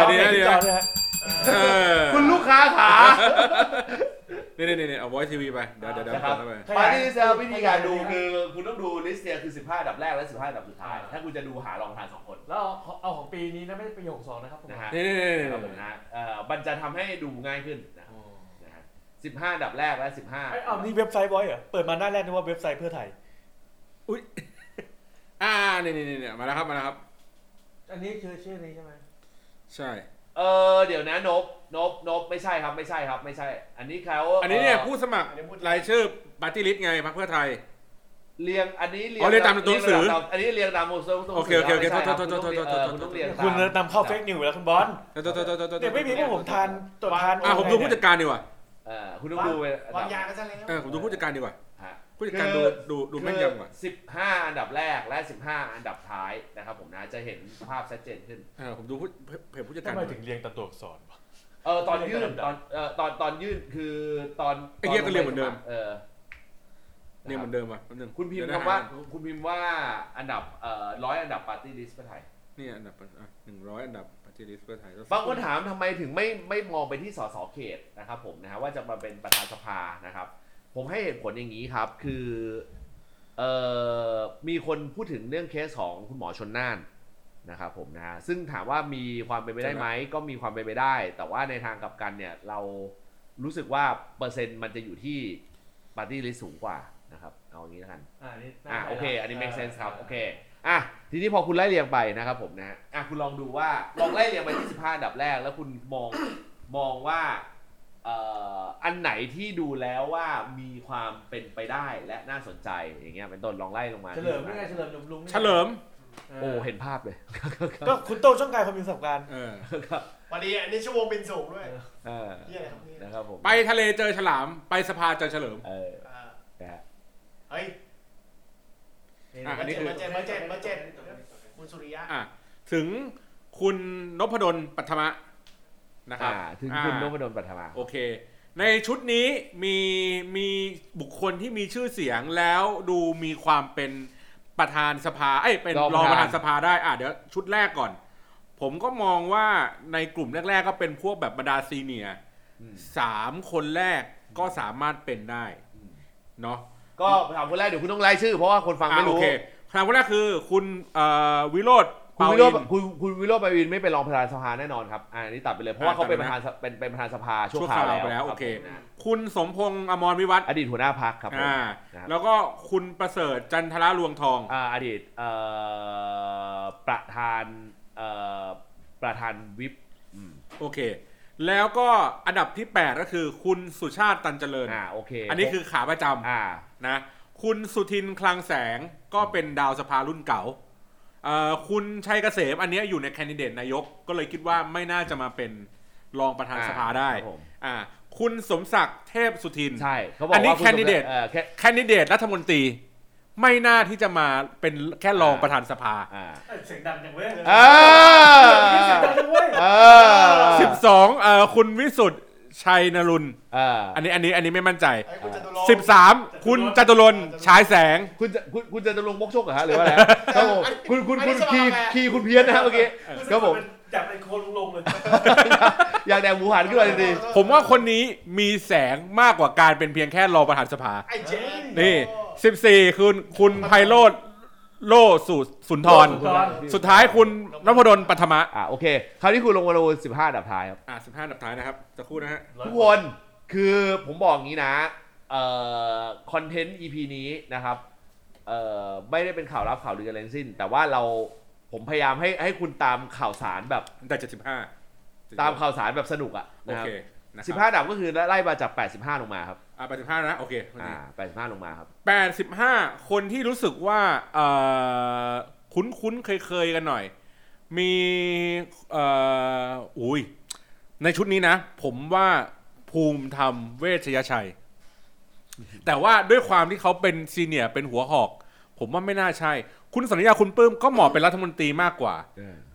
[SPEAKER 2] เป็นไงเป็นไงเอาเพจ
[SPEAKER 3] เออ
[SPEAKER 4] เออ
[SPEAKER 2] ขึ้นจอเลยฮะ
[SPEAKER 3] เออ
[SPEAKER 1] [LAUGHS] คุณลูกค้า [LAUGHS] ขา
[SPEAKER 3] นี่นี่นี่เอา voice tv ไปเดี๋ยวเดี๋ยวเดี๋ยวเปิดเข้าไป
[SPEAKER 1] ปาร์ตี้ลิสต์วิธีการดูคือคุณต้องดูลิสต์เนี่ยคือ 15 อันดับแรกและ 15 อันดับสุดท้าย ถ้าคุณจะดูหารองประธานสองคน
[SPEAKER 2] แล้วเอาเอาของปีนี้นะไม่ได้ปีหกสองนะครับผม
[SPEAKER 1] นะฮะ
[SPEAKER 3] นี่นี่นี่
[SPEAKER 1] ครับผมนะเอ่อมันจะทำให้ดูง่ายขึ้นนะครับ
[SPEAKER 2] อ๋อ
[SPEAKER 1] นะฮะสิบห้าดับแรกและสิบห้า
[SPEAKER 2] ไอ้เอานี่เว็บไซต์บอยเหรอเปิดมาหน้าแรกนึกว่าเว็บไซต์เพื่อไทย
[SPEAKER 3] อ่านี่นี่นี่มาแล้วครับมาแล้วครับ
[SPEAKER 2] อันนี้คือชื่อนี้ใช่ไหม
[SPEAKER 3] ใช่
[SPEAKER 1] เออเดี๋ยวนะนบนบนบไม่ใช่ครับไม่ใช่ครับไม่ใช่ อันนี้เขา
[SPEAKER 3] อันนี้เนี่ยผู้สมัคร
[SPEAKER 4] อันนี้พูด
[SPEAKER 3] รายชื่อปาร์ตี้ลิสต์ไงพรรคเพื่อไทย
[SPEAKER 1] เรียงอันนี้
[SPEAKER 3] อ๋อเรียงตามตัวหนังสือ
[SPEAKER 1] เรียตามอันนี้เรียงตามตัวหนังสื
[SPEAKER 3] โอเคโอเคโอเค
[SPEAKER 1] ไม่ใช่รับ
[SPEAKER 3] โทษโทษโทษโทษโทษ
[SPEAKER 1] คุณต้องเรียงตาม
[SPEAKER 2] คุณนำเข้าเฟกนิวแล้วคุณบอล
[SPEAKER 3] เดี๋ยวเดี๋ยวเดี๋ยวเดี๋ยว
[SPEAKER 2] เนี่ย
[SPEAKER 3] เดี๋ยว
[SPEAKER 2] ไม่มีพวกผมทานตรวจทาน
[SPEAKER 3] อ่ะผมดูผู้จัดการดีกว่า
[SPEAKER 1] เออคุณต้องดูไป
[SPEAKER 4] วางยากันซะแล้ว
[SPEAKER 3] เออผมดูผู้จัดการดีกว่า
[SPEAKER 1] ฮะ
[SPEAKER 3] ผู้จัดการ
[SPEAKER 1] คื
[SPEAKER 3] ดู
[SPEAKER 1] อ
[SPEAKER 3] ดูดูแม่นยำกว่า
[SPEAKER 1] สิบห้าอันดับแรกและสิบห้าอันดับท้ายนะครับผมนะจะเห็นภาพชัดเจนขึ้น
[SPEAKER 3] เออผมดูผู้เพจผู้จัดกา
[SPEAKER 2] ทำ
[SPEAKER 3] ร
[SPEAKER 2] ไมถึงเรียงตามตัวอักษรวะ
[SPEAKER 1] เออตอนยื่นตอนเออตอนตอนยื่นคือตอน
[SPEAKER 3] ไอ้เหี้ยก็เรียนเหมือนเดิม
[SPEAKER 1] เออ
[SPEAKER 3] เนี่ยเหมือนเดิมว่ะแป๊บนึง
[SPEAKER 1] คุณพิมพ์
[SPEAKER 3] เดี๋ย
[SPEAKER 1] คำว่า
[SPEAKER 3] นะ
[SPEAKER 1] คุณพิมพ์ว่าอันดับเอ่อร้อยอันดับปาร์ตี้ลิสต์เพื่อไทย
[SPEAKER 3] เนี่ยอันดับหนึ่งร้อยอันดับปาร์ตี้ลิสต์เพื่อไทยแล้ว
[SPEAKER 1] บางคนถามทำไมถึงไม่ไม่มองไปที่สสเขตนะครับผมนะฮะว่าจะมาเป็นประธานสภานะครับ ผมให้เหตุผลอย่างนี้ครับคือเอ่อมีคนพูดถึงเรื่องเคสของคุณหมอชนน่านนะครับผมนะฮะซึ่งถามว่ามีความเป็นไปได้ไหมก็มีความเป็นไปได้ แต่ว่าในทางกลับกันเนี่ยเรารู้สึกว่าเปอร์เซ็นต์มันจะอยู่ที่ปาร์ตี้ลิสต์สูงกว่านะครับเอาอย่างนี้แล้วกัน อ่ะโอเคอันนี้ make sense ครับโอเคอ่ะทีนี้พอคุณไล่เรียงไปนะครับผมนะอ่ะคุณลองดูว่าลองไล่เรียงไปที่15อันดับแรก แล้วคุณมองมองว่าเอ่ออันไหนที่ดูแล้วว่ามีความเป็นไปได้และน่าสนใจอย่างเงี้ยเป็นต้นลองไล่ลงมา
[SPEAKER 2] เฉลิมนี่ไงเฉลิมหนุ่มลุงนี่ไง
[SPEAKER 3] เฉลิม
[SPEAKER 1] โอ้เห็นภาพเลย
[SPEAKER 2] ก็คุณโต้งช่องกายความมีประสบการณ์
[SPEAKER 3] เออ
[SPEAKER 4] วันนี้อันนี้ชั่วโมงบินสูงด้วย
[SPEAKER 1] เออ
[SPEAKER 4] เหียอะไรครับเนี่ย
[SPEAKER 1] นะครับผม
[SPEAKER 3] ไปทะเลเจอฉลาม ไปสภาเจอเฉลิม
[SPEAKER 1] เออ
[SPEAKER 4] อ่า
[SPEAKER 1] นะฮะ
[SPEAKER 4] เฮ้ย
[SPEAKER 3] อ่ะอันนี้คือ
[SPEAKER 4] เจ็ดเบอร์เจ็ดเบอร์เจ็ด คุณสุริยะ
[SPEAKER 3] อ่ะถึงคุณนพดลปัทมะนะครับ
[SPEAKER 1] อ่าถึงคุณน
[SPEAKER 3] อ่า
[SPEAKER 1] พดลปัทมา
[SPEAKER 3] โอเค ในชุดนี้มีมีบุคคลที่มีชื่อเสียงแล้วดูมีความเป็น ประธานสภาเอ้ยเป็น
[SPEAKER 1] รองประ
[SPEAKER 3] ร
[SPEAKER 1] ธา
[SPEAKER 3] อน งประธานสภาได้อ่ะเดี๋ยวชุดแรกก่อน ผมก็มองว่าในกลุ่มแรก ๆ ก็เป็นพวกแบบบรรดาซีเนียร์สามคนแรกก็สามารถเป็นได้เนาะ
[SPEAKER 1] ก็ถามคนแรกเดี๋ยวคุณต้องไล่ชื่อ เพราะว่าคนฟัง
[SPEAKER 3] อ่ะ
[SPEAKER 1] ไม่
[SPEAKER 3] โอ
[SPEAKER 1] รู้
[SPEAKER 3] เคคำถามแรกคือคุณเอ่อวิโรธ
[SPEAKER 1] คุณ
[SPEAKER 3] เปา
[SPEAKER 1] วิ
[SPEAKER 3] อิ
[SPEAKER 1] โรจ
[SPEAKER 3] น
[SPEAKER 1] น์คุณคุณวิโรจน์ปวินไม่เป็นรองประธานสภาแน่นอนครับอ่าอันนี้ตัดไปเลย เพราะว่า
[SPEAKER 3] อ่า
[SPEAKER 1] เขาเป็นป
[SPEAKER 3] ตัด
[SPEAKER 1] ระ
[SPEAKER 3] ไป
[SPEAKER 1] ธาน
[SPEAKER 3] นะ
[SPEAKER 1] สเป็นเป็นประธานสภาชั่
[SPEAKER 3] ชั่
[SPEAKER 1] ว
[SPEAKER 3] ว
[SPEAKER 1] คราร
[SPEAKER 3] คาว ว
[SPEAKER 1] แล้ว
[SPEAKER 3] ไปแล้ว
[SPEAKER 1] รับ
[SPEAKER 3] โอเค
[SPEAKER 1] ผม
[SPEAKER 3] คุณสมพงษ์อมรวิวัฒน์
[SPEAKER 1] อดีตหัวหน้าพักครับผม
[SPEAKER 3] อ่า
[SPEAKER 1] นะครับ
[SPEAKER 3] แล้วก็คุณประเสริฐจันทระรวงทอง
[SPEAKER 1] อ่าอดีตเอ่อประธานเอ่อประธานวิป
[SPEAKER 3] โอเค แล้วก็อันดับที่ 8 ก็คือคุณสุชาติตันเจริญ
[SPEAKER 1] อ่าโอเค
[SPEAKER 3] อันนี้คือขาประจ
[SPEAKER 1] อ่า
[SPEAKER 3] ำนะ คุณสุทินคลังแสงก็เป็นดาวสภารุ่นเก่าเอ่อคุณชัยเกษมอันเนี้ยอยู่ในแคนดิเดตนายก ก็เลยคิดว่าไม่น่าจะมาเป็นรองประธานสภาได้
[SPEAKER 1] ครับผม
[SPEAKER 3] อ่าคุณสมศักดิ์เทพสุทิน
[SPEAKER 1] ใช่เขาบอก
[SPEAKER 3] อันนี้
[SPEAKER 1] ว่าณ
[SPEAKER 3] candidate
[SPEAKER 1] เอ่อแค่
[SPEAKER 3] แคนดิเดตรัฐมนตรีไม่น่าที่จะมาเป็นแค่รองประธานสภา
[SPEAKER 1] อ่า
[SPEAKER 2] เสียงดังจังเว้ย
[SPEAKER 1] อ่า
[SPEAKER 2] เสียงดังจังเว้ย
[SPEAKER 1] เออ
[SPEAKER 3] 12เอ่อคุณวิสุทธ์ชัยนรุน
[SPEAKER 1] เออ
[SPEAKER 3] อันนี้อันนี้อันนี้ไม่มั่นใจ
[SPEAKER 4] ไอ้ยคุณจตุรงค์
[SPEAKER 3] 13 คุณจตุรนฉายแสง
[SPEAKER 1] คุณจะคุณคุณจะดำรงมกโชคเหรอฮะหรือว่าอะไรครับผมคุณคุณคุณคีย์คีย์คุณเพี้ยนนะฮะเมื่อกี้ครับผม
[SPEAKER 2] จากในโคนลงเลย
[SPEAKER 1] อยากแดกหมูหันขึ้นมาจริง
[SPEAKER 3] ผมว่าคนนี้มีแสงมากกว่าการเป็นเพียงแค่รองประธานสภา
[SPEAKER 4] ไอ้เจ๊
[SPEAKER 3] นี่ 14 คือคุณไพโรธโลสุสุนทร
[SPEAKER 2] โลสุนทร
[SPEAKER 3] สุดท้ายคุณนพดลปัทมะ
[SPEAKER 1] อ่ะโอเค คราวนี้คุณลงมาโลสิบห้าดับท้ายครับ
[SPEAKER 3] อ่ะ15อันดับท้ายนะครับจะครู่นะฮะ
[SPEAKER 1] ทุกคนคือผมบอกงี้นะเอ่อคอนเทนต์ EP นี้นะครับเอ่อไม่ได้เป็นข่าวลับข่าวลืออะไรทั้งสิ้น แต่ว่าเราผมพยายามให้ให้คุณตามข่าวสารแบบ
[SPEAKER 3] แต่จะ15
[SPEAKER 1] ตามข่าวสารแบบสนุกอะ
[SPEAKER 3] โอ
[SPEAKER 1] นะครับ
[SPEAKER 3] เคนะค
[SPEAKER 1] สิบ
[SPEAKER 3] รับ
[SPEAKER 1] ห้าดับก็คือไล่มาจากแปดสิบห้าลงมาครับ
[SPEAKER 3] อ่ะไป15นะโอเค
[SPEAKER 1] อ่าแปดสิบห้าลงมาครับ
[SPEAKER 3] 85 คนที่รู้สึกว่าเอ่อคุ้นคุ้นเคยเคยๆกันหน่อย มีเอ่ออุ้ยในชุดนี้นะ ผมว่าภูมิธรรมเวชยชัย แต่ว่าด้วยความที่เขาเป็นซีเนียร์เป็นหัวหอก ผมว่าไม่น่าใช่ คุณสัญญาคุณปลื้มก็เหมาะเป็นรัฐมนตรีมากกว่า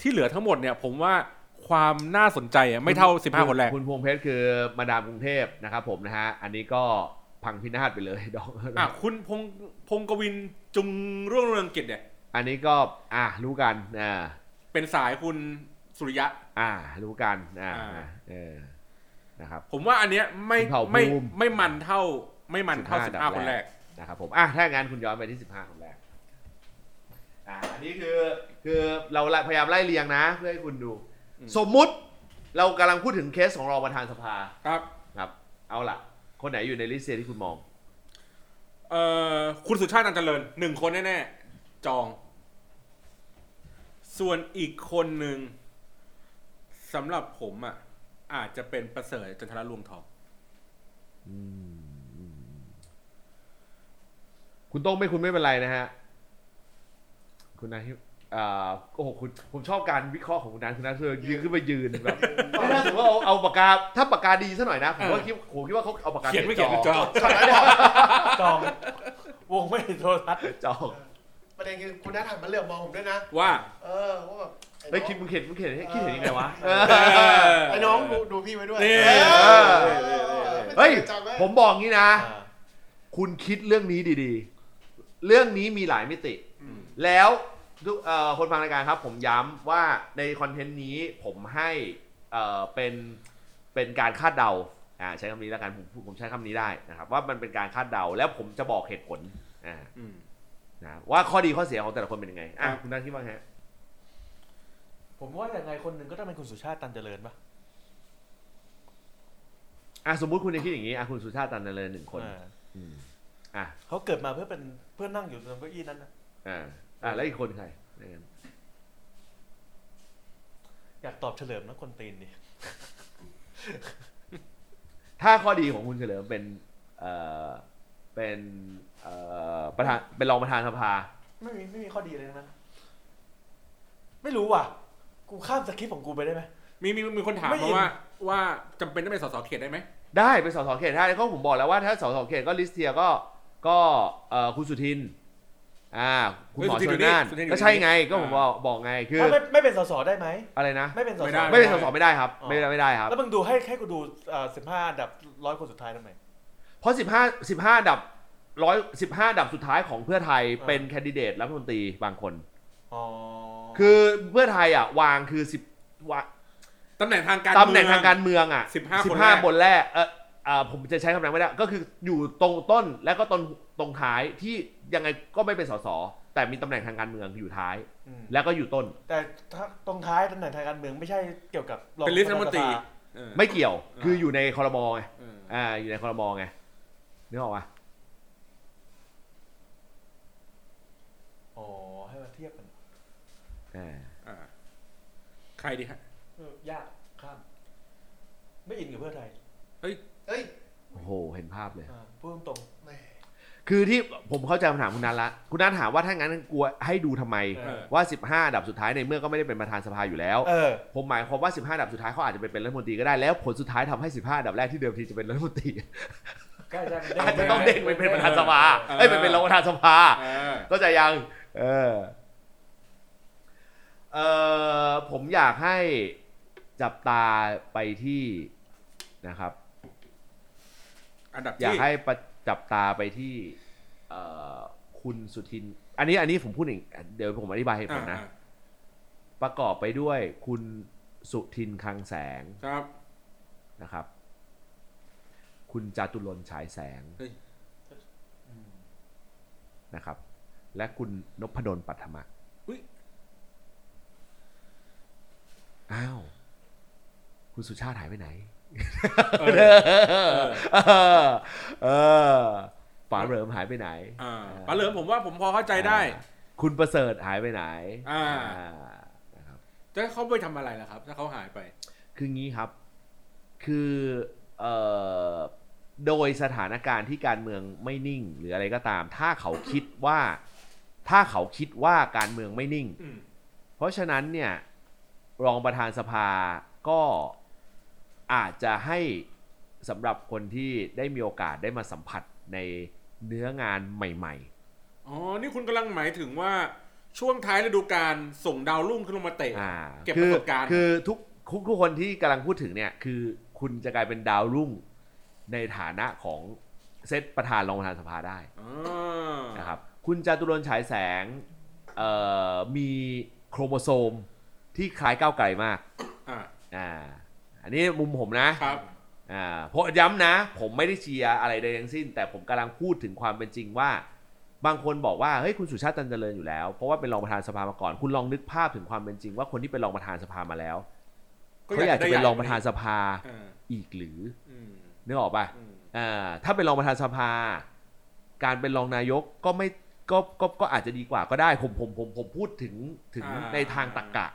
[SPEAKER 3] ที่เหลือทั้งหมดเนี่ย ผมว่าความน่าสนใจอะไม่เท่า 15 คนแรก
[SPEAKER 1] คุณพวงเพชรคือมาดามกรุงเทพนะครับผมนะฮะอันนี้ก็พังพินาศไปเลยด [LAUGHS] อก
[SPEAKER 3] อ่ะคุณพงพงกวินจุงร่วงเรืองกิจเนี่ย
[SPEAKER 1] อันนี้ก็อ่ะรู้กันอ่า
[SPEAKER 3] เป็นสายคุณสุริยะ
[SPEAKER 1] อ่ารู้กันอ่า
[SPEAKER 3] อ่า
[SPEAKER 1] เออนะครับ
[SPEAKER 3] ผมว่าอันเนี้ยไม่
[SPEAKER 1] เผ่าภูมิ
[SPEAKER 3] ไม่ไม่มันเท่าไม่มันเท่า
[SPEAKER 1] 15
[SPEAKER 3] สิบห้า
[SPEAKER 1] อันดับ
[SPEAKER 3] คนแรก
[SPEAKER 1] นะครับผมอ่ะถ้างั้นคุณย้อนไปที่สิบห้าคนแรกอ่าอันนี้คือคือเราพยายามไล่เรียงนะ เพื่อให้คุณดู
[SPEAKER 3] อืม
[SPEAKER 1] สมมุติเรากำลังพูดถึงเคสของรองประธานสภา
[SPEAKER 3] ครับ
[SPEAKER 1] ครับ เอาล่ะ คนไหนอยู่ในลิสต์ที่คุณมอง
[SPEAKER 3] เอ่อคุณสุชาติตันเจริญหนึ่งคนแน่ๆ จอง ส่วนอีกคนหนึ่งสำหรับผมอ่ะ อาจจะเป็นประเสริฐจันทรลวงทอง
[SPEAKER 1] คุณโต้งไม่คุณไม่เป็นไรนะฮะ คุณนายอ่าโอ้โหคุณผมชอบการวิเคราะห์ของคุณนันคุณนันคือยืนขึ้นไปยืนแบบไม่น่าถือว่าเอาเอาปากกาถ้าปากกาดีซะหน่อยนะผมว่า
[SPEAKER 3] เออ
[SPEAKER 1] คิดผมคิดว่าเขาเอาปากกา
[SPEAKER 3] เขียนไม่เขียนเป็นจอง
[SPEAKER 2] จอง วงไม่เห็นโทรทัศน์
[SPEAKER 1] จอง
[SPEAKER 4] ประเด็นคือคุณน้าถามมาเหลือบมองผมด้วยนะ
[SPEAKER 3] ว่า
[SPEAKER 4] เออว่าแบบ
[SPEAKER 1] ไอ้ยคิดมึงเขียนมึงเขียนคิดเห็นยังไงวะเออ
[SPEAKER 3] เออ
[SPEAKER 4] ไอ้น้องดูดูพี่ไว้ด้วย
[SPEAKER 3] นี่
[SPEAKER 4] เออ
[SPEAKER 1] เฮ้ย
[SPEAKER 4] จำไว้
[SPEAKER 1] ผมบอกงี้นะ
[SPEAKER 2] อ่า
[SPEAKER 1] คุณคิดเรื่องนี้ดีๆ เรื่องนี้มีหลายมิติ แล้วทุกเอ่อคนฟังรายการครับ ผมย้ำว่าในคอนเทนต์นี้ผมให้เอ่อเป็นเป็นการคาดเดาอ่าใช้คำนี้แล้วกันผมผมใช้คำนี้ได้นะครับ ว่ามันเป็นการคาดเดาแล้วผมจะบอกเหตุผลอ่า
[SPEAKER 3] อืม
[SPEAKER 1] นะว่าข้อดีข้อเสียของแต่ละคนเป็นยังไงอ่ะ
[SPEAKER 3] ครับ
[SPEAKER 1] คุณนั่นคิดว่าไงฮะ
[SPEAKER 2] ผมว่าอย่างไรคนหนึ่งก็ต้องเป็นคุณสุชาติตันเจริญป่ะ
[SPEAKER 1] อ่ะสมมุติคุณจะคิดอย่างนี้อ่ะคุณสุชาติตันเจริญหนึ่งคน
[SPEAKER 2] อ่า
[SPEAKER 1] อืมอ่ะ
[SPEAKER 2] เขาเกิดมาเพื่อเป็นเพื่อนั่งอยู่บนเก้าอี้นั้นนะ
[SPEAKER 1] อ่าอ่ะแล้วอีกคนใครในนั้น
[SPEAKER 2] อยากตอบเฉลิมนะคนตีนนี่
[SPEAKER 1] ถ้าข้อดีของคุณเฉลิมเป็นเอ่อเป็นเอ่อประธานเป็นรองประธานสภา
[SPEAKER 2] ไม่มีไม่มีข้อดีเลยทั้งนั้นไม่รู้ว่ะ กูข้ามสคริปต์ของกูไปได้ไหม
[SPEAKER 3] มีมีมีคนถาม
[SPEAKER 2] ไม่อิ
[SPEAKER 3] มาน ว่า ว่าจำเป็นต้องเป็นสสเขตได้ไหม
[SPEAKER 1] ได้เป็นสสเขตได้ก็ผมบอกแล้วว่าถ้าสสเขตก็ลิสเทียก็ก็เอ่อคุณสุทินอ่าคุณหมอชนน่านก็ใช่ไงก็ผมบอกบอกไงคือ
[SPEAKER 2] ถ้าไม่ไม่เป็นสสได้ไหม
[SPEAKER 1] อะไรนะ
[SPEAKER 2] ไม่เป็นสส
[SPEAKER 1] ไม่เป็นสสไม่ได้ครับ ไม่ได้ไม่ได้ครับ
[SPEAKER 2] แล้วมึงดูให้ให้กูดูสิบห้าอันดับร้อยคนสุดท้ายทำไม
[SPEAKER 1] เพราะ 15 15อันดับ ร้อยสิบห้าดับสุดท้ายของเพื่อไทย
[SPEAKER 2] อ่า
[SPEAKER 1] เป็นแคนดิเดตรัฐมนตรีบางคน
[SPEAKER 2] อ๋อ
[SPEAKER 1] คือเพื่อไทยอ่ะวางคือสิบวาง
[SPEAKER 3] ตำแหน่งทางการ
[SPEAKER 1] ตำแหน่งทางการ
[SPEAKER 3] เมื
[SPEAKER 1] เมืองอ่ะ
[SPEAKER 3] 15
[SPEAKER 1] สิบ
[SPEAKER 3] คนแร
[SPEAKER 1] ห้าก คนแรกเออเอ่อผมจะใช้คำนั้นไม่ได้ก็คืออยู่ตรงต้นและก็ตรงตรงท้ายที่ยังไงก็ไม่เป็นสสแต่มีตำแหน่งทางการเมืองอยู่ท้าย
[SPEAKER 2] ม
[SPEAKER 1] แล้วก็อยู่ต้น
[SPEAKER 2] แต่ถ้าตรงท้ายตำแหน่งทางการเมืองไม่ใช่เกี่ยวกับ
[SPEAKER 3] องเป็นลิสต์รัฐมนตรีเออ
[SPEAKER 1] ไม่เกี่ยวคืออยู่ในคอรมอไง
[SPEAKER 3] เออ
[SPEAKER 1] อ่าอยู่ในคอรมอไงนึกออกปะ
[SPEAKER 2] อ๋อให้มาเทียบกัน
[SPEAKER 1] อ่า
[SPEAKER 3] อ่าใครดีฮะ
[SPEAKER 2] เออยากข้าม ไม่อินกับเพื่อไทย
[SPEAKER 4] เฮ้ย
[SPEAKER 1] โอ้โห เห็นภาพเลย
[SPEAKER 2] อ่าพูดตรง
[SPEAKER 4] แหม
[SPEAKER 1] คือที่ผมเข้าใจคำถามคุณนัทละ คุณนัทถามว่าถ้างั้นกลัวให้ดูทำไม
[SPEAKER 3] เออ
[SPEAKER 1] ว่า 15อันดับสุดท้ายในเมื่อก็ไม่ได้เป็นประธานสภาอยู่แล้ว
[SPEAKER 2] ๆเออ
[SPEAKER 1] ผมหมายความว่า 15อันดับสุดท้ายเขาอาจจะไปเป็นรัฐมนตรีก็ได้ แล้วผลสุดท้ายทำให้ 15อันดับแรกที่เดิมทีจะเป็นรัฐมนตรี
[SPEAKER 2] ใช่ใช่มัน
[SPEAKER 1] อาจจะต้องเด้งไปเป็นประธานสภา
[SPEAKER 3] เออ
[SPEAKER 1] เอ้ยไปเป็นรองประธานสภา
[SPEAKER 3] เออ
[SPEAKER 1] ก็จะยัง เออ เออผมอยากให้จับตาไปที่นะครับ
[SPEAKER 3] อันดับ
[SPEAKER 1] อยาก
[SPEAKER 3] ที่
[SPEAKER 1] ให้ประจับตาไปที่เอ่อคุณสุทิน อันนี้อันนี้ผมพูดอีกเดี๋ยวผมอธิบายให้ฟังนะ
[SPEAKER 3] อ่า
[SPEAKER 1] ประกอบไปด้วยคุณสุทินคลังแสง
[SPEAKER 3] ๆครับ
[SPEAKER 1] นะครับ คุณจาตุรนต์ฉายแสง
[SPEAKER 3] เฮ้ย
[SPEAKER 2] อืม
[SPEAKER 1] นะครับ และคุณนพดลปัทมะ
[SPEAKER 3] อุ๊ย
[SPEAKER 1] อ้าว คุณสุชาติหายไปไหน
[SPEAKER 3] เอ
[SPEAKER 1] เอ
[SPEAKER 3] อ
[SPEAKER 1] อ เออ เออป๋าเหริมหายไปไหน
[SPEAKER 3] อ่าปลาเหลิมผมว่าผมพอเข้าใจได้
[SPEAKER 1] อ่าคุณประเสริฐหายไปไหน
[SPEAKER 3] อ่า
[SPEAKER 1] อ่านะครับ
[SPEAKER 3] จะให้เขาไปทำอะไรล่ะครับ ถ้าเขาหายไป
[SPEAKER 1] คืองี้ครับ คือเอ่อโดยสถานการณ์ที่การเมืองไม่นิ่ง หรืออะไรก็ตาม ถ้าเขาคิดว่า ถ้าเขาคิดว่าการเมืองไม่นิ่ง
[SPEAKER 3] อืม
[SPEAKER 1] เพราะฉะนั้นเนี่ยรองประธานสภาก็อาจจะให้สำหรับคนที่ได้มีโอกาสได้มาสัมผัสในเนื้องานใหม่ ๆ
[SPEAKER 3] อ๋อ นี่คุณกำลังหมายถึงว่าช่วงท้ายฤดูกาลส่งดาวรุ่งขึ้นลงมาเตะ
[SPEAKER 1] อ่า
[SPEAKER 3] เก็บประสบการณ์
[SPEAKER 1] คือคือทุกทุกทุกคนที่กำลังพูดถึงเนี่ย คือคุณจะกลายเป็นดาวรุ่งในฐานะของเซตประธานรองประธานสภาได้
[SPEAKER 3] อ๋อ
[SPEAKER 1] นะครับ คุณจาตุรนต์ฉายแสงเอ่อมีโครโมโซมที่คล้ายก้าวไกลมาก
[SPEAKER 3] อ่า
[SPEAKER 1] อ่าอันนี้มุมผมนะครับ อ่าเพราะย้ำนะ ผมไม่ได้เชียร์อะไรใดทั้งสิ้น แต่ผมกำลังพูดถึงความเป็นจริงว่า บางคนบอกว่าเฮ้ยคุณสุชาติตันเจริญอยู่แล้ว เพราะว่าเป็นรองประธานสภามาก่อน คุณลองนึกภาพถึงความเป็นจริงว่าคนที่เป็นรองประธานสภามาแล้ว เขาอยากจะเป็นรองประธานสภา
[SPEAKER 3] อ่า
[SPEAKER 1] อีกหรือ
[SPEAKER 3] อืม
[SPEAKER 1] นึกออกป่ะ
[SPEAKER 3] อืม
[SPEAKER 1] อ่าถ้าเป็นรองประธานสภา การเป็นรองนายกก็ไม่ก็ก็ก็อาจจะดีกว่าก็ได้ผมผมผมผมพูดถึงถึงในทางตรรกะ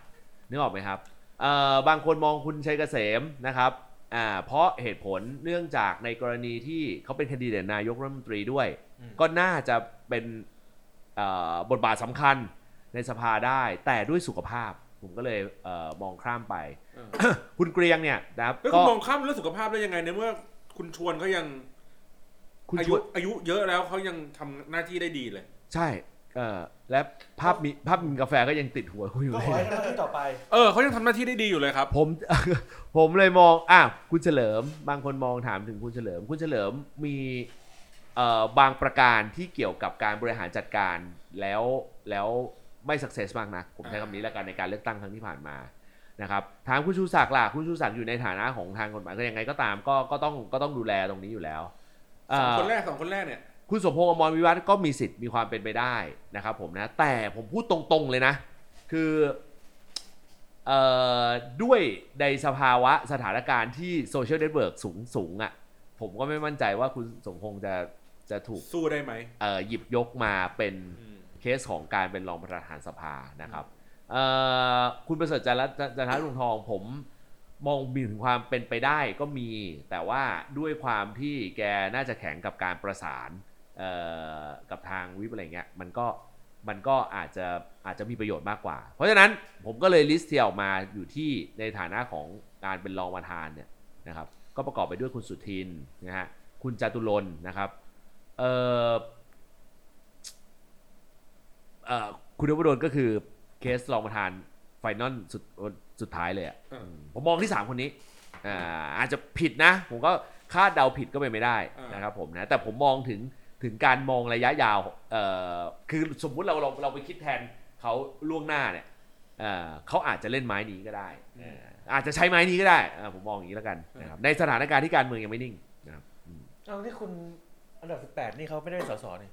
[SPEAKER 1] นึกออกไหมครับเอ่อบางคนมองคุณชัยเกษมนะครับอ่าเพราะเหตุผลเนื่องจากในกรณีที่เขาเป็นแคนดิเดตนายกรัฐมนตรีด้วย
[SPEAKER 2] อืม
[SPEAKER 1] ก็น่าจะเป็นเอ่อบทบาทสำคัญในสภาได้ แต่ด้วยสุขภาพ ผมก็เลยเอ่อมองข้ามไป
[SPEAKER 3] เออ
[SPEAKER 1] คุณเกรียงเนี่ยนะครับ
[SPEAKER 3] แล้วคุ
[SPEAKER 1] ก็
[SPEAKER 3] ณมองข้ามเรื่องสุขภาพได้ยังไงในเมื่อคุณชวนเขายัง
[SPEAKER 1] คุณ
[SPEAKER 3] อา
[SPEAKER 1] ช
[SPEAKER 3] ยุ
[SPEAKER 1] วน
[SPEAKER 3] อายุเยอะแล้วเขายังทำหน้าที่ได้ดีเลย
[SPEAKER 1] ใช่เออและภาพมีภาพมินกาแฟก็ยังติดหัวคุณอยู่
[SPEAKER 2] ก็
[SPEAKER 1] เล
[SPEAKER 2] ขอให้
[SPEAKER 1] ย
[SPEAKER 2] ทำหน้าที่ต่อไป
[SPEAKER 3] เออเขายังทำหน้าที่ได้ดีอยู่เลยครับ
[SPEAKER 1] ผม [LAUGHS] ผมเลยมองอ่ะคุณเฉลิม บางคนมองถามถึงคุณเฉลิม คุณเฉลิมมีเอ่อบางประการที่เกี่ยวกับการบริหารจัดการแล้วแล้วไม่สักเซสมากนะผมใช้คำนี้แล้วกันในการเลือกตั้งครั้งที่ผ่านมานะครับถามคุณชูศักดิ์ล่ะคุณชูศักดิ์อยู่ในฐานะของทางกฎหมายก็ยังไงก็ตามก็ก็ต้องก็ต้องดูแลตรงนี้อยู่แล้วเอ่อ
[SPEAKER 3] สองคนแรกสองคนแรกเนี่ย
[SPEAKER 1] คุณสมพงษ์อมรวิวัฒน์ก็มีสิทธิ์มีความเป็นไปได้นะครับผมนะแต่ผมพูดตรงๆเลยนะ คือเอ่อด้วยในสภาวะสถานการณ์ที่โซเชียลเน็ตเวิร์กสูงสูงๆอะ่ะผมก็ไม่มั่นใจว่าคุณสมพงษ์จะจะถูก
[SPEAKER 3] สู้ได้ไหม
[SPEAKER 1] เอ่อหยิบยกมาเป็น
[SPEAKER 3] อืม
[SPEAKER 1] เคสของการเป็นรองประธานสภานะครับเอ่อคุณประเสริฐจันทร์จันทรุงทองผมมองมีถึงความเป็นไปได้ก็มี แต่ว่าด้วยความที่แกน่าจะแข็งกับการประสาน เอ่อกับทางวิปอะไรเงี้ยมันก็มันก็อาจจะอาจจะมีประโยชน์มากกว่า เพราะฉะนั้นผมก็เลยลิสต์ที่ออกมาอยู่ที่ในฐานะของการเป็นรองประธานเนี่ยนะครับก็ประกอบไปด้วยคุณสุทินนะฮะคุณจตุรนนะครับเอ่อเอ่อคุณนพดลก็คือเคสรองประธานไฟนอลสุดสุดท้ายเลยอะ
[SPEAKER 3] เออ
[SPEAKER 1] ผมมองที่ 3 คนนี้อ่าอาจจะผิดนะ ผมก็คาดเดาผิดก็เป็นไม่ได้
[SPEAKER 3] อ่าน
[SPEAKER 1] นะครับผมนะแต่ผมมองถึง ถึงการมองระยะยาวเอ่อคือสมมุติเราเราเราไปคิดแทนเขาล่วงหน้าเนี่ยเอ่อเขาอาจจะเล่นไม้นี้ก็ได้เอ่ออาจจะใช้ไม้นี้ก็ได้เอ่อผมมองอย่างนี้แล้วกันนะครับในสถานการณ์ที่การเมืองยังไม่นิ่งนะครับ
[SPEAKER 2] เอาที่คุณอันดับสิบแปดนี่เขาไม่ได้เป็นสสนี่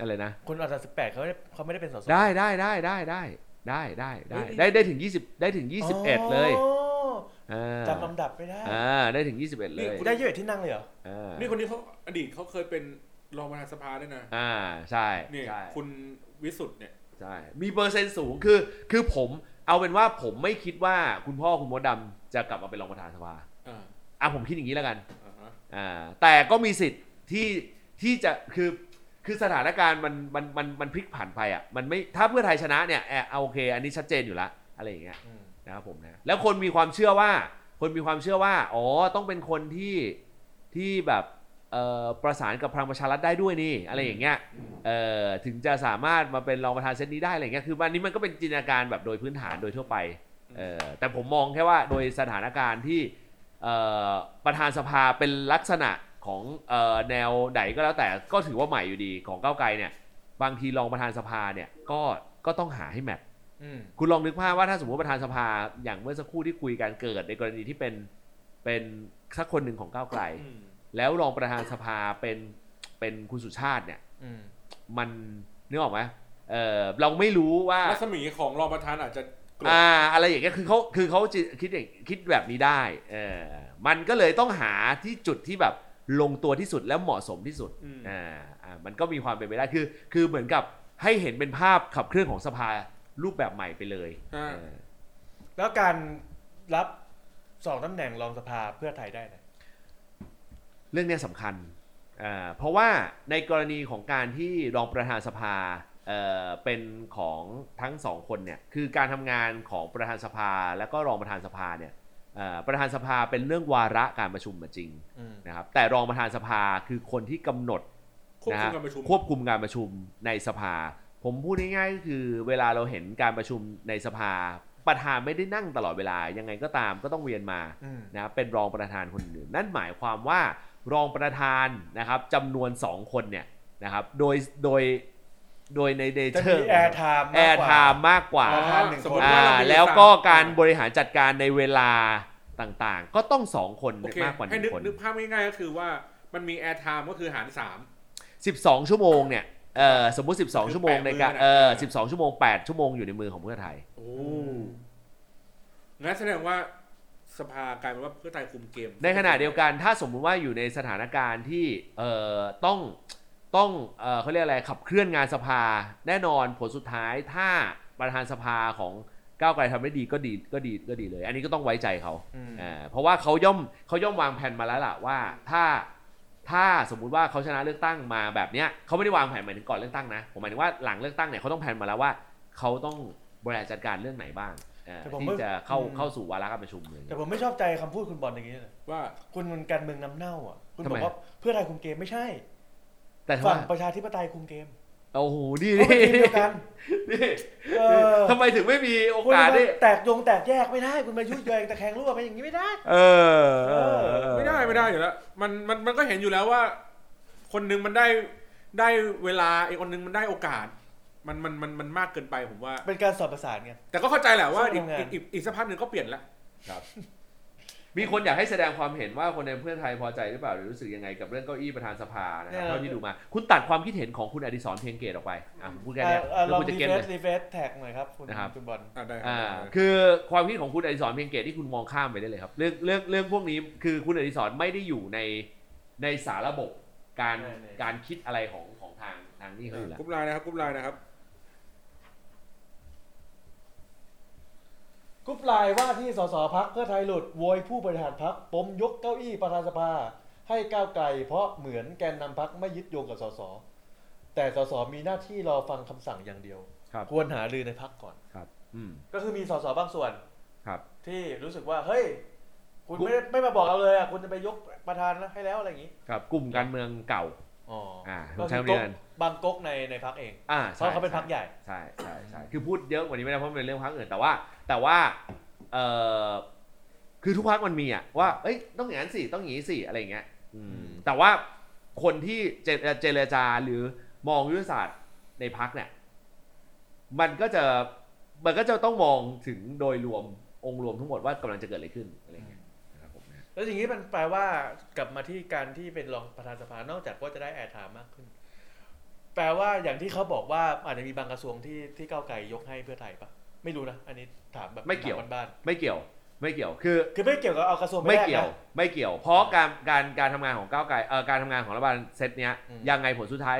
[SPEAKER 1] อะไรนะ
[SPEAKER 2] คุณอันดับสิบแปดเขาไม่ได้เขาไม่ได้เป็นสส
[SPEAKER 1] ได้ได้ได้ได้ได้ได้ได้ได้ได้ได้ถึง 20 ได้ถึง 21 เลย
[SPEAKER 2] อ๋อ
[SPEAKER 1] อ่า
[SPEAKER 2] จำลำดับไม่ได้
[SPEAKER 1] อ่าได้ถึง 21 เลย
[SPEAKER 3] นี่คุณ
[SPEAKER 2] ได้ยี่สิบที่นั่งเลยเหรอ
[SPEAKER 1] อ่า
[SPEAKER 3] นี่คนนี้เขาอดีตเขาเคยเป็นรองประธานสภาด้วยนะ
[SPEAKER 1] อ่าใช่
[SPEAKER 3] เนี่ย
[SPEAKER 1] ใช่
[SPEAKER 3] คุณวิสุทธ์เนี่ย
[SPEAKER 1] ใช่มีเปอร์เซ็นต์สูงคือคือผมเอาเป็นว่าผมไม่คิดว่าคุณพ่อคุณมดดำจะกลับมาเป็นรองประธานสภา
[SPEAKER 3] อ่า
[SPEAKER 1] อ่ะผมคิดอย่างนี้แล้วกัน
[SPEAKER 3] อ่าฮะ
[SPEAKER 1] อ่าแต่ก็มีสิทธิ์ที่ที่จะคือคือสถานการณ์มันมันมันมันพลิกผันไปอ่ะมันไม่ถ้าเพื่อไทยชนะเนี่ยแอะเอาโอเค อันนี้ชัดเจนอยู่ละอะไรอย่างเงี้ย นะครับผมนะแล้วคนมีความเชื่อว่า คนมีความเชื่อว่า อ๋อต้องเป็นคนที่ที่แบบเอ่อประสานกับพลังประชารัฐได้ด้วยนี่อะไรอย่างเงี้ยเอ่อถึงจะสามารถมาเป็นรองประธานเซตนี้ได้อะไรเงี้ยคืออันนี้มันก็เป็นจินตนาการแบบโดยพื้นฐานโดยทั่วไปเอ่อแต่ผมมองแค่ว่าโดยสถานการณ์ที่เอ่อประธานสภาเป็นลักษณะของเอ่อแนวใดก็แล้วแต่ก็ถือว่าใหม่อยู่ดีของก้าวไกลเนี่ยบางทีรองประธานสภาเนี่ยก็ก็ต้องหาให้แมท
[SPEAKER 2] อืม
[SPEAKER 1] คุณลองนึกภาพว่าถ้าสมมติว่าประธานสภาอย่างเมื่อสักครู่ที่คุยกันเกิดในกรณีที่เป็นเป็นสักคนหนึ่งของก้าวไกล
[SPEAKER 3] อืม
[SPEAKER 1] แล้วรองประธานสภาเป็นเป็นคุณสุชาติเนี่ย
[SPEAKER 2] อืม
[SPEAKER 1] มันนึกออกไหมเออเราไม่รู้ว่า
[SPEAKER 3] รัศมีของรองประธานอาจจะกลบ
[SPEAKER 1] อ่าอะไรอย่างเงี้ยคือเขาคือเขาจะคิดอย่างคิดแบบนี้ได้เออมันก็เลยต้องหาที่จุดที่แบบลงตัวที่สุดแล้วเหมาะสมที่สุด
[SPEAKER 3] อืม
[SPEAKER 1] อ่าอ่ามันก็มีความเป็นไปได้คือ คือเหมือนกับให้เห็นเป็นภาพขับเคลื่อนของสภารูปแบบใหม่ไปเลย
[SPEAKER 3] อ่า
[SPEAKER 1] เออ
[SPEAKER 2] แล้วการรับสองตำแหน่งรองสภาเพื่อไทยได้ไหม
[SPEAKER 1] เรื่องเนี้ยสำคัญเอ่อเพราะว่าในกรณีของการที่รองประธานสภาเอ่อเป็นของทั้งสองคนเนี่ย คือการทำงานของประธานสภาและก็รองประธานสภาเนี่ยเอ่อประธานสภาเป็นเรื่องวาระการประชุมจริง
[SPEAKER 2] อืม
[SPEAKER 1] นะครับ แต่รองประธานสภาคือคนที่กำหนด
[SPEAKER 3] ควบคุมการประชุม
[SPEAKER 1] นฮควบคุมการประชุมในสภา ผมพูดง่ายๆก็คือเวลาเราเห็นการประชุมในสภา ประธานไม่ได้นั่งตลอดเวลา ยังไงก็ตามก็ต้องเวียนมา
[SPEAKER 2] อืม
[SPEAKER 1] นะครับเป็นรองประธานคนอื่น นั่นหมายความว่ารองประธานนะครับจำนวน 2 คนเนี่ยนะครับโดยโดยโดยในเด
[SPEAKER 2] จะ
[SPEAKER 1] เชอ
[SPEAKER 2] มี
[SPEAKER 1] ร์
[SPEAKER 2] แอร์ไทม์
[SPEAKER 1] แอร์ไทม์มากกว่า
[SPEAKER 2] ป
[SPEAKER 3] อ๋
[SPEAKER 2] ระ
[SPEAKER 3] อ
[SPEAKER 2] ธานหนึ่ง
[SPEAKER 3] สม
[SPEAKER 2] ค
[SPEAKER 3] มุติ
[SPEAKER 2] น
[SPEAKER 1] อ่า
[SPEAKER 3] ว่าเรามี
[SPEAKER 1] แล้วก็
[SPEAKER 3] สาม
[SPEAKER 1] การบริหารจัดการในเวลาต่างๆ ก็ต้องสองคน
[SPEAKER 3] โอเค
[SPEAKER 1] มากกว่าห
[SPEAKER 3] ให้
[SPEAKER 1] นึ่
[SPEAKER 3] นึก
[SPEAKER 1] งคน
[SPEAKER 3] นึกภาพง่ายๆก็คือว่ามันมีแอร์ไทม์ก็คือหารสาม
[SPEAKER 1] 12 ชั่วโมงเนี่ย เออสมมุติ
[SPEAKER 3] คือ
[SPEAKER 1] 12 ชั่วโมงในการ
[SPEAKER 3] แปดมือนะ
[SPEAKER 1] เออ12 ชั่วโมง 8 ชั่วโมงอยู่ในมือของเพื่อไทย
[SPEAKER 3] โอ้งั้นแสดงว่าสภากลายเป็นว่าเพื่อไทยคุมเกม
[SPEAKER 1] ในขณะเดียวกันถ้าสมมุติว่าอยู่ในสถานการณ์ที่เออต้องต้องเออเขาเรียกอะไรขับเคลื่อนงานสภา แน่นอนผลสุดท้ายถ้าประธานสภาของก้าวไกลทำได้ดีก็ดีก็ดีก็ดีเลย อันนี้ก็ต้องไว้ใจเขา
[SPEAKER 2] อืม
[SPEAKER 1] เออเพราะว่าเขาย่อมเขาย่อมวางแผนมาแล้วล่ะว่าถ้าถ้าสมมุติว่าเขาชนะเลือกตั้งมาแบบเนี้ยเขาไม่ได้วางแผนหมายถึงก่อนเลือกตั้งนะผมหมายถึงว่าหลังเลือกตั้งเนี่ยเขาต้องแผนมาแล้วว่าเขาต้องบริหารจัดการเรื่องไหนบ้างเอ่อที่จะเข้าเข้าสู่วาระการประชุมเลย
[SPEAKER 2] แต่ผมไม่ชอบใจคำพูดคุณบอลอย่างนี้เลย
[SPEAKER 3] ว่า
[SPEAKER 2] คุณมันการเมืองน้ำเน่าอ่ะ คุณบอ
[SPEAKER 1] ทำ
[SPEAKER 2] ก
[SPEAKER 1] ไม
[SPEAKER 2] ว่าเพื่อไทยคุมเกมไม่ใช่
[SPEAKER 1] แต่ถ้า
[SPEAKER 2] ฝั่ง
[SPEAKER 1] ว่า
[SPEAKER 2] ประชาธิปไตยคุมเกม
[SPEAKER 1] โอ้โหดี
[SPEAKER 2] เขาเป็นทีม
[SPEAKER 1] ดี
[SPEAKER 2] เดียวกัน
[SPEAKER 1] [LAUGHS] นี่
[SPEAKER 2] เออ
[SPEAKER 1] ทำไมถึงไม่มีโอ
[SPEAKER 2] คุณ
[SPEAKER 1] กาส
[SPEAKER 2] มา
[SPEAKER 1] ได้
[SPEAKER 2] แตกยงแตกแยกไม่ได้ คุณมายุ่ยแยงตะแคงรั่วไปอย่างนี้ไม่ได้
[SPEAKER 1] เออ
[SPEAKER 2] เออ
[SPEAKER 3] ไม่ได้ไม่ได้อยู่แล้วมันมันมันก็เห็นอยู่แล้วว่า คนหนึงมันได้ได้เวลาอีกคนหนึงมันได้โอกาส มันมันมันมันมากเกินไปผมว่า
[SPEAKER 2] เป็นการสอบประสานไง
[SPEAKER 3] แต่ก็เข้าใจแหละว่า
[SPEAKER 2] สู้
[SPEAKER 3] อีก
[SPEAKER 2] ทำงาน
[SPEAKER 3] อีกอีกอีกสักพักหนึ่งก็เปลี่ยนละ
[SPEAKER 1] มีคนอยากให้แสดงความเห็นว่าคนในเพื่อไทยพอใจหรือเปล่าหรือรู้สึกยังไงกับเรื่องเก้าอี้ประธานสภานะครับ
[SPEAKER 2] เออ
[SPEAKER 1] เท่าที่ดูมา คุณตัดความคิดเห็นของคุณอดิศรเพียงเกตออกไปอ่ะผมพูดแค่เนี้ย
[SPEAKER 2] อ่ะอ่ะล
[SPEAKER 1] แล้ว
[SPEAKER 2] อง
[SPEAKER 1] คุณจะ
[SPEAKER 2] รี
[SPEAKER 1] เก็ต
[SPEAKER 2] เฟ
[SPEAKER 1] เล
[SPEAKER 2] ซ
[SPEAKER 1] ย
[SPEAKER 2] รีเฟซแท็กหน่อยครับคุณ
[SPEAKER 1] นะครับ
[SPEAKER 2] คุณบอล
[SPEAKER 3] อ่ะได้
[SPEAKER 1] อ่า
[SPEAKER 3] ได้
[SPEAKER 1] คือความคิดของคุณอดิศรเพียงเกตที่คุณมองข้ามไปได้เลยครับเรื่องเรื่องเรื่องพวกนี้คือคุณอดิศรไม่ได้อยู่ในในสาระบบการ
[SPEAKER 2] ใช่ใช่
[SPEAKER 1] การคิดอะไรของของทางทางนี่เขาอยู่แล้ว
[SPEAKER 3] กรุ๊ปไลน์นะครับกรุ๊ปไลน์นะครับ
[SPEAKER 2] กรุ๊ปไลน์ว่าที่สสพักเพื่อไทยหลุดโวยผู้บริหารพักปมยกเก้าอี้ประธานสภา ให้ก้าวไกล เพราะเหมือนแกนนำพักไม่ยึดโยงกับสสแต่สสมีหน้าที่รอฟังคำสั่งอย่างเดียว
[SPEAKER 1] ครับ
[SPEAKER 2] ควรหารือในพักก่อน
[SPEAKER 1] อืม
[SPEAKER 2] ก็คือมีสสบางส่วน
[SPEAKER 1] ครับ
[SPEAKER 2] ที่รู้สึกว่า เฮ้ย คุณไม่ได้ไม่มาบอกเราเลยอ่ะคุณจะไปยกประธานให้แล้วอะไรอย่างนี้
[SPEAKER 1] ครับกลุ่มการเมืองเก่า
[SPEAKER 2] อ๋อ
[SPEAKER 1] อ่า
[SPEAKER 2] ก็
[SPEAKER 1] ใช้คำ
[SPEAKER 2] คือ
[SPEAKER 1] นี้
[SPEAKER 2] ก๊ก
[SPEAKER 1] กัน
[SPEAKER 2] บางก๊กในในพักเอง
[SPEAKER 1] อ่า
[SPEAKER 2] เพ
[SPEAKER 1] ใช่
[SPEAKER 2] ราะเขาเป็นพัก
[SPEAKER 1] ใช่
[SPEAKER 2] ใหญ่
[SPEAKER 1] ใช่ใช่ใช่คือพูดเยอะกว่านี้ไม่ได้เพราะมันเป็นเรื่องพักอื่นแต่ว่า แต่ว่าเออคือทุกพักมันมีอะว่า เอ้ยต้องอย่างนั้นสิต้องอย่างนี้สิอะไรอย่างเงี้ยอืม
[SPEAKER 2] อืม
[SPEAKER 1] แต่ว่า คนที่เจรเจรจาหรือมองยุทธศาสตร์ในพักเนี่ย มันก็จะมันก็จะต้องมองถึงโดยรวมองค์รวมทั้งหมดว่ากำลังจะเกิดอะไรขึ้นอะไรอย่างเงี้ยนะครับผมนะ
[SPEAKER 2] แล้วอย่างนี้มันแปลว่ากลับมาที่การที่เป็นรองประธานสภานอกจากว่าจะได้แอร์ไทม์มากขึ้น แปลว่าอย่างที่เขาบอกว่าอาจจะมีบางกระทรวงที่ที่ก้าวไกลยกให้เพื่อไทยปะไม่รู้นะ อันนี้ถามแบบ
[SPEAKER 1] ไม่เกี่ยว
[SPEAKER 2] ถาบ้าน
[SPEAKER 1] ไม่เกี่ยวไม่เกี่ยวคือ
[SPEAKER 2] ๆคือไม่เกี่ยวกับเอากระทรวงป
[SPEAKER 1] ไม่
[SPEAKER 2] แลนะ
[SPEAKER 1] เกี่ยวไม่เกี่ยว เพราะการการการทำงานของก้าวไกลเอ่อการทำงานของรัฐบาลเซตเนี้ย
[SPEAKER 2] อืม
[SPEAKER 1] ยังไงผลสุดท้าย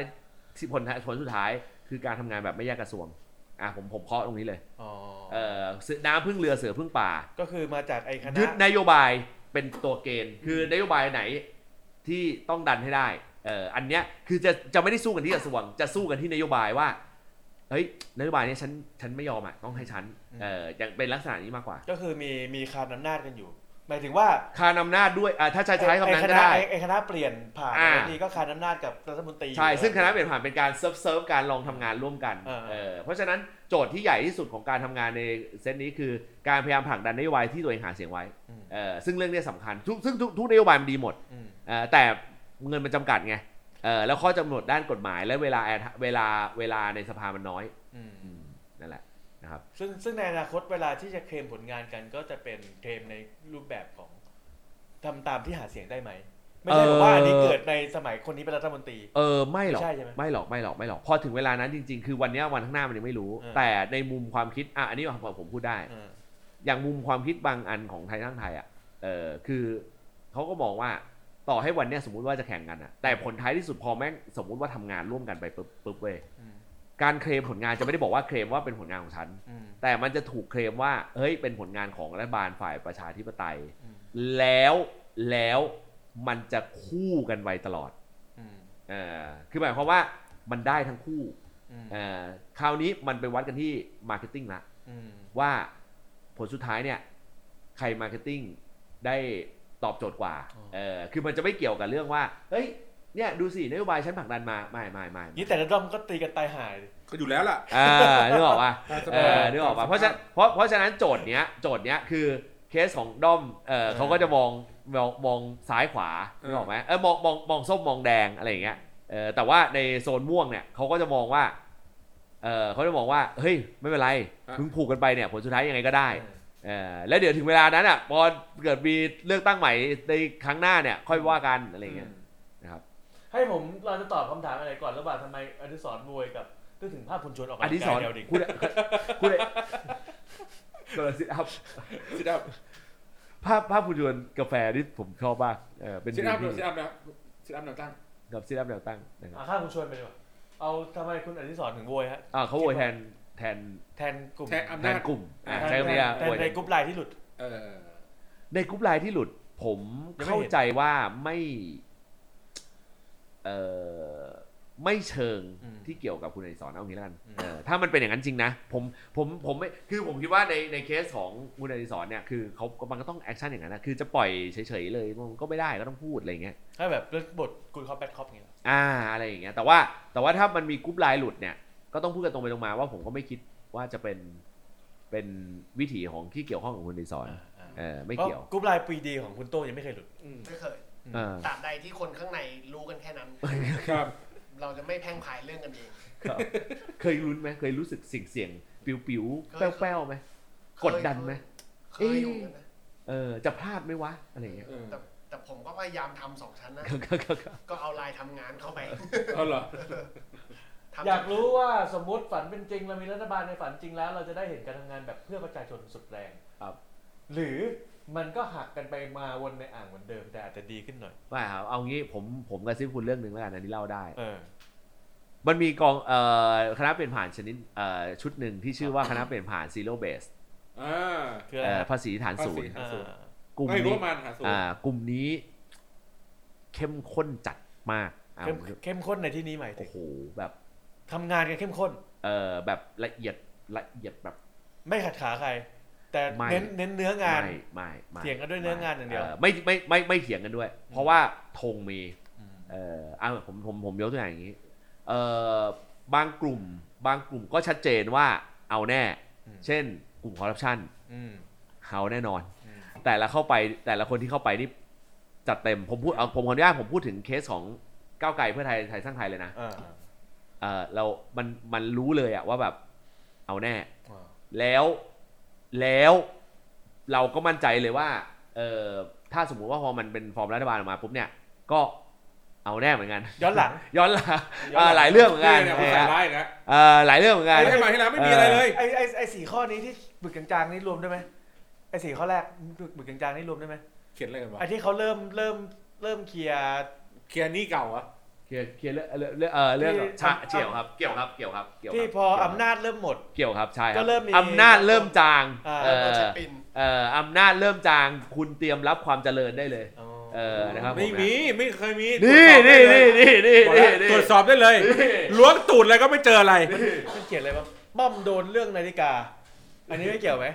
[SPEAKER 1] ที่ผลผลสุดท้ายคือการทำงานแบบไม่แยกกระทรวงอ่ะผมผมเคาะตรงนี้เลย
[SPEAKER 2] อ๋อ
[SPEAKER 1] เอ่อเสือน้ำพึ่งเรือเสือพึ่งป่า
[SPEAKER 2] ก็คือมาจากไอ้คณะ
[SPEAKER 1] ยึดนโยบายเป็นตัวเกณฑ์ คือนโยบายไหนที่ต้องดันให้ได้เอ่ออันเนี้ยคือจะจะไม่ได้สู้กันที่กระทรวงจะสู้กันที่นโยบายว่าเฮ้ยนโยบายเนี้ยฉันฉันไม่ยอมอ่ะต้องให้ฉันเอออย่างเป็นลักษณะนี้มากกว่า
[SPEAKER 2] ก็คือมีมีคานอำนาจกันอยู่ หมายถึงว่า
[SPEAKER 1] คานอำนาจด้วยอ่ะถ้าใช้ใช้คำนั้น
[SPEAKER 2] ไอ้
[SPEAKER 1] ก็
[SPEAKER 2] คณะ
[SPEAKER 1] ได้
[SPEAKER 2] ไอ้ไอ้คณะเปลี่ยนผ่าน
[SPEAKER 1] อ่า
[SPEAKER 2] แล้วนี่ก็คานอำนาจกับรัฐมนตรี
[SPEAKER 1] ใช่ ซึ่งคณะเปลี่ยนผ่านเป็นการเซิร์ฟเซิร์ฟการลองทำงานร่วมกัน
[SPEAKER 2] เออ
[SPEAKER 1] เออเพราะฉะนั้นโจทย์ที่ใหญ่ที่สุดของการทำงานในเซตนี้คือการพยายามผลักดันนโยบายที่ตัวเองหาเสียงไว้
[SPEAKER 2] อืม
[SPEAKER 1] เออซึ่งเรื่องเนี้ยสำคัญทุกซึ่งทุกทุกนโยบายมันดีหมด
[SPEAKER 2] อืม
[SPEAKER 1] เออแต่เงินมันจำกัดไงเออแล้วข้อกำหนดด้านกฎหมายและเวลาเวลาเวลาในสภามันน้อย
[SPEAKER 2] อืม
[SPEAKER 1] อืมนั่นแหละนะครับ
[SPEAKER 2] ซึ่งซึ่งในอนาคตเวลาที่จะเคลมผลงานกันก็จะเป็นเคลมในรูปแบบของทำตามที่หาเสียงได้ไหม ไม่ใช่บอกว่าอันนี้เกิดในสมัยคนนี้เป็นรัฐมนตรี
[SPEAKER 1] เออไม่หรอก
[SPEAKER 2] ไม่ใช่ใช่ไหม
[SPEAKER 1] ไม่หรอกไม่หรอกไม่หรอกพอถึงเวลานั้นจริง ๆ คือวันเนี้ยวันข้างหน้ามันยังไม่รู้
[SPEAKER 2] เออ
[SPEAKER 1] แต่ในมุมความคิดอ่ะอันนี้ผมผมพูดได้
[SPEAKER 2] เออ
[SPEAKER 1] อย่างมุมความคิดบางอันของไทยสร้างไทยอ่ะ เออคือเขาก็มองว่าต่อให้วันเนี้ยสมมติว่าจะแข่งกันอ่ะ แต่ผลท้ายที่สุดพอแม่งสมมติว่าทำงานร่วมกันไปปุ๊บปุ๊บเว้ย
[SPEAKER 2] อืม
[SPEAKER 1] การเคลมผลงานจะไม่ได้บอกว่าเคลมว่าเป็นผลงานของฉัน
[SPEAKER 2] อืม
[SPEAKER 1] แต่มันจะถูกเคลมว่า เฮ้ย เป็นผลงานของรัฐบาลฝ่ายประชาธิปไตย
[SPEAKER 2] อืม
[SPEAKER 1] แล้วแล้วมันจะคู่กันไปตลอด
[SPEAKER 2] อืม
[SPEAKER 1] เออคือหมายความว่ามันได้ทั้งคู่
[SPEAKER 2] อืม
[SPEAKER 1] เออคราวนี้มันไปวัดกันที่มาร์เก็ตติ้งละ
[SPEAKER 2] อืม
[SPEAKER 1] ว่าผลสุดท้ายเนี่ยใครมาร์เก็ตติ้งได้ตอบโจทย์กว่า เออคือมันจะไม่เกี่ยวกับเรื่องว่า เฮ้ย เนี่ยดูสินโยบายฉันผลักดันมา ไม่ไม่ไม่
[SPEAKER 2] นี่แต่ละด้อมก็ตีกันตายหาย
[SPEAKER 3] ก็อยู่แล้วล่ะ
[SPEAKER 1] อ่านึกออกป่ะ
[SPEAKER 3] ตามส
[SPEAKER 1] เอบ
[SPEAKER 3] าย
[SPEAKER 1] อนึกออกป่ะเพราะฉะนั้นเพราะเพราะฉะนั้นโจทย์เนี้ยโจทย์เนี้ยคือเคสของด้อม เออ
[SPEAKER 2] เออ
[SPEAKER 1] เขาก็จะมองมองมองซ้ายขวา นึกออกไหมเออมองมองมองส้มมองแดงอะไรอย่างเงี้ย เออแต่ว่าในโซนม่วงเนี่ยเขาก็จะมองว่า เออเขาจะมองว่า เฮ้ยไม่เป็นไรมึงผูกกันไปเนี่ยผลสุดท้ายยังไงก็ได้ เอ่อแล้วเดี๋ยวถึงเวลานั้นอ่ะพอเกิดมีเลือกตั้งใหม่ในครั้งหน้าเนี่ย ค่อยว่ากันอะไรเงี้ย
[SPEAKER 2] ม
[SPEAKER 1] นะครับ
[SPEAKER 2] ให้ผมเราจะตอบคำถามอะไรก่อนระหว่างทำไมอนุสรณ์มวยกับนึกถึงภาพคุณชวนออกกำ
[SPEAKER 1] อั
[SPEAKER 2] ลั
[SPEAKER 1] น
[SPEAKER 2] ง
[SPEAKER 1] ที่สอก
[SPEAKER 2] าน ยเดียวดิง
[SPEAKER 1] คุณคุณกระสิทธิ์อัพ
[SPEAKER 3] ซิทอัพ
[SPEAKER 1] ภาพภาพผู้ชวนกาแฟนี่ผมชอบมากเออเป็น
[SPEAKER 3] ซิทอัพ
[SPEAKER 1] ดีที่
[SPEAKER 3] ซิทอัพนะซิทอัพแนวตั้ง
[SPEAKER 1] กับซิทอัพแนวตั้งนะครับ
[SPEAKER 2] อ่ะข้ามคุณชวนไปดีกว่าเอาทำไมคุณอนุสรณ์ถึงโวยฮะ
[SPEAKER 1] อ่าเขาโวยแทนแทน
[SPEAKER 2] แทนกลุ่ม
[SPEAKER 3] แทนอำ
[SPEAKER 1] แท
[SPEAKER 3] นาจ
[SPEAKER 1] นกลุ่มอ่า
[SPEAKER 3] อ่า
[SPEAKER 1] ใช้คำนี้อ่ะ
[SPEAKER 2] แท
[SPEAKER 1] โวย
[SPEAKER 2] นในกลุ่มไลน์ที่หลุด
[SPEAKER 3] เออ
[SPEAKER 1] ในกรุ๊ปไลน์ที่หลุด ผม
[SPEAKER 2] ยังไม่เห็น
[SPEAKER 1] เข้าใจว่าไม่เออไม่เชิง
[SPEAKER 2] อืม
[SPEAKER 1] ที่เกี่ยวกับคุณไอสอนเอางี้แล้วกัน
[SPEAKER 2] อืม
[SPEAKER 1] เออถ้ามันเป็นอย่างนั้นจริงนะ ผมผมผมไม่คือผมคิดว่าในในเคสของคุณไอสอนเนี่ยคือเขาก็มันก็ต้องแอคชั่นอย่างนั้นนะคือจะปล่อยเฉยๆเลยมันก็ไม่ได้ก็ต้องพูดอะไรอย่างเงี้ย
[SPEAKER 2] ให้แบบเล่นบทกูคอปแบทคอปอย่างเงี้ย
[SPEAKER 1] อ่าอะไรอย่างเงี้ยแต่ว่าแต่ว่าถ้ามันมีกรุ๊ปไลน์หลุดเนี่ยก็ต้องพูดกันตรงไปตรงมาว่าผมก็ไม่คิดว่าจะเป็นเป็นวิถีของที่เกี่ยวข้องกับคุณไอสอนเออไม่เกี่ยว
[SPEAKER 2] พราะกรุ๊ปไลน์ปีดีของคุณโต้งยังไม่เคยหลุด
[SPEAKER 3] อืม
[SPEAKER 4] ไม่เคย
[SPEAKER 1] เออ
[SPEAKER 4] ตราบใดที่คนข้างในรู้กันแค่นั้น
[SPEAKER 3] ครับ
[SPEAKER 4] เราจะไม่แพร่งพายเรื่องกันเอง
[SPEAKER 1] ครับเคยรุ้นไหมเคยรู้สึกเสียงเสียงๆปิวปิวๆ
[SPEAKER 4] เคย
[SPEAKER 1] แป้วแป้วๆไหมกดดันไหม
[SPEAKER 4] เคยอยู่กันนะ
[SPEAKER 1] เออจะพลาดไหมวะอะไรอย่างเงี้ย
[SPEAKER 3] เออ
[SPEAKER 4] แต่แต่ผมก็พยายามทำสองชั้นนะก็เอาลายทำงานเข้าไป
[SPEAKER 3] เอาเหรอ
[SPEAKER 4] ทำ
[SPEAKER 2] อยากรู้ว่าสมมติฝันเป็นจริงเรามีรัฐบาลในฝันจริงแล้ว เราจะได้เห็นการทำงานแบบเพื่อประชาชนสุดแรง
[SPEAKER 1] ครับ
[SPEAKER 2] หรือมันก็หักกันไปมาวนในอ่างเหมือนเดิมแต่อาจจะดีขึ้นหน่อย
[SPEAKER 1] ไม่ครับเอางี้ผมผมกระซิบคุณเรื่องหนึ่งแล้วกันอันนี้เล่าได้
[SPEAKER 2] เออ
[SPEAKER 1] มันมีกองเอ่อคณะเปลี่ยนผ่านชนิดเอ่อชุดหนึ่งที่ชื่อว่าคณะเปลี่ยนผ่าน zero base
[SPEAKER 3] อ่า
[SPEAKER 2] คืออะไร
[SPEAKER 1] เอ่อ
[SPEAKER 2] ครับ
[SPEAKER 1] ภาษีฐานศูนย์
[SPEAKER 3] ภ อ่า ษี
[SPEAKER 1] กลุ่ม
[SPEAKER 3] ไม่รู้
[SPEAKER 1] นี้
[SPEAKER 3] ว่ามันหาสูตร
[SPEAKER 1] อ่ากลุ่มนี้ เข้มข้นจัดมากอ่ะ
[SPEAKER 2] เข้มเข้มข้นในที่นี้หมายถึ
[SPEAKER 1] โอ้
[SPEAKER 2] ง
[SPEAKER 1] โหแบบ
[SPEAKER 2] ทำงานกันเข้มข้น
[SPEAKER 1] เอ่อแบบละเอียดละเอียดแบบ
[SPEAKER 2] ไม่ขัดขาใคร แต่
[SPEAKER 1] ไม่
[SPEAKER 2] เน้นเน้นเนื้องาน
[SPEAKER 1] ไม่ไม่ไม่
[SPEAKER 2] เถียงกันด้วยเนื้องานอย่างเดียว
[SPEAKER 1] ไม่ไม่ไม่ไม่เถียงกันด้วย เพราะว่าธงมี เอ่ออ่ะผมผมผมยกตัวอย่างอย่างนี้ เอ่อบางกลุ่มบางกลุ่มก็ชัดเจนว่าเอาแน่
[SPEAKER 2] อืม
[SPEAKER 1] เช่น กลุ่มคอร์รัปชัน
[SPEAKER 2] อืม
[SPEAKER 1] เอาแน่นอน
[SPEAKER 2] อืม
[SPEAKER 1] แต่ละเข้าไปแต่ละคนที่เข้าไปนี่จัดเต็มผมพูดเอาผมขออนุญาตผมพูดถึงเคสของ ก้าวไกลเพื่อไทยไทยสร้างไทยเลยนะ
[SPEAKER 5] อ่า
[SPEAKER 1] เออเรา มัน มันรู้เลยอะว่าแบบ เอาแน่
[SPEAKER 5] อ่า
[SPEAKER 1] แล้ว แล้วเราก็มั่นใจเลยว่า เออถ้าสมมุติว่าพอมันเป็นฟอร์มรัฐบาลออกมาปุ๊บเนี่ย ก็เอาแน่เหมือนกัน [LAUGHS]
[SPEAKER 5] ย้อนหลัง
[SPEAKER 1] ย้อนหลังเอ่อหลายเรื่องเหมือนกัน
[SPEAKER 3] เนี่ย
[SPEAKER 1] เอ
[SPEAKER 3] ผู้
[SPEAKER 1] อ
[SPEAKER 3] ใส่ร้ายอีกแล้ว
[SPEAKER 1] เอ่อหลายเรื่องเหมือนกัน
[SPEAKER 3] ไม่ได้มาที่แล้วไม่มีอะไรเลย
[SPEAKER 2] ไอไอไอสี่ข้อนี้ที่บึกจางๆนี่รวมได้ไหมไอสี่ข้อแรกบึกจางๆนี่รวมได้ไหม
[SPEAKER 3] เขียนอะไรกันวะ
[SPEAKER 2] ไอที่เขาเริ่มเริ่มเริ่มเคลียร์
[SPEAKER 3] เขียนหนี่เก่าเหรอะ
[SPEAKER 1] เคลียร์เคลียร์เรื่องเอ่อเรื่องเอ่อเรื่อง
[SPEAKER 2] ที่
[SPEAKER 1] ชะเกี่ยวครับ เกี่ยวครับ เกี่ยวครับ เกี่ยวครับ
[SPEAKER 2] ที่พออำนาจเริ่มหมด
[SPEAKER 1] เกี่ยวครับ ใช่ค
[SPEAKER 2] ก็
[SPEAKER 1] รับ
[SPEAKER 2] เริ่มมี
[SPEAKER 1] อำนาจเริ่มจาง
[SPEAKER 2] อ่า
[SPEAKER 1] เอ
[SPEAKER 4] เออ
[SPEAKER 1] อ
[SPEAKER 4] เช็คปิน
[SPEAKER 1] เอ่ออำนาจเริ่มจาง คุณเตรียมรับความเจริญได้เลย เออ นะครับผ
[SPEAKER 3] ไม่
[SPEAKER 1] ม
[SPEAKER 3] มีไม่เคยมี
[SPEAKER 1] นี่นี่นี่นี่นี่
[SPEAKER 3] ตรวจส
[SPEAKER 1] นี่
[SPEAKER 3] อบได้เลย
[SPEAKER 1] นี่
[SPEAKER 3] ตรวจสอบได้เลยล้วงตูดอะไรก็ไม่เจออะไร
[SPEAKER 2] มันเขียนอะไรบ้างป้อมโดนเรื่องนาฬิกา อันนี้ไม่เกี่ยวไหม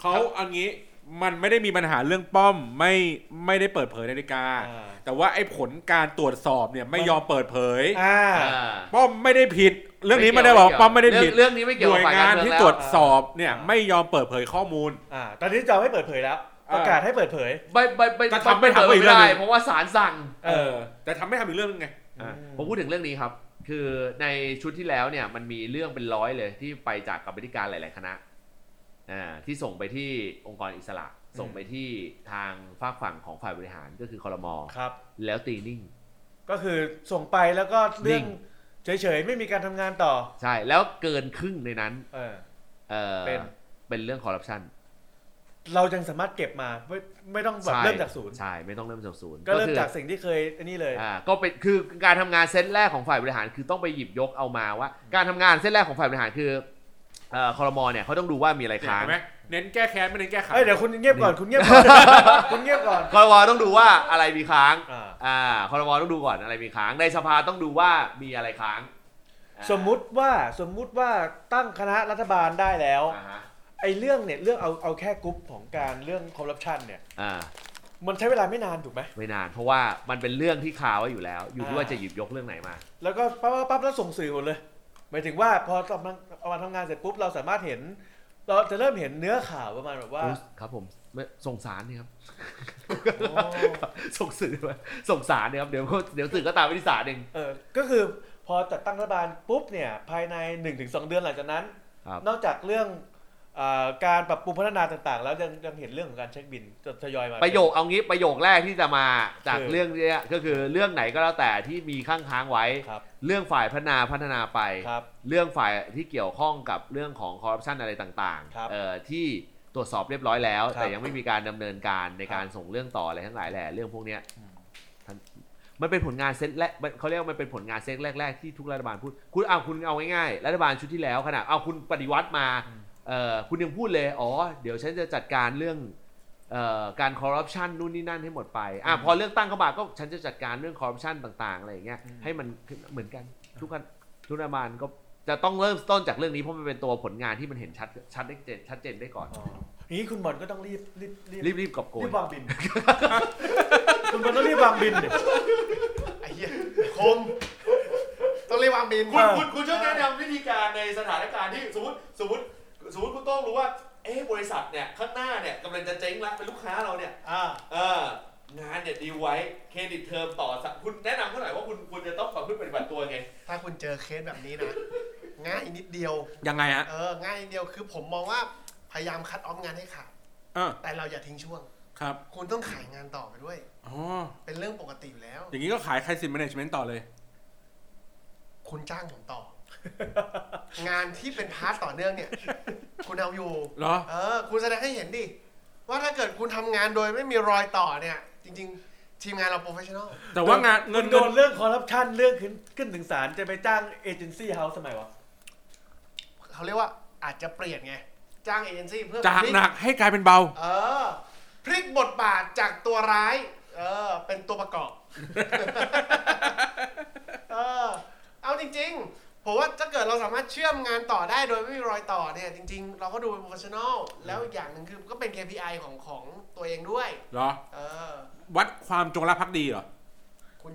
[SPEAKER 3] เขาเอางี้มันไม่ได้มีปัญหาเรื่องป้อมไม่ไม่ได้เปิดเผยนาฬิกา
[SPEAKER 2] อ่า
[SPEAKER 3] แต่ว่าไอ้ผลการตรวจสอบเนี่ยไม่ยอมเปิดเผย
[SPEAKER 2] อ่า
[SPEAKER 3] ป้อมไม่ได้ผิด เรื่องนี้ไม่ได้บอกว่าป้อมไม่ได้ผิด
[SPEAKER 1] เรื่องนี้ไม่เกี่ยว
[SPEAKER 3] หน่วยงานที่ตรวจสอบเนี่ย
[SPEAKER 2] อ่า
[SPEAKER 3] ไม่ยอมเปิดเผยข้อมูล
[SPEAKER 2] อ่าตอนนี้จะไม่เปิดเผยแล้ว
[SPEAKER 3] อ่า
[SPEAKER 2] ประกาศให้เปิดเผย
[SPEAKER 1] ไม่ไม่ไม่
[SPEAKER 3] จะทำไม่ทำก็อีกเรื่องหนึ่
[SPEAKER 1] ได้
[SPEAKER 3] ง
[SPEAKER 1] เพราะว่าศาลสั่ง
[SPEAKER 2] เออ
[SPEAKER 3] แต่ทำไม่ทำอีกเรื่องนึงไง
[SPEAKER 1] อ่ะ
[SPEAKER 2] อืม
[SPEAKER 1] ผมพูดถึงเรื่องนี้ครับ คือในชุดที่แล้วเนี่ยมันมีเรื่องเป็นร้อยเลยที่ไปจากกรรมาธิการหลาย ๆ คณะอ่าที่ส่งไปที่องค์กรอิสระ ส่งไปที่ทางฝากฝั่งของฝ่ายบริหารก็คือคอรมอ
[SPEAKER 2] ครับ
[SPEAKER 1] แล้วตีนิ่ง
[SPEAKER 2] ก็คือส่งไปแล้วก็เรื่อง
[SPEAKER 1] นิ่
[SPEAKER 2] เฉยๆ ไม่มีการทำงานต่อ
[SPEAKER 1] ใช่แล้วเกินครึ่งในนั้น
[SPEAKER 2] เออ
[SPEAKER 1] เออ
[SPEAKER 2] เป็น
[SPEAKER 1] เป็นเรื่องคอร์รัปชัน
[SPEAKER 2] เรายังสามารถเก็บมาไม่ไม่ต้องแบบ
[SPEAKER 1] ใช่
[SPEAKER 2] เริ่มจากศูนย์
[SPEAKER 1] ใช่ไม่ต้องเริ่มจากศูนย์
[SPEAKER 2] ก็เริ่ม
[SPEAKER 1] คือ
[SPEAKER 2] จากสิ่งที่เคยอันนี้เลย
[SPEAKER 1] อ่าก็เป็นคือการทำงานเซตแรกของฝ่ายบริหารคือต้องไปหยิบยกเอามาว่า การทำงานเซตแรกของฝ่ายบริหารคือเอ่อคอรมอเนี่ยเขาต้องดูว่ามีอะไร
[SPEAKER 3] เห็
[SPEAKER 1] ค้าง
[SPEAKER 3] นไหมเน้นแก้แค้นไม่เน้นแก้ไข
[SPEAKER 2] เอ้ยเดี๋ยวคุณเงียบก่อนคุณเงียบก่ [LAUGHS] อน คุณเงียบก่อน
[SPEAKER 1] คอรมอต้องดูว่าอะไรมีค้าง
[SPEAKER 2] อ่า
[SPEAKER 1] อ่าคอรมอต้องดูก่อนอะไรมีค้างในสภาต้องดูว่ามีอะไรค้างอ่า
[SPEAKER 2] สมมุติว่าสมมุติว่าตั้งคณะรัฐบาลได้แล้ว
[SPEAKER 1] อ่าฮะ
[SPEAKER 2] ไอ้เรื่องเนี่ยเรื่องเอาเอาแค่กรุ๊ปของการเรื่องคอร์รัปชันเนี่ย
[SPEAKER 1] อ่า
[SPEAKER 2] มันใช้เวลาไม่นานถูกไหม
[SPEAKER 1] ไม่นาน เพราะว่ามันเป็นเรื่องที่คาไว้อยู่แล้ว อยู่ที่
[SPEAKER 2] อ่า
[SPEAKER 1] ว่าจะหยิบยกเรื่องไหนมา
[SPEAKER 2] แล้วก็ปั๊บปั๊บปั๊บแล้วส่งสื่อหมดเลยหมายถึงว่าพอทำงานเอามาทำงานเสร็จปุ๊บเราสามารถเห็น เราจะเริ่มเห็นเนื้อข่าวประมาณแบบว่า
[SPEAKER 1] ครับผมไม่ส่งสารนี่ครับ [LAUGHS] ส่งสื่อมาส่งสารเนี่ยครับเดี๋ยวก็เดี๋ยวสื่อก็ตามไปที่ศาลเอง
[SPEAKER 2] เออก็คือพอจัดตั้งรัฐบาลปุ๊บเนี่ยภายใน 1-2 เดือนหลังจากนั้น
[SPEAKER 1] ครับ
[SPEAKER 2] นอกจากเรื่องเออการปรับปรุงพัฒนาต่างๆ แล้วยังยังเห็นเรื่องของการเช็คบินจะทยอยมา
[SPEAKER 1] ประโยคเอางี้ประโยคแรกที่จะมาจาก
[SPEAKER 2] คือ
[SPEAKER 1] เรื่องเนี้ยก็คือเรื่องไหนก็แล้วแต่ที่มีข้างค้างไว้
[SPEAKER 2] ครับ
[SPEAKER 1] เรื่องฝ่ายพัฒนาพัฒนาไป
[SPEAKER 2] ครับ
[SPEAKER 1] เรื่องฝ่ายที่เกี่ยวข้องกับเรื่องของคอร์รัปชันอะไรต่าง
[SPEAKER 2] ครับ
[SPEAKER 1] ๆเอ่อที่ตรวจสอบเรียบร้อยแล้ว
[SPEAKER 2] ครับ
[SPEAKER 1] แต่ยังไม่มีการดำเนินการในการส่งเรื่องต่ออะไรทั้งหลายแหละเรื่องพวกเนี้ยท่านมันเป็นผลงานเซตแรกมันเขาเรียกว่ามันเป็นผลงานเซตแรกๆที่ทุกรัฐบาลพูดคุณเอาคุณเอาง่ายๆรัฐบาลชุดที่แล้วขนาดเอาคุณปฏิวัติมา
[SPEAKER 2] อืม
[SPEAKER 1] เอ่อคุณยังพูดเลยอ๋อเดี๋ยวฉันจะจัดการเรื่องเอ่อการคอร์รัปชันนู่นนี่นั่นให้หมดไปอ่ะพอเลือกตั้งเข้ามาก็ฉันจะจัดการเรื่องคอร์รัปชันต่างๆอะไรอย่างเงี้ยให้มันเหมือนกันทุกคน ทุนามานก็จะต้องเริ่มต้นจากเรื่องนี้เพราะมันเป็นตัวผลงานที่มันเห็นชัดชัดได้เจนชัดเจนได้ก่อน
[SPEAKER 2] อ๋อนี้คุณบอลก็ต้องรีบรีบรีบ
[SPEAKER 1] รีบรีบกอบโกย
[SPEAKER 2] รีบวางบิน [LAUGHS] คุณบอลต้องรีบวางบินเนี่ย
[SPEAKER 4] ไอ้เหี้ยคม ต้องเรียกวางบิน
[SPEAKER 1] คุณคุณคุณช่วยแนะนำวิธีการในสถานการณ์ที่สมมติสมมติสมมติคุณโต้องรู้ว่า เอ๊ะบริษัทเนี่ยข้างหน้าเนี่ยกำลังจะเจ๊งละเป็นลูกค้าเราเนี่ย
[SPEAKER 2] อ่า
[SPEAKER 1] เอองานเนี่ยดีลไว้เครดิตเทอมต่อสักคุณแนะนำเขาหน่อยว่าคุณคุณจะต้องประพฤติปฏิบัติตัวไง
[SPEAKER 4] ถ้าคุณเจอเคสแบบนี้นะ ง่ายนิดเดียว
[SPEAKER 3] ยังไงฮะ
[SPEAKER 4] เออ ง่ายนิดเดียวคือผมมองว่าพยายามคัดออฟงานให้ขาด
[SPEAKER 3] อ่ะ
[SPEAKER 4] แต่เราอย่าทิ้งช่วง
[SPEAKER 3] ครับ
[SPEAKER 4] คุณต้องขายงานต่อไปด้วย
[SPEAKER 3] อ๋อ
[SPEAKER 4] เป็นเรื่องปกติอยู่แล้ว
[SPEAKER 3] อย่างนี้ก็ขายใครสินแมネจเมนต์ต่อเลย
[SPEAKER 4] คุณจ้างผมต่อ งานที่เป็นพาร์ทต่อเนื่องเนี่ย คุณเอาอยู่
[SPEAKER 3] เหรอ
[SPEAKER 4] เออ คุณแสดงให้เห็นดิ ว่าถ้าเกิดคุณทำงานโดยไม่มีรอยต่อเนี่ย จริง ๆ ทีมงานเราโปรเฟชชั่นอล
[SPEAKER 3] แต่ว่างานเงิน
[SPEAKER 2] โด
[SPEAKER 3] เงิน
[SPEAKER 2] นเรื่องคอร์รัปชันเรื่องขึ้นขึ้นถึงศาลจะไปจ้างเอเจนซี่เฮาส์ทำไมวะ
[SPEAKER 4] เขาเรียกว่าอาจจะเปลี่ยนไง จ้างเอเจนซี่เพื่อ
[SPEAKER 3] จาก
[SPEAKER 4] พลิก
[SPEAKER 3] หนักให้กลายเป็นเบา
[SPEAKER 4] เออ พลิกบทบาทจากตัวร้าย เออ เป็นตัวประกอบ [LAUGHS] เออ เอาจริงๆ ผมว่าถ้าเกิดเราสามารถเชื่อมงานต่อได้โดยไม่มีรอยต่อเนี่ย จริง ๆ เราก็ดูเป็น professional แล้วอีกอย่างหนึ่งคือก็เป็น KPI ของของตัวเองด้วย
[SPEAKER 3] เหรอ
[SPEAKER 4] เออ
[SPEAKER 3] วัดความจงรักภักดีเหรอ
[SPEAKER 4] คุณ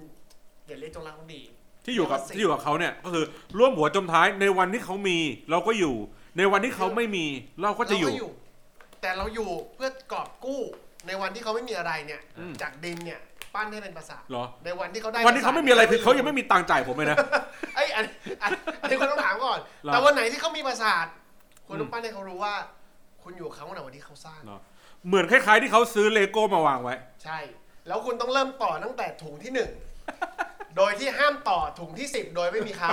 [SPEAKER 4] อย่าเรียกจงรักภักดี
[SPEAKER 3] ที่อยู่กับ
[SPEAKER 4] เรียกว่าสิ
[SPEAKER 3] ที่อยู่กับเขาเนี่ยก็คือร่วมหัวจมท้ายในวันที่เขามี เราก็อยู่ ในวันที่เขาไม่มีเราก็จะอยู่
[SPEAKER 4] เราแต่เราอยู่เพื่อกอบกู้ในวันที่เขาไม่มีอะไรเนี่ย
[SPEAKER 3] อืม
[SPEAKER 4] จากดินเนี่ย ปั้นให้เป็นภาษา
[SPEAKER 3] เหรอ
[SPEAKER 4] ในวันที่เขาได้
[SPEAKER 3] วันนี้เขาไม่มีอะไรคือเขายังไม่มีตังค์จ่ายผมเลยนะ
[SPEAKER 4] ไอ้ยอันอันอันนี้คุณต้องถามก่อน
[SPEAKER 3] หรอ
[SPEAKER 4] แต่วันไหนที่เขามีประสาทคุณต้อ
[SPEAKER 3] อื
[SPEAKER 4] ง
[SPEAKER 3] ม
[SPEAKER 4] ปั้นให้เขารู้ว่า คุณอยู่กับเขาในวันที่เขาสร้าง
[SPEAKER 3] เหมือนคล้าย ๆ ที่เขาซื้อเลโก้มาวางไว้
[SPEAKER 4] ใช่ แล้วคุณต้องเริ่มต่อตั้งแต่ถุงที่หนึ่ง โดยที่ห้ามต่อถุงที่สิบโดยไม่มีเขา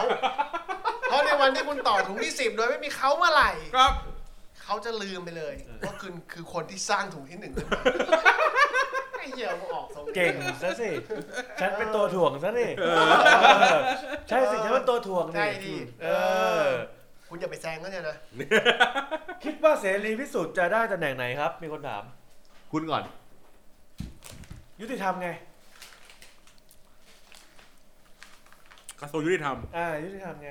[SPEAKER 4] เพราะในวันที่คุณต่อถุงที่สิบโดยไม่มีเขาเมื่อไหร่
[SPEAKER 3] ครับ
[SPEAKER 4] เขาจะลืมไปเลยว่าคุณคือคนที่สร้างถุงที่หนึ่งขึ้นมาไอ้เหี้ยมึงออกทรง
[SPEAKER 2] เก่งซะสิ ฉันเป็นตัวถ่วงซะนี่เออใช่สิ ฉันเป็นตัวถ่วง
[SPEAKER 4] ใช่
[SPEAKER 2] นี่
[SPEAKER 4] ดี
[SPEAKER 2] เออ
[SPEAKER 4] คุณอย่าไปแซงเขาเนี่ยนะ
[SPEAKER 2] คิดว่าเสรีพิสุทธิ์จะได้ตำแหน่งไหนครับ มีคนถาม
[SPEAKER 1] คุณก่อน
[SPEAKER 2] ยุติธรรมไง
[SPEAKER 3] กระทรวงยุติธรรม
[SPEAKER 2] อ่า ยุติธรรมไง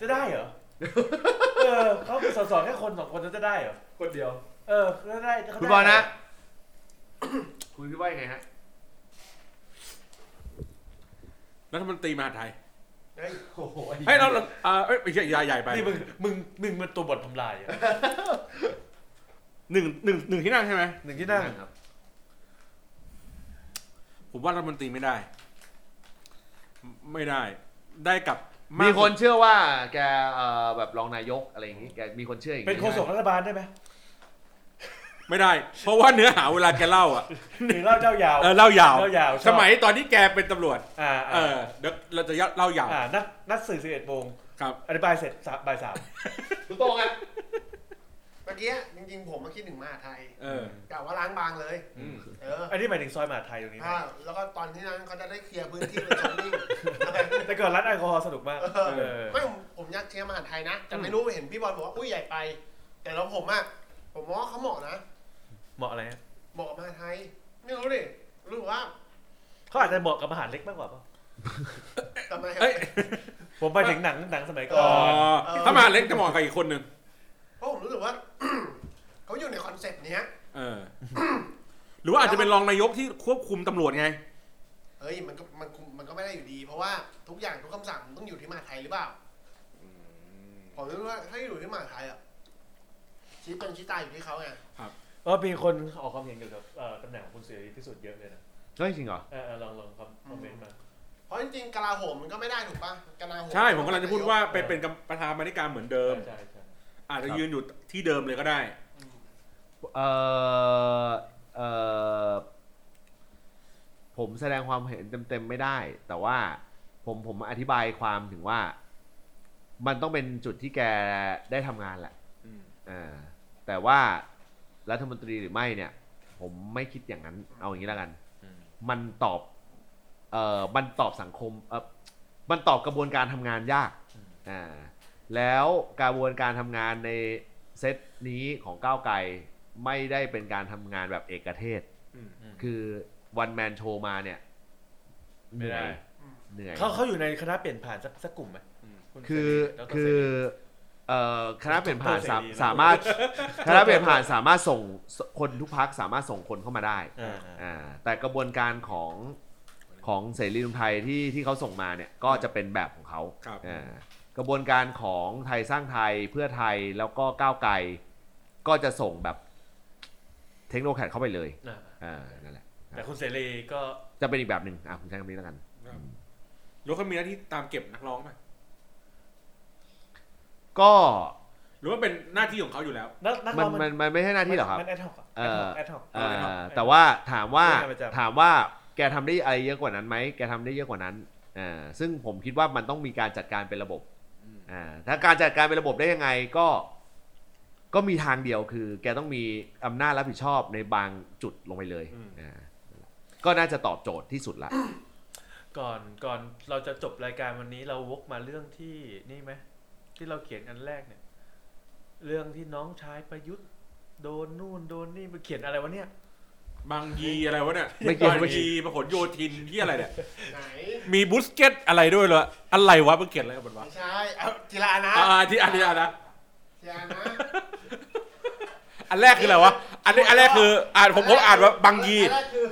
[SPEAKER 2] จะได้เหรอ เออเขาเป็นสสแค่คนสองคนแล้วจะได้เหรอ
[SPEAKER 1] คนเดียว
[SPEAKER 2] เออแล้วได้เขาได้
[SPEAKER 1] คุณบอลนะ คุณคิดว่ายังไงฮะ
[SPEAKER 3] รัฐมนตรีมหาดไทย
[SPEAKER 4] เฮ้ย
[SPEAKER 1] โอ้โห
[SPEAKER 3] ให้ยเราเราเอ่อเอ้ยไม่ใช่ใหญ่ใหญ่ไป
[SPEAKER 2] นี่มึงมึงมึงมันตัวบททำลายอะ
[SPEAKER 3] หนึ่งหนึ่งหนึ่งที่นั่งใช่ไหม
[SPEAKER 2] หนึ่งที่นั่ง
[SPEAKER 1] ครับ
[SPEAKER 3] ผมว่ารัฐมนตรีไม่ได้ ไม่ได้ ได้กับ
[SPEAKER 1] มี
[SPEAKER 3] าก
[SPEAKER 1] คนเชื่อว่าแกเอ่อแบบรองนายกอะไรอย่างงี้ แกมีคนเชื่ออย่าง
[SPEAKER 2] เป็น
[SPEAKER 1] งี้
[SPEAKER 2] โฆษกรัฐบาลได้ไหม
[SPEAKER 3] ไม่ได้ เพราะว่าเนื้อหาเวลาแกเล่าอ่ะ
[SPEAKER 2] หรือเล่าเจ้ายาว
[SPEAKER 3] เออเล่ายาว
[SPEAKER 2] เล่ายาวชอบ
[SPEAKER 3] สมัยตอนที่แกเป็นตำรวจ
[SPEAKER 2] อ่า
[SPEAKER 3] เอ
[SPEAKER 2] อ่า
[SPEAKER 3] อเดี๋ยวเราจะเล่ายาว
[SPEAKER 2] อ่านัดนัดสื่อสิบเอ็ดโมง
[SPEAKER 3] ครับ
[SPEAKER 2] อธิบายเสร็จสามบ่ายสาม
[SPEAKER 1] คุณโต้งอ่ะ
[SPEAKER 4] เมื่อกี้จริงๆผมมาคิดถึงมหาไทย
[SPEAKER 3] เออก
[SPEAKER 4] ะว่าล้างบางเลย
[SPEAKER 3] อืม
[SPEAKER 4] เออ
[SPEAKER 2] อันนี้หมายถึงซอยมหาดไทยตรงนี้นะ
[SPEAKER 4] อ่าแล้วก็ตอนที่นั้นเขาจะได้เคลียร์พื้นที่เป็นชั้นนิ่ง
[SPEAKER 2] แต่ก่อนร้านแอลกอฮอล์สนุกมากเออ
[SPEAKER 4] ไม่ผมผมอยากเชียร์มหาไทยนะ แต่ไม่รู้เห็นพี่บอลบอกว่าอุ้ยใหญ่ไป แต่เราผมอะผมว่าเขาเหมาะนะ
[SPEAKER 2] เหมาะอะไรฮะ
[SPEAKER 4] เหมาะกับมหาไทย ไม่รู้ดิรู้สึกว่า
[SPEAKER 2] เขาอาจจะเหมาะกับอาหารเล็กมากกว่าเปล่า
[SPEAKER 4] ทำไม
[SPEAKER 3] เอ้ย
[SPEAKER 2] ผมไปถึงหนังหนังสมัยก่อ
[SPEAKER 3] อ๋อน ถ้ามหาเล็กจะเหมาะกับอีกคนหนึ่ง
[SPEAKER 4] เพราะผมรู้สึกว่า [CLEARS THROAT] เขาอยู่ในคอนเซ็ปต์เนี้ย
[SPEAKER 3] เออ หรือว่าอาจจะเป็นรองนายกที่ควบคุมตำรวจไง
[SPEAKER 4] เฮ้ยมันก็มันคุมมันก็ไม่ได้อยู่ดี เพราะว่าทุกอย่างทุกคำสั่งมันต้องอยู่ที่มหาไทยหรือเปล่าผมรู้สึกว่าถ้าอยู่ที่มหาไทยอะชี้เป็นชี้ตายอยู่ที่เขาไง
[SPEAKER 2] ก็มีคนออกความเห็นเกี่ยวกับเอ่อตำแหน่งของคุณเสรีพิสุทธิ์เยอะเลยนะ
[SPEAKER 1] เฮ้ยจริงเหรอ
[SPEAKER 2] เออเออลองลองคอมคอมเมนต์มา
[SPEAKER 4] เพราะจริงๆกลาโหมมันก็ไม่ได้ถูกปะกลาโหม
[SPEAKER 3] ใช่ ผมกำลังจะพูดว่าไป
[SPEAKER 2] เออ
[SPEAKER 3] เป็นกรรมประธานบรรณาธิการเหมือนเดิม
[SPEAKER 2] ใช่ใช่
[SPEAKER 3] อาจจะ
[SPEAKER 1] ครับ
[SPEAKER 3] ยืนอยู่ที่เดิมเลยก็ได้
[SPEAKER 4] อืม
[SPEAKER 1] เออเออผมแสดงความเห็นเต็มๆไม่ได้ แต่ว่าผมผมอธิบายความถึงว่า มันต้องเป็นจุดที่แกได้ทำงานแหละ
[SPEAKER 3] อืม
[SPEAKER 1] เออแต่ว่ารัฐมนตรีหรือไม่เนี่ย ผมไม่คิดอย่างนั้น เอาอย่างนี้แล้วกัน มันตอบเอ่อมันตอบสังคมเออมันตอบกระบวนการทำงานยากอ่าแล้วกระบวนการทำงานในเซตนี้ของก้าวไกลไม่ได้เป็นการทำงานแบบเอกเทศ
[SPEAKER 3] อืม
[SPEAKER 1] คือวันแมนโชมาเนี่ยเห
[SPEAKER 2] ไม่
[SPEAKER 1] นื่อ
[SPEAKER 2] ได้
[SPEAKER 1] ยเหนื่อย
[SPEAKER 2] เขาเขาอยู่ในคณะเปลี่ยนผ่านสักสักกลุ่มไหม
[SPEAKER 3] อืม
[SPEAKER 2] ณเสรี
[SPEAKER 1] คือ
[SPEAKER 2] ดรเสรี
[SPEAKER 1] คือเอ่อคณะเปลี่ยนผ่านสา
[SPEAKER 2] ดรเสรีนะ
[SPEAKER 1] สามารถคณะเปลี่ยนผ่านสามารถส่งคนทุกพักสามารถส่งคนเข้ามาได้
[SPEAKER 2] อ่า
[SPEAKER 1] อ่าแต่กระบวนการของของเสรีรวมไทยที่ที่เขาส่งมาเนี่ยก็จะเป็นแบบของเขา
[SPEAKER 3] ครับ
[SPEAKER 1] อ่ากระบวนการของไทยสร้างไทยเพื่อไทยแล้วก็ก้าวไกลก็จะส่งแบบเทคโนแคดเข้าไปเลย
[SPEAKER 2] อ่า
[SPEAKER 1] อ่านั่นแหละ
[SPEAKER 2] แต่คุณเสรีก็
[SPEAKER 1] จะเป็นอีกแบบหนึ่งอ่ะผมใช้คำนี้แล้วกัน
[SPEAKER 3] หรือเขามีหน้าที่ตามเก็บนักร้องไหม
[SPEAKER 1] ก็
[SPEAKER 3] หรือว่าเป็นหน้าที่ของเขาอยู่แล้ว
[SPEAKER 2] นักนัก
[SPEAKER 1] มั
[SPEAKER 2] ร้
[SPEAKER 1] น
[SPEAKER 2] อง
[SPEAKER 1] มันมันไม่ใช่หน้าที่หรอกครับ
[SPEAKER 2] มันแอดฮอก
[SPEAKER 1] เอ่อ
[SPEAKER 2] แอดฮอก
[SPEAKER 1] เอ่อแต่ว่าถามว่า
[SPEAKER 2] ไม่ได้ประจำ
[SPEAKER 1] ถามว่าแกทำได้อะไรเยอะกว่านั้นไหมแกทำได้เยอะกว่านั้นอ่าซึ่งผมคิดว่ามันต้องมีการจัดการเป็นระบบ
[SPEAKER 3] อืม
[SPEAKER 1] อ่าถ้าการจัดการเป็นระบบได้ยังไงก็ก็มีทางเดียวคือ แกต้องมีอำนาจรับผิดชอบในบางจุดลงไปเลย
[SPEAKER 3] อืม
[SPEAKER 1] อ่าก็น่าจะตอบโจทย์ที่สุดละ
[SPEAKER 2] ก่อนก่อนเราจะจบรายการวันนี้เราวกมาเรื่องที่นี่ไหมที่เราเขียนอันแรกเนี่ย เรื่องที่น้องชายประยุทธ์ โดนนู่นโดนนี่ไปเขียนอะไรวะเนี่ย
[SPEAKER 3] บางยีอะไรวะเนี่ย
[SPEAKER 1] ไม่เกี่ยว
[SPEAKER 3] บาง
[SPEAKER 1] ไม่เกี่
[SPEAKER 3] ยี
[SPEAKER 1] ยว
[SPEAKER 3] ประหลโยธินที่อะไรเนี่ย
[SPEAKER 4] ไหน
[SPEAKER 3] มีบุสเก็ตอะไรด้วยเหรออะไรวะมันเขียนอะไรกันวะ
[SPEAKER 4] ไม่ใช่ เอาทีละอันนะ
[SPEAKER 3] อ่าที่อันนี้อันนะ
[SPEAKER 4] ทีละอันนะ
[SPEAKER 3] อันแรกคืออะไรวะ อันนี้อันแรกคืออ่านผมผมอ่านว่าบางยี
[SPEAKER 4] อันแรกคือ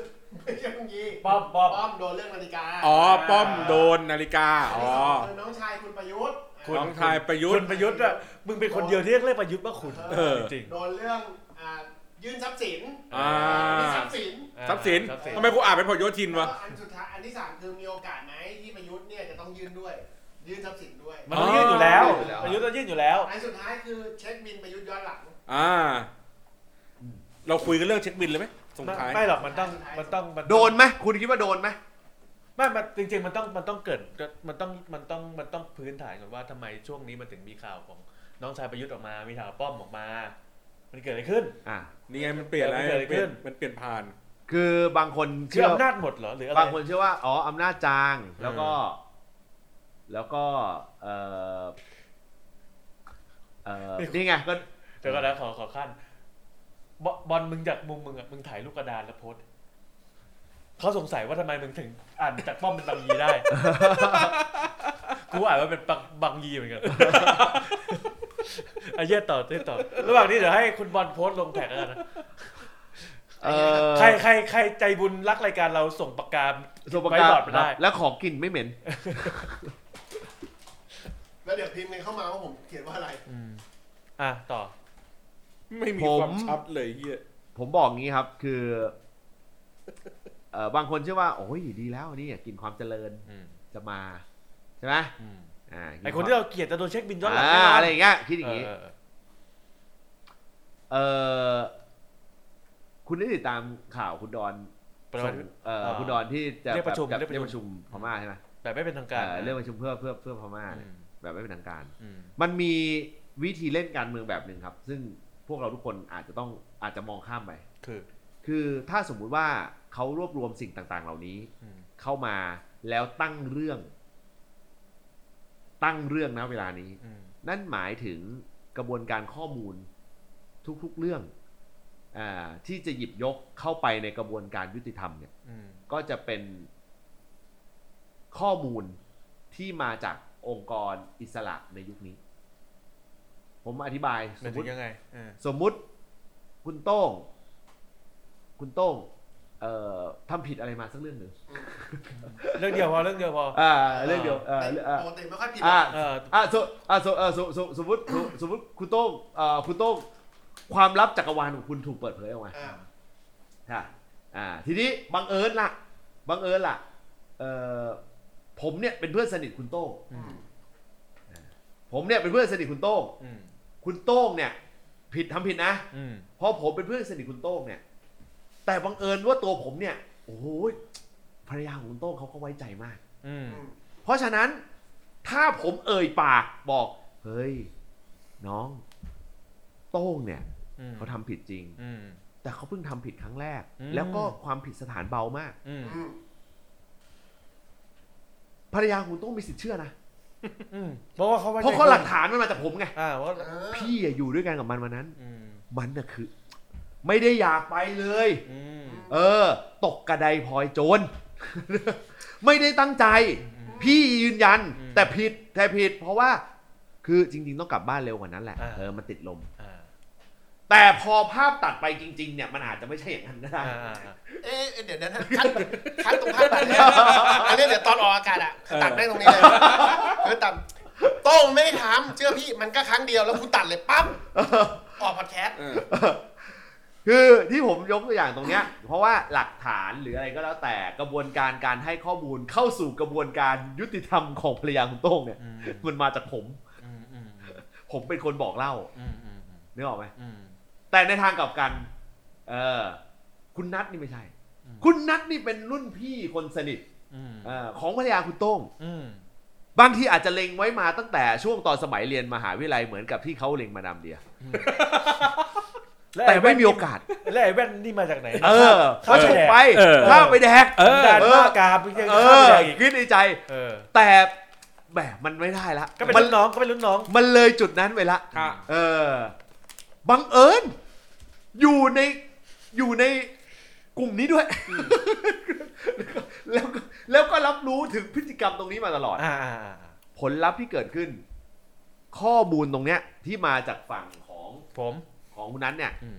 [SPEAKER 4] ไม่ใช่บางยี
[SPEAKER 2] ป้อมป้อม
[SPEAKER 4] ป้อมโดนเรื่องนาฬิกา
[SPEAKER 3] อ๋อ ป้อมโดนนาฬิกา
[SPEAKER 4] อัน
[SPEAKER 3] อ๋
[SPEAKER 4] ที่
[SPEAKER 3] อ
[SPEAKER 4] สองคือน้องชายคุณประยุทธ์
[SPEAKER 2] คุณ
[SPEAKER 3] น้องชายประยุท
[SPEAKER 2] คุ
[SPEAKER 3] ธ์
[SPEAKER 2] ณประยุทธ์อะมึงเป็นคนเดียวที่เรียกประยุทธ์ว่าคุณ
[SPEAKER 3] เออ
[SPEAKER 2] จริง
[SPEAKER 4] โดนเรื่องอ่า ยื่นทรัพย์สิน
[SPEAKER 3] อ่า
[SPEAKER 4] มีทรัพย์สิน
[SPEAKER 2] อ่า
[SPEAKER 3] ทรัพย์สิน
[SPEAKER 2] ทรัพย์สิน
[SPEAKER 3] ทำไมกูอ่านเป็นพลโยธิน
[SPEAKER 4] แล้ว
[SPEAKER 3] วะ
[SPEAKER 4] ก็อันสุดท้ายอันที่สามคือมีโอกาสไหมที่ประยุทธ์เนี่ยจะต้องยื่นด้วย ยื่นทรัพย์สินด้วย
[SPEAKER 2] มันต้องยื่นอยู่แล้ว
[SPEAKER 1] อ๋อ
[SPEAKER 2] ประยุทธ์ต้องยื่นอยู่แล้ว
[SPEAKER 4] อันสุดท้ายคือเช็คบินประยุทธ์ย้อนหลัง
[SPEAKER 3] อ่า เราคุยกันเรื่องเช็คบินเลยไหมส่งท้าย
[SPEAKER 2] ไม่หรอกมันต้องมันต้องมัต้อง
[SPEAKER 1] โดนไหมคุณคิดว่าโดนไหม
[SPEAKER 2] ไม่มันจริง ๆ มันต้องมันต้องเกิดมันต้องมันต้องมันต้องพื้นฐานก่อนว่าทำไมช่วงนี้มันถึงมีข่าวของน้องชายประยุทธ์ออกมา มีข่าวป้อมออกมา มันเกิดอะไรขึ้น
[SPEAKER 1] อ่ะ
[SPEAKER 3] นี่ไงมันเปลี่ยนอะไร
[SPEAKER 2] เกิดอะไร
[SPEAKER 3] เปลี่ย
[SPEAKER 2] ขึ้
[SPEAKER 3] น
[SPEAKER 2] น
[SPEAKER 3] มันเปลี่ยนผ่าน
[SPEAKER 1] คือบางคน
[SPEAKER 2] คือ
[SPEAKER 1] เชื่อ
[SPEAKER 2] อำนาจหมดเหรอหรืออะไร
[SPEAKER 1] บางคนเชื่อว่าอ๋ออำนาจจางแล้วก็ แล้วก็เออเออนี่ไงก็
[SPEAKER 2] เดี๋ยวก่อนนะขอขอขั้นบอบอลมึงจากมุมมึงอ่ะมึงถ่ายรูปกระดานแล้วโพสต์เขาสงสัยว่าทำไมมึงถึงอ่านจากป้อมเป็นบางยีได้ [LAUGHS] กูอ่านว่าเป็นบางบางยีเหมือนกัน [LAUGHS] อ่ะเยี่ยต่อเยี่ยต่อ ระหว่างนี้เดี๋ยวให้คุณบอลโพสต์ลงแท็กแล้วกันนะ
[SPEAKER 1] เออ
[SPEAKER 2] ใครใครใครใจบุญรักรายการเราส่งปากกา
[SPEAKER 1] สุป
[SPEAKER 2] ไว้
[SPEAKER 1] การ
[SPEAKER 2] บอร์ดไม่ได้
[SPEAKER 1] แล้วของกลิ่นไม่เหม็น
[SPEAKER 4] แล้วเดี๋ยวพิมพ์กันเข้ามาว่าผมเขียนว่าอะไร
[SPEAKER 2] อืมอ่ะต่อ
[SPEAKER 3] ไม่มี
[SPEAKER 1] ผม
[SPEAKER 3] ความชัดเลยเฮีย
[SPEAKER 1] ผมบอกงี้ครับ คือเออบางคนเชื่อว่า โอ้ยดีแล้วนี่กลิ่นความเจริญ
[SPEAKER 2] อืม
[SPEAKER 1] จะมา ใช่ไหม
[SPEAKER 2] อืม
[SPEAKER 1] อ่า
[SPEAKER 2] ไอคนที่เราเกลียดจะโดนเช็คบินย้อนหลัง
[SPEAKER 1] อ่าอะไรอย่างเงี้ยคิดอย่างงี้
[SPEAKER 2] เออเออ
[SPEAKER 1] เออคุณได้ติดตามข่าวคุณดอน
[SPEAKER 2] เออประมาณ
[SPEAKER 1] ส่งเอ่อ
[SPEAKER 2] อ่า
[SPEAKER 1] คุณดอนที่จะ
[SPEAKER 2] เรียกประชุม
[SPEAKER 1] แบบ
[SPEAKER 2] เรียกป
[SPEAKER 1] เรียกประ
[SPEAKER 2] ระชุม
[SPEAKER 1] ชุมพม่าใช่ไหม
[SPEAKER 2] แต่ไม่เป็นทางการ
[SPEAKER 1] เอ่อเรียกประชุมเพื่อเพื่อเพื่อพม่าเนี่ย
[SPEAKER 2] อืม
[SPEAKER 1] แบบไม่เป็นทางการ
[SPEAKER 2] อืม
[SPEAKER 1] มันมีวิธีเล่นการเมืองแบบหนึ่งครับ ซึ่งพวกเราทุกคนอาจจะต้องอาจจะมองข้ามไป
[SPEAKER 2] คือ
[SPEAKER 1] คือถ้าสมมุติว่าเขารวบรวมสิ่งต่างๆ เหล่านี้
[SPEAKER 2] อืม
[SPEAKER 1] เข้ามาแล้วตั้งเรื่อง ตั้งเรื่องนะเวลานี้
[SPEAKER 2] อืม
[SPEAKER 1] นั่นหมายถึงกระบวนการข้อมูลทุกๆเรื่องอาที่จะหยิบยกเข้าไปในกระบวนการยุติธรรมเนี่ย
[SPEAKER 2] อืม
[SPEAKER 1] ก็จะเป็นข้อมูลที่มาจากองค์กรอิสระในยุคนี้ ผมอธิบายส
[SPEAKER 2] มัน
[SPEAKER 1] มม
[SPEAKER 2] ถึ
[SPEAKER 1] ติ
[SPEAKER 2] งยังไงเออ
[SPEAKER 1] สมมุติคุณโต้ง คุณโต้งเอ่อทำผิดอะไรมาสักเรื่องหนึ่ง
[SPEAKER 2] เรื่องเดียวพอเรื่องเดียวพอ
[SPEAKER 1] อ่าเรื่องเดียวเอ่อเอ่อ
[SPEAKER 4] ปกติไม่ค่อยผิด
[SPEAKER 1] อ่า
[SPEAKER 2] เออ
[SPEAKER 1] อ่ะสมอ่ะสมเอ่อสมสมสมมติสมสมมติคุณโต้งเอ่อคุณโต้งความลับจักรวาลของคุณถูกเปิดเผยออกมา
[SPEAKER 4] อ่า
[SPEAKER 1] ค่ะอ่า ทีนี้บังเอิญล่ะบังเอิญล่ะเอ่อผมเนี่ยเป็นเพื่อนสนิทคุณโต้ง
[SPEAKER 2] อืม
[SPEAKER 1] ผมเนี่ยเป็นเพื่อนสนิทคุณโต้ง
[SPEAKER 2] อืม
[SPEAKER 1] คุณโต้งเนี่ย ผิดทำผิดนะ
[SPEAKER 2] อืม
[SPEAKER 1] เพราะผมเป็นเพื่อนสนิทคุณโต้งเนี่ย แต่บังเอิญว่าตัวผมเนี่ยโอ้โหภรรยาของคุณโต้งเขาก็ไว้ใจมาก
[SPEAKER 2] อืม
[SPEAKER 4] อืม
[SPEAKER 1] เพราะฉะนั้นถ้าผมเอ่ยปากบอก เฮ้ย น้อง โต้งเนี่ย
[SPEAKER 2] อืม
[SPEAKER 1] เขาทำผิดจริง
[SPEAKER 2] อืม
[SPEAKER 1] แต่เขาเพิ่งทำผิดครั้งแรก
[SPEAKER 2] อืม
[SPEAKER 1] แล้วก็ความผิดสถานเบามาก
[SPEAKER 2] อืม
[SPEAKER 4] อืม
[SPEAKER 1] ภรรยาคุณโต้งมีสิทธิ์เชื่อนะ
[SPEAKER 2] อืมเพราะว่าเขาไว้ใจ
[SPEAKER 1] เพราะเขาหลักฐานมันมาจากผมไง
[SPEAKER 2] อ่าเพราะ
[SPEAKER 4] เออ
[SPEAKER 1] พี่อะอยู่ด้วยกันกับมันวันนั้น
[SPEAKER 2] อืม
[SPEAKER 1] มันน่ะคือ ไม่ได้อยากไปเลย
[SPEAKER 2] อืม
[SPEAKER 1] เออ ตกกระไดพลอยโจร [LAUGHS] ไม่ได้ตั้งใจ พี่ยืนยัน แต่ผิดแต่ผิด เพราะว่า คือจริง ๆ ต้องกลับบ้านเร็วกว่านั้นแหละ เออ มันติดลม
[SPEAKER 2] อ่า
[SPEAKER 1] แต่พอภาพตัดไปจริง ๆ เนี่ยมันอาจจะไม่ใช่อย่างนั้นก็ได้
[SPEAKER 2] อ่าอ่าอ่า
[SPEAKER 4] เอ๊ะเดี๋ยวนะคัดคัดตรงภาพตัดเนี่ยอันนี้เดี๋ยวตอนออกอากาศอ่ะคือตัดแม่งตรงนี้เลยคือตัดโต้งไม่ได้ถามเชื่อพี่มันก็ครั้งเดียวแล้วกูตัดเลยปั๊บออกพอดแคสต์
[SPEAKER 3] เออ
[SPEAKER 1] คือที่ผมยกตัวอย่างตรงเนี้ย เพราะว่าหลักฐานหรืออะไรก็แล้วแต่กระบวนการการให้ข้อมูลเข้าสู่กระบวนการยุติธรรมของภรรยาคุณโต้งเนี่ย
[SPEAKER 2] อืม
[SPEAKER 1] มันมาจากผม
[SPEAKER 2] อืมอืม
[SPEAKER 1] ผมเป็นคนบอกเล่า
[SPEAKER 2] อืมอืมอืม
[SPEAKER 1] นึกออกไหม
[SPEAKER 2] อืม
[SPEAKER 1] แต่ในทางกลับกัน เออ คุณนัทนี่ไม่ใช่
[SPEAKER 2] อืม
[SPEAKER 1] คุณนัทนี่เป็นรุ่นพี่คนสนิท
[SPEAKER 2] อืม
[SPEAKER 1] เออของภรรยาคุณโต้ง
[SPEAKER 2] อืม
[SPEAKER 1] บางทีอาจจะเล็งไว้มาตั้งแต่ช่วงตอนสมัยเรียนมหาวิทยาลัยเหมือนกับที่เขาเล็งมาดามเดีย แต่ไม่มีโอกาส
[SPEAKER 2] แล้วไอ้แว่นนี่มาจากไหน
[SPEAKER 1] เออ
[SPEAKER 2] เขา
[SPEAKER 1] เขา
[SPEAKER 2] ฉ
[SPEAKER 1] ฉก
[SPEAKER 2] ก
[SPEAKER 1] ไป
[SPEAKER 2] ไป
[SPEAKER 1] ข้าวไปแดก
[SPEAKER 2] เอ
[SPEAKER 1] เอ
[SPEAKER 2] อ
[SPEAKER 1] อ
[SPEAKER 2] ด่านมากกาบยัง
[SPEAKER 1] เอ
[SPEAKER 2] ข้าม
[SPEAKER 1] อ
[SPEAKER 2] ไปได้อีก
[SPEAKER 1] คิดในใจ
[SPEAKER 2] เออ
[SPEAKER 1] แต่แบบมันไม่ได้ละ
[SPEAKER 2] ก็เป็น
[SPEAKER 1] มัน
[SPEAKER 2] รุ่นน้องก็เป็นรุ่นน้อง
[SPEAKER 1] มันเลยจุดนั้นไปละ
[SPEAKER 3] ค่ะ
[SPEAKER 1] เออ บังเอิญอยู่ในอยู่ในกลุ่มนี้ด้วย แล้วก็แล้วก็รับรู้ถึงพฤติกรรมตรงนี้มาตลอด
[SPEAKER 2] อ่าอ่าอ่า
[SPEAKER 1] ผลลัพธ์ที่เกิดขึ้น ข้อมูลตรงเนี้ย ที่มาจากฝั่งของ
[SPEAKER 2] ผม
[SPEAKER 1] ของคุณนั้นเนี่ย
[SPEAKER 2] อืม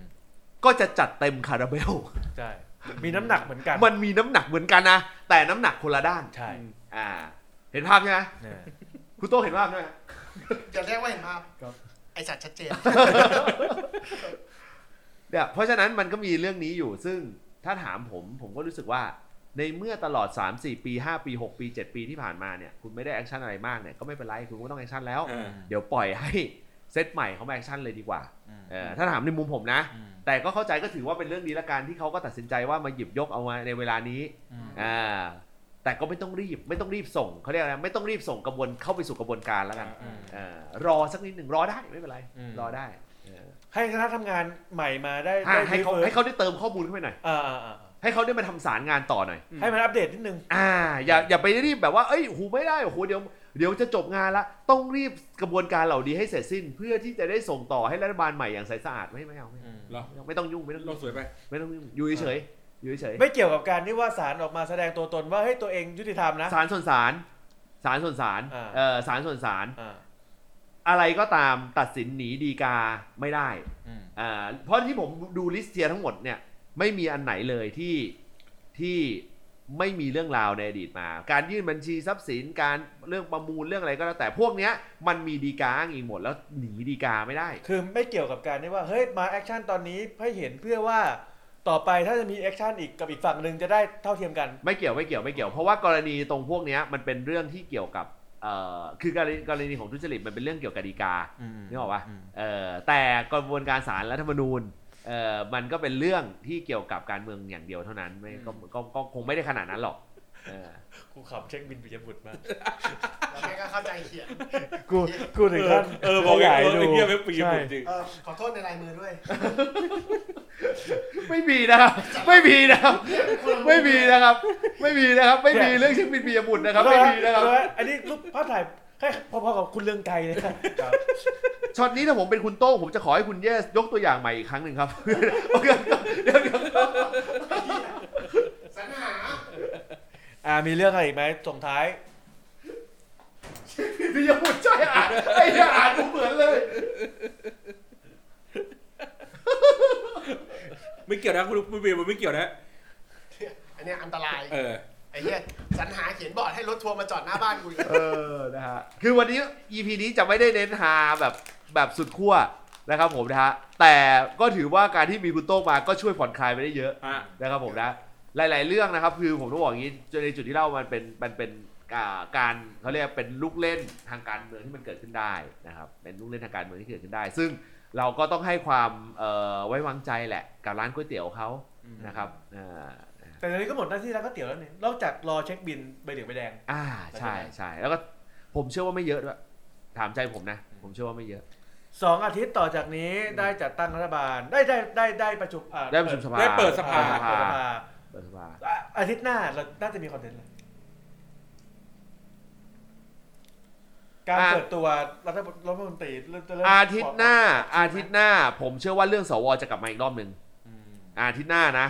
[SPEAKER 1] ก็จะจัดเต็มคาราเบล
[SPEAKER 2] ใช่มีน้ำหนักเหมือนกัน
[SPEAKER 1] มันมีน้ำหนักเหมือนกันนะ แต่น้ำหนักคนละด้าน
[SPEAKER 2] ใช่
[SPEAKER 1] อ่า เห็นภาพใช่ไหม
[SPEAKER 2] เนี่ย
[SPEAKER 1] คุณโต้งเห็นภาพใช่ไหม
[SPEAKER 4] จะเรียกว่าเห็นภาพ
[SPEAKER 2] ครับ
[SPEAKER 4] ไอสัตว์ชัดเจน
[SPEAKER 1] เนี่ยเพราะฉะนั้นมันก็มีเรื่องนี้อยู่ซึ่งถ้าถามผมผมก็รู้สึกว่า ในเมื่อตลอด 3 4 ปี 5 ปี 6 ปี 7 ปีที่ผ่านมาเนี่ยคุณไม่ได้แอคชั่นอะไรมากเนี่ยก็ไม่เป็นไรคุณก็ต้องแอคชั่นแล้ว
[SPEAKER 3] เออ
[SPEAKER 1] เดี๋ยวปล่อยให้เซตใหม่เขามาแอคชั่นเลยดีกว่า
[SPEAKER 2] อืม
[SPEAKER 1] เออถ้าถามในมุมผมนะ
[SPEAKER 2] อืม
[SPEAKER 1] แต่ก็เข้าใจก็ถือว่าเป็นเรื่องดีละกันที่เขาก็ตัดสินใจว่ามาหยิบยกเอามาในเวลานี้
[SPEAKER 2] อืม
[SPEAKER 1] อ่าแต่ก็ไม่ต้องรีบไม่ต้องรีบส่งเขาเรียกอะไรไม่ต้องรีบส่งกระบวนเข้าไปสู่กระบวนการแล้วกัน
[SPEAKER 2] อืม
[SPEAKER 1] เออรอสักนิดหนึ่งรอได้ไม่เป็นไร
[SPEAKER 2] อืม
[SPEAKER 1] รอได้เออ
[SPEAKER 2] ให้คณะทำงานใหม่มาได้
[SPEAKER 1] อ่ะ
[SPEAKER 2] ได้
[SPEAKER 1] ให้เขาให้เขาได้เติมข้อมูลเข้าไปหน่อย
[SPEAKER 2] อ่าอ่าอ่า
[SPEAKER 1] ให้เขาได้มาทำสารงานต่อหน่อย
[SPEAKER 2] ให้มันอัปเดตนิดนึง
[SPEAKER 1] อ่า อย่าอย่าไปรีบแบบว่าเอ้ยโหูไม่ได้โอ้โหเดี๋ยวเดี๋ยวจะจบงานละต้องรีบกระบวนการเหล่านี้ให้เสร็จสิ้น เพื่อที่จะได้ส่งต่อให้รัฐบาลใหม่อย่างใสสะอาดไม่ไม่เอาไม่เอา
[SPEAKER 3] เหรอ
[SPEAKER 1] ไม่เอาไม่ต้องยุ่งไม่ต้อง
[SPEAKER 3] เราสวยไป
[SPEAKER 1] ไม่ต้องยุ่งอยู่เฉยๆอยู่เฉย
[SPEAKER 2] ไม่เกี่ยวกับการที่ว่าศาลออกมาแสดงตัวตนว่าเฮ้ยตัวเองยุติธรรมนะ
[SPEAKER 1] สารส่วนสารสารส่วนสาร
[SPEAKER 2] อ่า
[SPEAKER 1] เออสารส่วนสาร
[SPEAKER 2] อ่า
[SPEAKER 1] อะไรก็ตามตัดสินหนีดีกาไม่ได้
[SPEAKER 2] อืม
[SPEAKER 1] อ่าเพราะที่ผมดูลิสต์เทียทั้งหมดเนี่ยไม่มีอันไหนเลยที่ที่ไม่มีเรื่องราวในอดีตมา การยื่นบัญชีทรัพย์สินการเรื่องประมูลเรื่องอะไรก็แล้วแต่พวกเนี้ยมันมีดีกาอ้างอิงหมดแล้วหนีดีกาไม่ได้
[SPEAKER 2] คือไม่เกี่ยวกับการที่ว่าเฮ้ยมาแอคชั่นตอนนี้ให้เห็นเพื่อว่าต่อไปถ้าจะมีแอคชั่นอีกกับอีกฝั่งหนึ่งจะได้เท่าเทียมกัน
[SPEAKER 1] ไม่เกี่ยวไม่เกี่ยวไม่เกี่ยวเพราะว่ากรณีตรงพวกเนี้ยมันเป็นเรื่องที่เกี่ยวกับเอ่อคือกรณีกรณีของทุจริตมันเป็นเรื่องเกี่ยวกับดีกา นึกออกปะเอ่อแต่กระบวนการศาลรัฐธรรมนูญเอ่อมันก็เป็นเรื่องที่เกี่ยวกับการเมืองอย่างเดียวเท่านั้นไม่ก็ก็ก็คงไม่ได้ขนาดนั้นหรอกเออ
[SPEAKER 2] กูขับเช็คบินปิยบุตรมาก
[SPEAKER 4] แล้วแม่งก็เข้าใจเขียน
[SPEAKER 2] กูกูถึงขั้น
[SPEAKER 3] เออบอก
[SPEAKER 2] ข
[SPEAKER 3] ไง
[SPEAKER 2] ยาย
[SPEAKER 3] เออ
[SPEAKER 2] ดู
[SPEAKER 3] ไอ้เหี้ยไม่ปีผมจริง
[SPEAKER 4] เออขอโทษในลายมือด้วย
[SPEAKER 1] [LAUGHS] ไม่มีนะครับไม่มีนะครับไม่มีนะครับ ไม่มีนะครับ ไม่มีเรื่องเช็คบินปียบุตรนะครับไม่มีนะครับ
[SPEAKER 2] เอออันนี้รูปภาพถ่ายให้พอๆกับคุณเรืองไกรเลยครับ
[SPEAKER 1] ช็อตนี้ถ้าผมเป็นคุณโต้งผมจะขอให้คุณเยสยกตัวอย่างใหม่อีกครั้งหนึ่งครับโอเคเดี๋ยวเดี๋ยว
[SPEAKER 4] สรรหา
[SPEAKER 2] อ่ามีเรื่องอะไรอีกไหมส่งท้าย
[SPEAKER 1] [LAUGHS] ปียบุตรใช่อ่าน [LAUGHS] ไอ้เหี้ยอ่านกูเหมือนเลย
[SPEAKER 3] ไม่เกี่ยวนะคุณไม่เบียมันไม่เกี่ยวนะ
[SPEAKER 4] อันเนี้ยอันตราย
[SPEAKER 3] เออ
[SPEAKER 4] ไอ้เหี้ยสรรหาเขียนบอร์ดให้รถทัวร์มาจอดหน้าบ้านกูอีก
[SPEAKER 1] เออ นะฮะ คือวันนี้ EP นี้จะไม่ได้เน้นหาแบบแบบสุดขั้วนะครับผมนะฮะ แต่ก็ถือว่าการที่มีคุณโต้งมาก็ช่วยผ่อนคลายไปได้เยอะ
[SPEAKER 3] ฮะ
[SPEAKER 1] นะครับผมนะ หลาย ๆ เรื่องนะครับ คือผมต้องบอกอย่างนี้ในจุดที่เล่ามันเป็นมันเป็นอ่าการเขาเรียกเป็นลูกเล่นทางการเมืองที่มันเกิดขึ้นได้นะครับ เป็นลูกเล่นทางการเมืองที่เกิดขึ้นได้ ซึ่งเราก็ต้องให้ความเอ่อไว้วางใจแหละกับร้านก๋วยเตี๋ยวเขานะครับอ่า
[SPEAKER 2] แต่ตอนนี้ก็หมดหน้าที่แล้วก็เตี๋ยวแล้วนี่นอกจากรอเช็คบินใบเหลืองใบแดง
[SPEAKER 1] อ่าใช่ใช่แล้วก็ผมเชื่อว่าไม่เยอะด้วยถามใจผมนะ ผมเชื่อว่าไม่เยอะ
[SPEAKER 2] สองอาทิตย์ต่อจากนี้ได้จัดตั้งรัฐบาลได้ได้ได้ได้ประชุมอ่า
[SPEAKER 1] ได้ประชุมสภา
[SPEAKER 3] ได้เปิดสภา
[SPEAKER 2] เปิดสภา
[SPEAKER 1] เปิดสภา
[SPEAKER 2] อ่ะอาทิตย์หน้าเราน่าจะมีคอนเทนต์อะไรการเปิดตัวรัฐรัฐมนตรีเริ่มจะเริ่ม
[SPEAKER 1] อาทิตย์หน้าอาทิตย์หน้า ผมเชื่อว่าเรื่องสวจะกลับมาอีกรอบหนึ่ง
[SPEAKER 2] อืม
[SPEAKER 1] อาทิตย์หน้านะ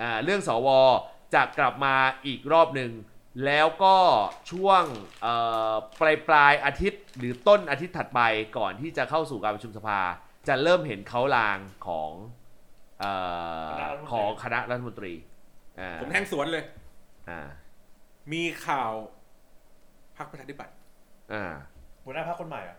[SPEAKER 1] อ่าเรื่องสวจะกลับมาอีกรอบหนึ่งแล้วก็ช่วงเอ่อปลายปลายอาทิตย์ หรือต้นอาทิตย์ถัดไปก่อนที่จะเข้าสู่การประชุมสภา จะเริ่มเห็นเขาลางของเอ่อของคณะรัฐมนตรีอ่า
[SPEAKER 3] ผมแทงสวนเลย
[SPEAKER 1] อ่า
[SPEAKER 3] มีข่าวพรรคประชาธิปัตย์
[SPEAKER 1] อ่า
[SPEAKER 2] หัวหน้าพรรคคนใหม่เหรอ่ะ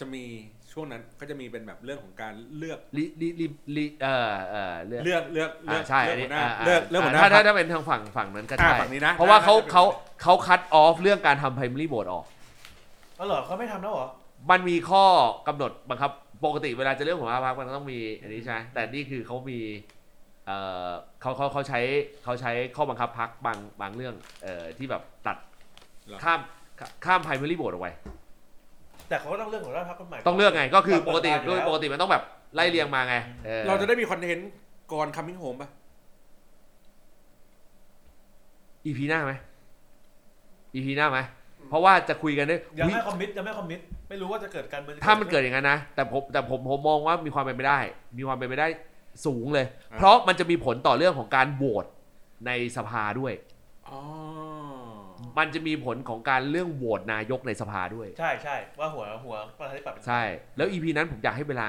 [SPEAKER 3] จะมีช่วงนั้นก็จะมีเป็นแบบเรื่องของการเลือก
[SPEAKER 1] ลิลิลิลิเอ่อเอ่อเลือก
[SPEAKER 3] เลือกเลือกเลื
[SPEAKER 1] อ่าก ใช่
[SPEAKER 3] เลื
[SPEAKER 1] อั
[SPEAKER 3] อก
[SPEAKER 1] นนี้
[SPEAKER 3] หัวหน้า
[SPEAKER 1] อ่า
[SPEAKER 3] เลือกเลือกหัวหน้า
[SPEAKER 1] ถ้า
[SPEAKER 3] พร
[SPEAKER 1] ถ้าร
[SPEAKER 3] ค
[SPEAKER 1] ถ้าเป็นทางฝั่งฝั่งนั้นก็ใช่
[SPEAKER 3] อ่าฝั่งนี้นะ
[SPEAKER 1] เพราะว่าเขา
[SPEAKER 3] น่าจะเป็น
[SPEAKER 1] เขาเขาคัดออฟเรื่องการทำ primary board ออก
[SPEAKER 2] อ๋อเหรอเขาไม่ทำแล้วเหรอ
[SPEAKER 1] มันมีข้อกำหนดบังคับปกติเวลาจะเรื่องหัวหน้าพักมันต้องมีอันนี้ใช่ไหมแต่นี่คือเขามีเอ่อเขาเขาเขาใช้เขาใช้ข้อบังคับพักบางบางเรื่องเอ่อที่แบบตัด
[SPEAKER 3] หรอ
[SPEAKER 1] ข้ามข้าม primary board ออกไป
[SPEAKER 2] แต่เขาก็ต้องเรื่องหัวหน้าพรรคคนใหม่
[SPEAKER 1] ต้องเลือกไงก็คือ
[SPEAKER 2] ป
[SPEAKER 1] ป
[SPEAKER 2] ก
[SPEAKER 1] ก
[SPEAKER 2] ติ
[SPEAKER 1] ติ
[SPEAKER 2] อยู่แล้ว
[SPEAKER 1] ปกติมันต้องแบบไล่เรียงมาไงออ
[SPEAKER 3] เราจะได้มีคอนเทนต์ก่อนคัมมิ่งโฮมป่ะ
[SPEAKER 1] อีพีหน้าไหมอีพีหน้าไหม เพราะว่าจะคุยกันได้
[SPEAKER 2] ยัง
[SPEAKER 1] อุ๊ย
[SPEAKER 2] ไม่คอมมิตยังไม่คอมมิตไม่รู้ว่าจะเกิดการเมือง
[SPEAKER 1] ถ้ามันเกิดอย่างนั้นนะ แต่ผมแต่ผมผมมองว่ามีความเป็นไปได้ มีความเป็นไปได้สูงเลย
[SPEAKER 3] อ่า
[SPEAKER 1] เพราะมันจะมีผลต่อเรื่องของการโหวตในสภาด้วย
[SPEAKER 3] อ๋อ
[SPEAKER 1] มันจะมีผลของการเรื่องโหวตนายกในสภาด้วย
[SPEAKER 2] ใช่ใช่ว่าหัวหัวประชาธิปัตย์เป็น
[SPEAKER 1] ใช่ แล้วอีพีนั้นผมอยากให้เวลา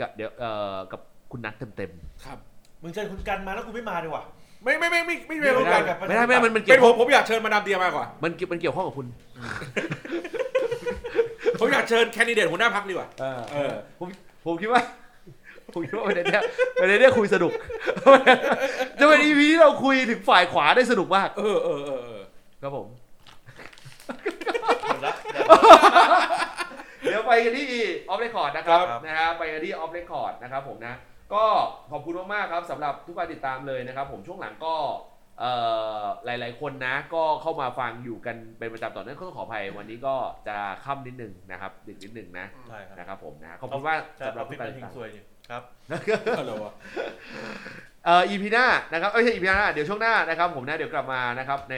[SPEAKER 1] กับเดี๋ยวเอ่อกับคุณนัทเต็ม
[SPEAKER 3] ครับ
[SPEAKER 2] มึงเชิญคุณกันมาแล้วกูไม่มาดีกว่า
[SPEAKER 3] ไม่ไม่ไม่ไม่ไม่
[SPEAKER 1] ๆ
[SPEAKER 3] ไม่รู้
[SPEAKER 1] ไม่ได้
[SPEAKER 3] กัน
[SPEAKER 1] ไม่ได้ไม่ได้มันมันเกี่
[SPEAKER 3] เป็
[SPEAKER 1] ย
[SPEAKER 3] น
[SPEAKER 1] วข้อ
[SPEAKER 3] ผม
[SPEAKER 1] ง
[SPEAKER 3] ผมอยากเชิญมาดามเดียมากกว่า
[SPEAKER 1] มันเกี่ยวมันเกี่ยวข้องกับคุณ
[SPEAKER 3] ผมอยากเชิญแคนดิเดตหัวหน้าพรรคดีกว่า เออ
[SPEAKER 1] ผมคิดว่า ผ ผมคิดว่าประเด็นเนี้ยประเด็นเนี้ยคุยสนุก [LAUGHS] จะเป็น EP ที่เราคุยถึงฝ่ายขวาได้สนุกมาก
[SPEAKER 3] เออเออเออเออ
[SPEAKER 1] ครับผม
[SPEAKER 6] หม
[SPEAKER 1] [LAUGHS]
[SPEAKER 6] ดละ
[SPEAKER 1] เดี๋ยวไปกันที่ออฟเรคคอร์ดนะครับ
[SPEAKER 6] ครับ
[SPEAKER 1] นะฮะไปกันที่ออฟเรคคอร์ดนะครับผมนะก็ขอบคุณมากๆครับสำหรับทุกการติดตามเลยนะครับ ผมช่วงหลังก็เอ่อหลาย ๆ คนนะก็เข้ามาฟังอยู่กันเป็นประจำต่อเนื่องก็ต้องขออภัยวันนี้ก็จะค่ำนิดนึงนะครับดึกนิดนึงนะ
[SPEAKER 6] ใช่ครับ
[SPEAKER 1] นะครับผมนะขอบคุณมาก
[SPEAKER 6] จะ
[SPEAKER 1] สำหรั
[SPEAKER 6] เอา
[SPEAKER 1] บ
[SPEAKER 6] ปิด
[SPEAKER 1] ทุกการ
[SPEAKER 6] เป็นทิ้
[SPEAKER 1] ติด
[SPEAKER 6] ง
[SPEAKER 1] ตาม
[SPEAKER 6] ซวยอยู่ครับ
[SPEAKER 3] อะไรวะ
[SPEAKER 1] เอ่อ EP หน้านะครับเอ้ยไม่ใช่ EP หน้า เดี๋ยวช่วงหน้านะครับ ผมนะเดี๋ยวกลับมานะครับ ใน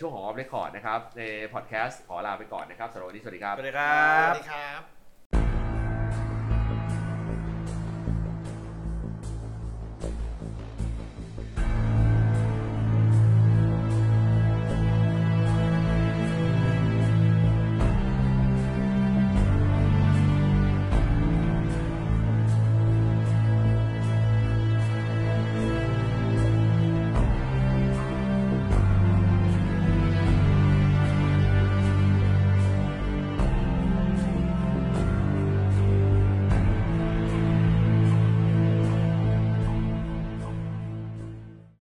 [SPEAKER 1] ช่วงของออฟเรคคอร์ดนะครับ ในพอดแคสต์ขอลาไปก่อนนะครับสำหรับวันนี้สวัสดีครับ
[SPEAKER 6] สวัสดีครับ
[SPEAKER 4] สวัสดีครับ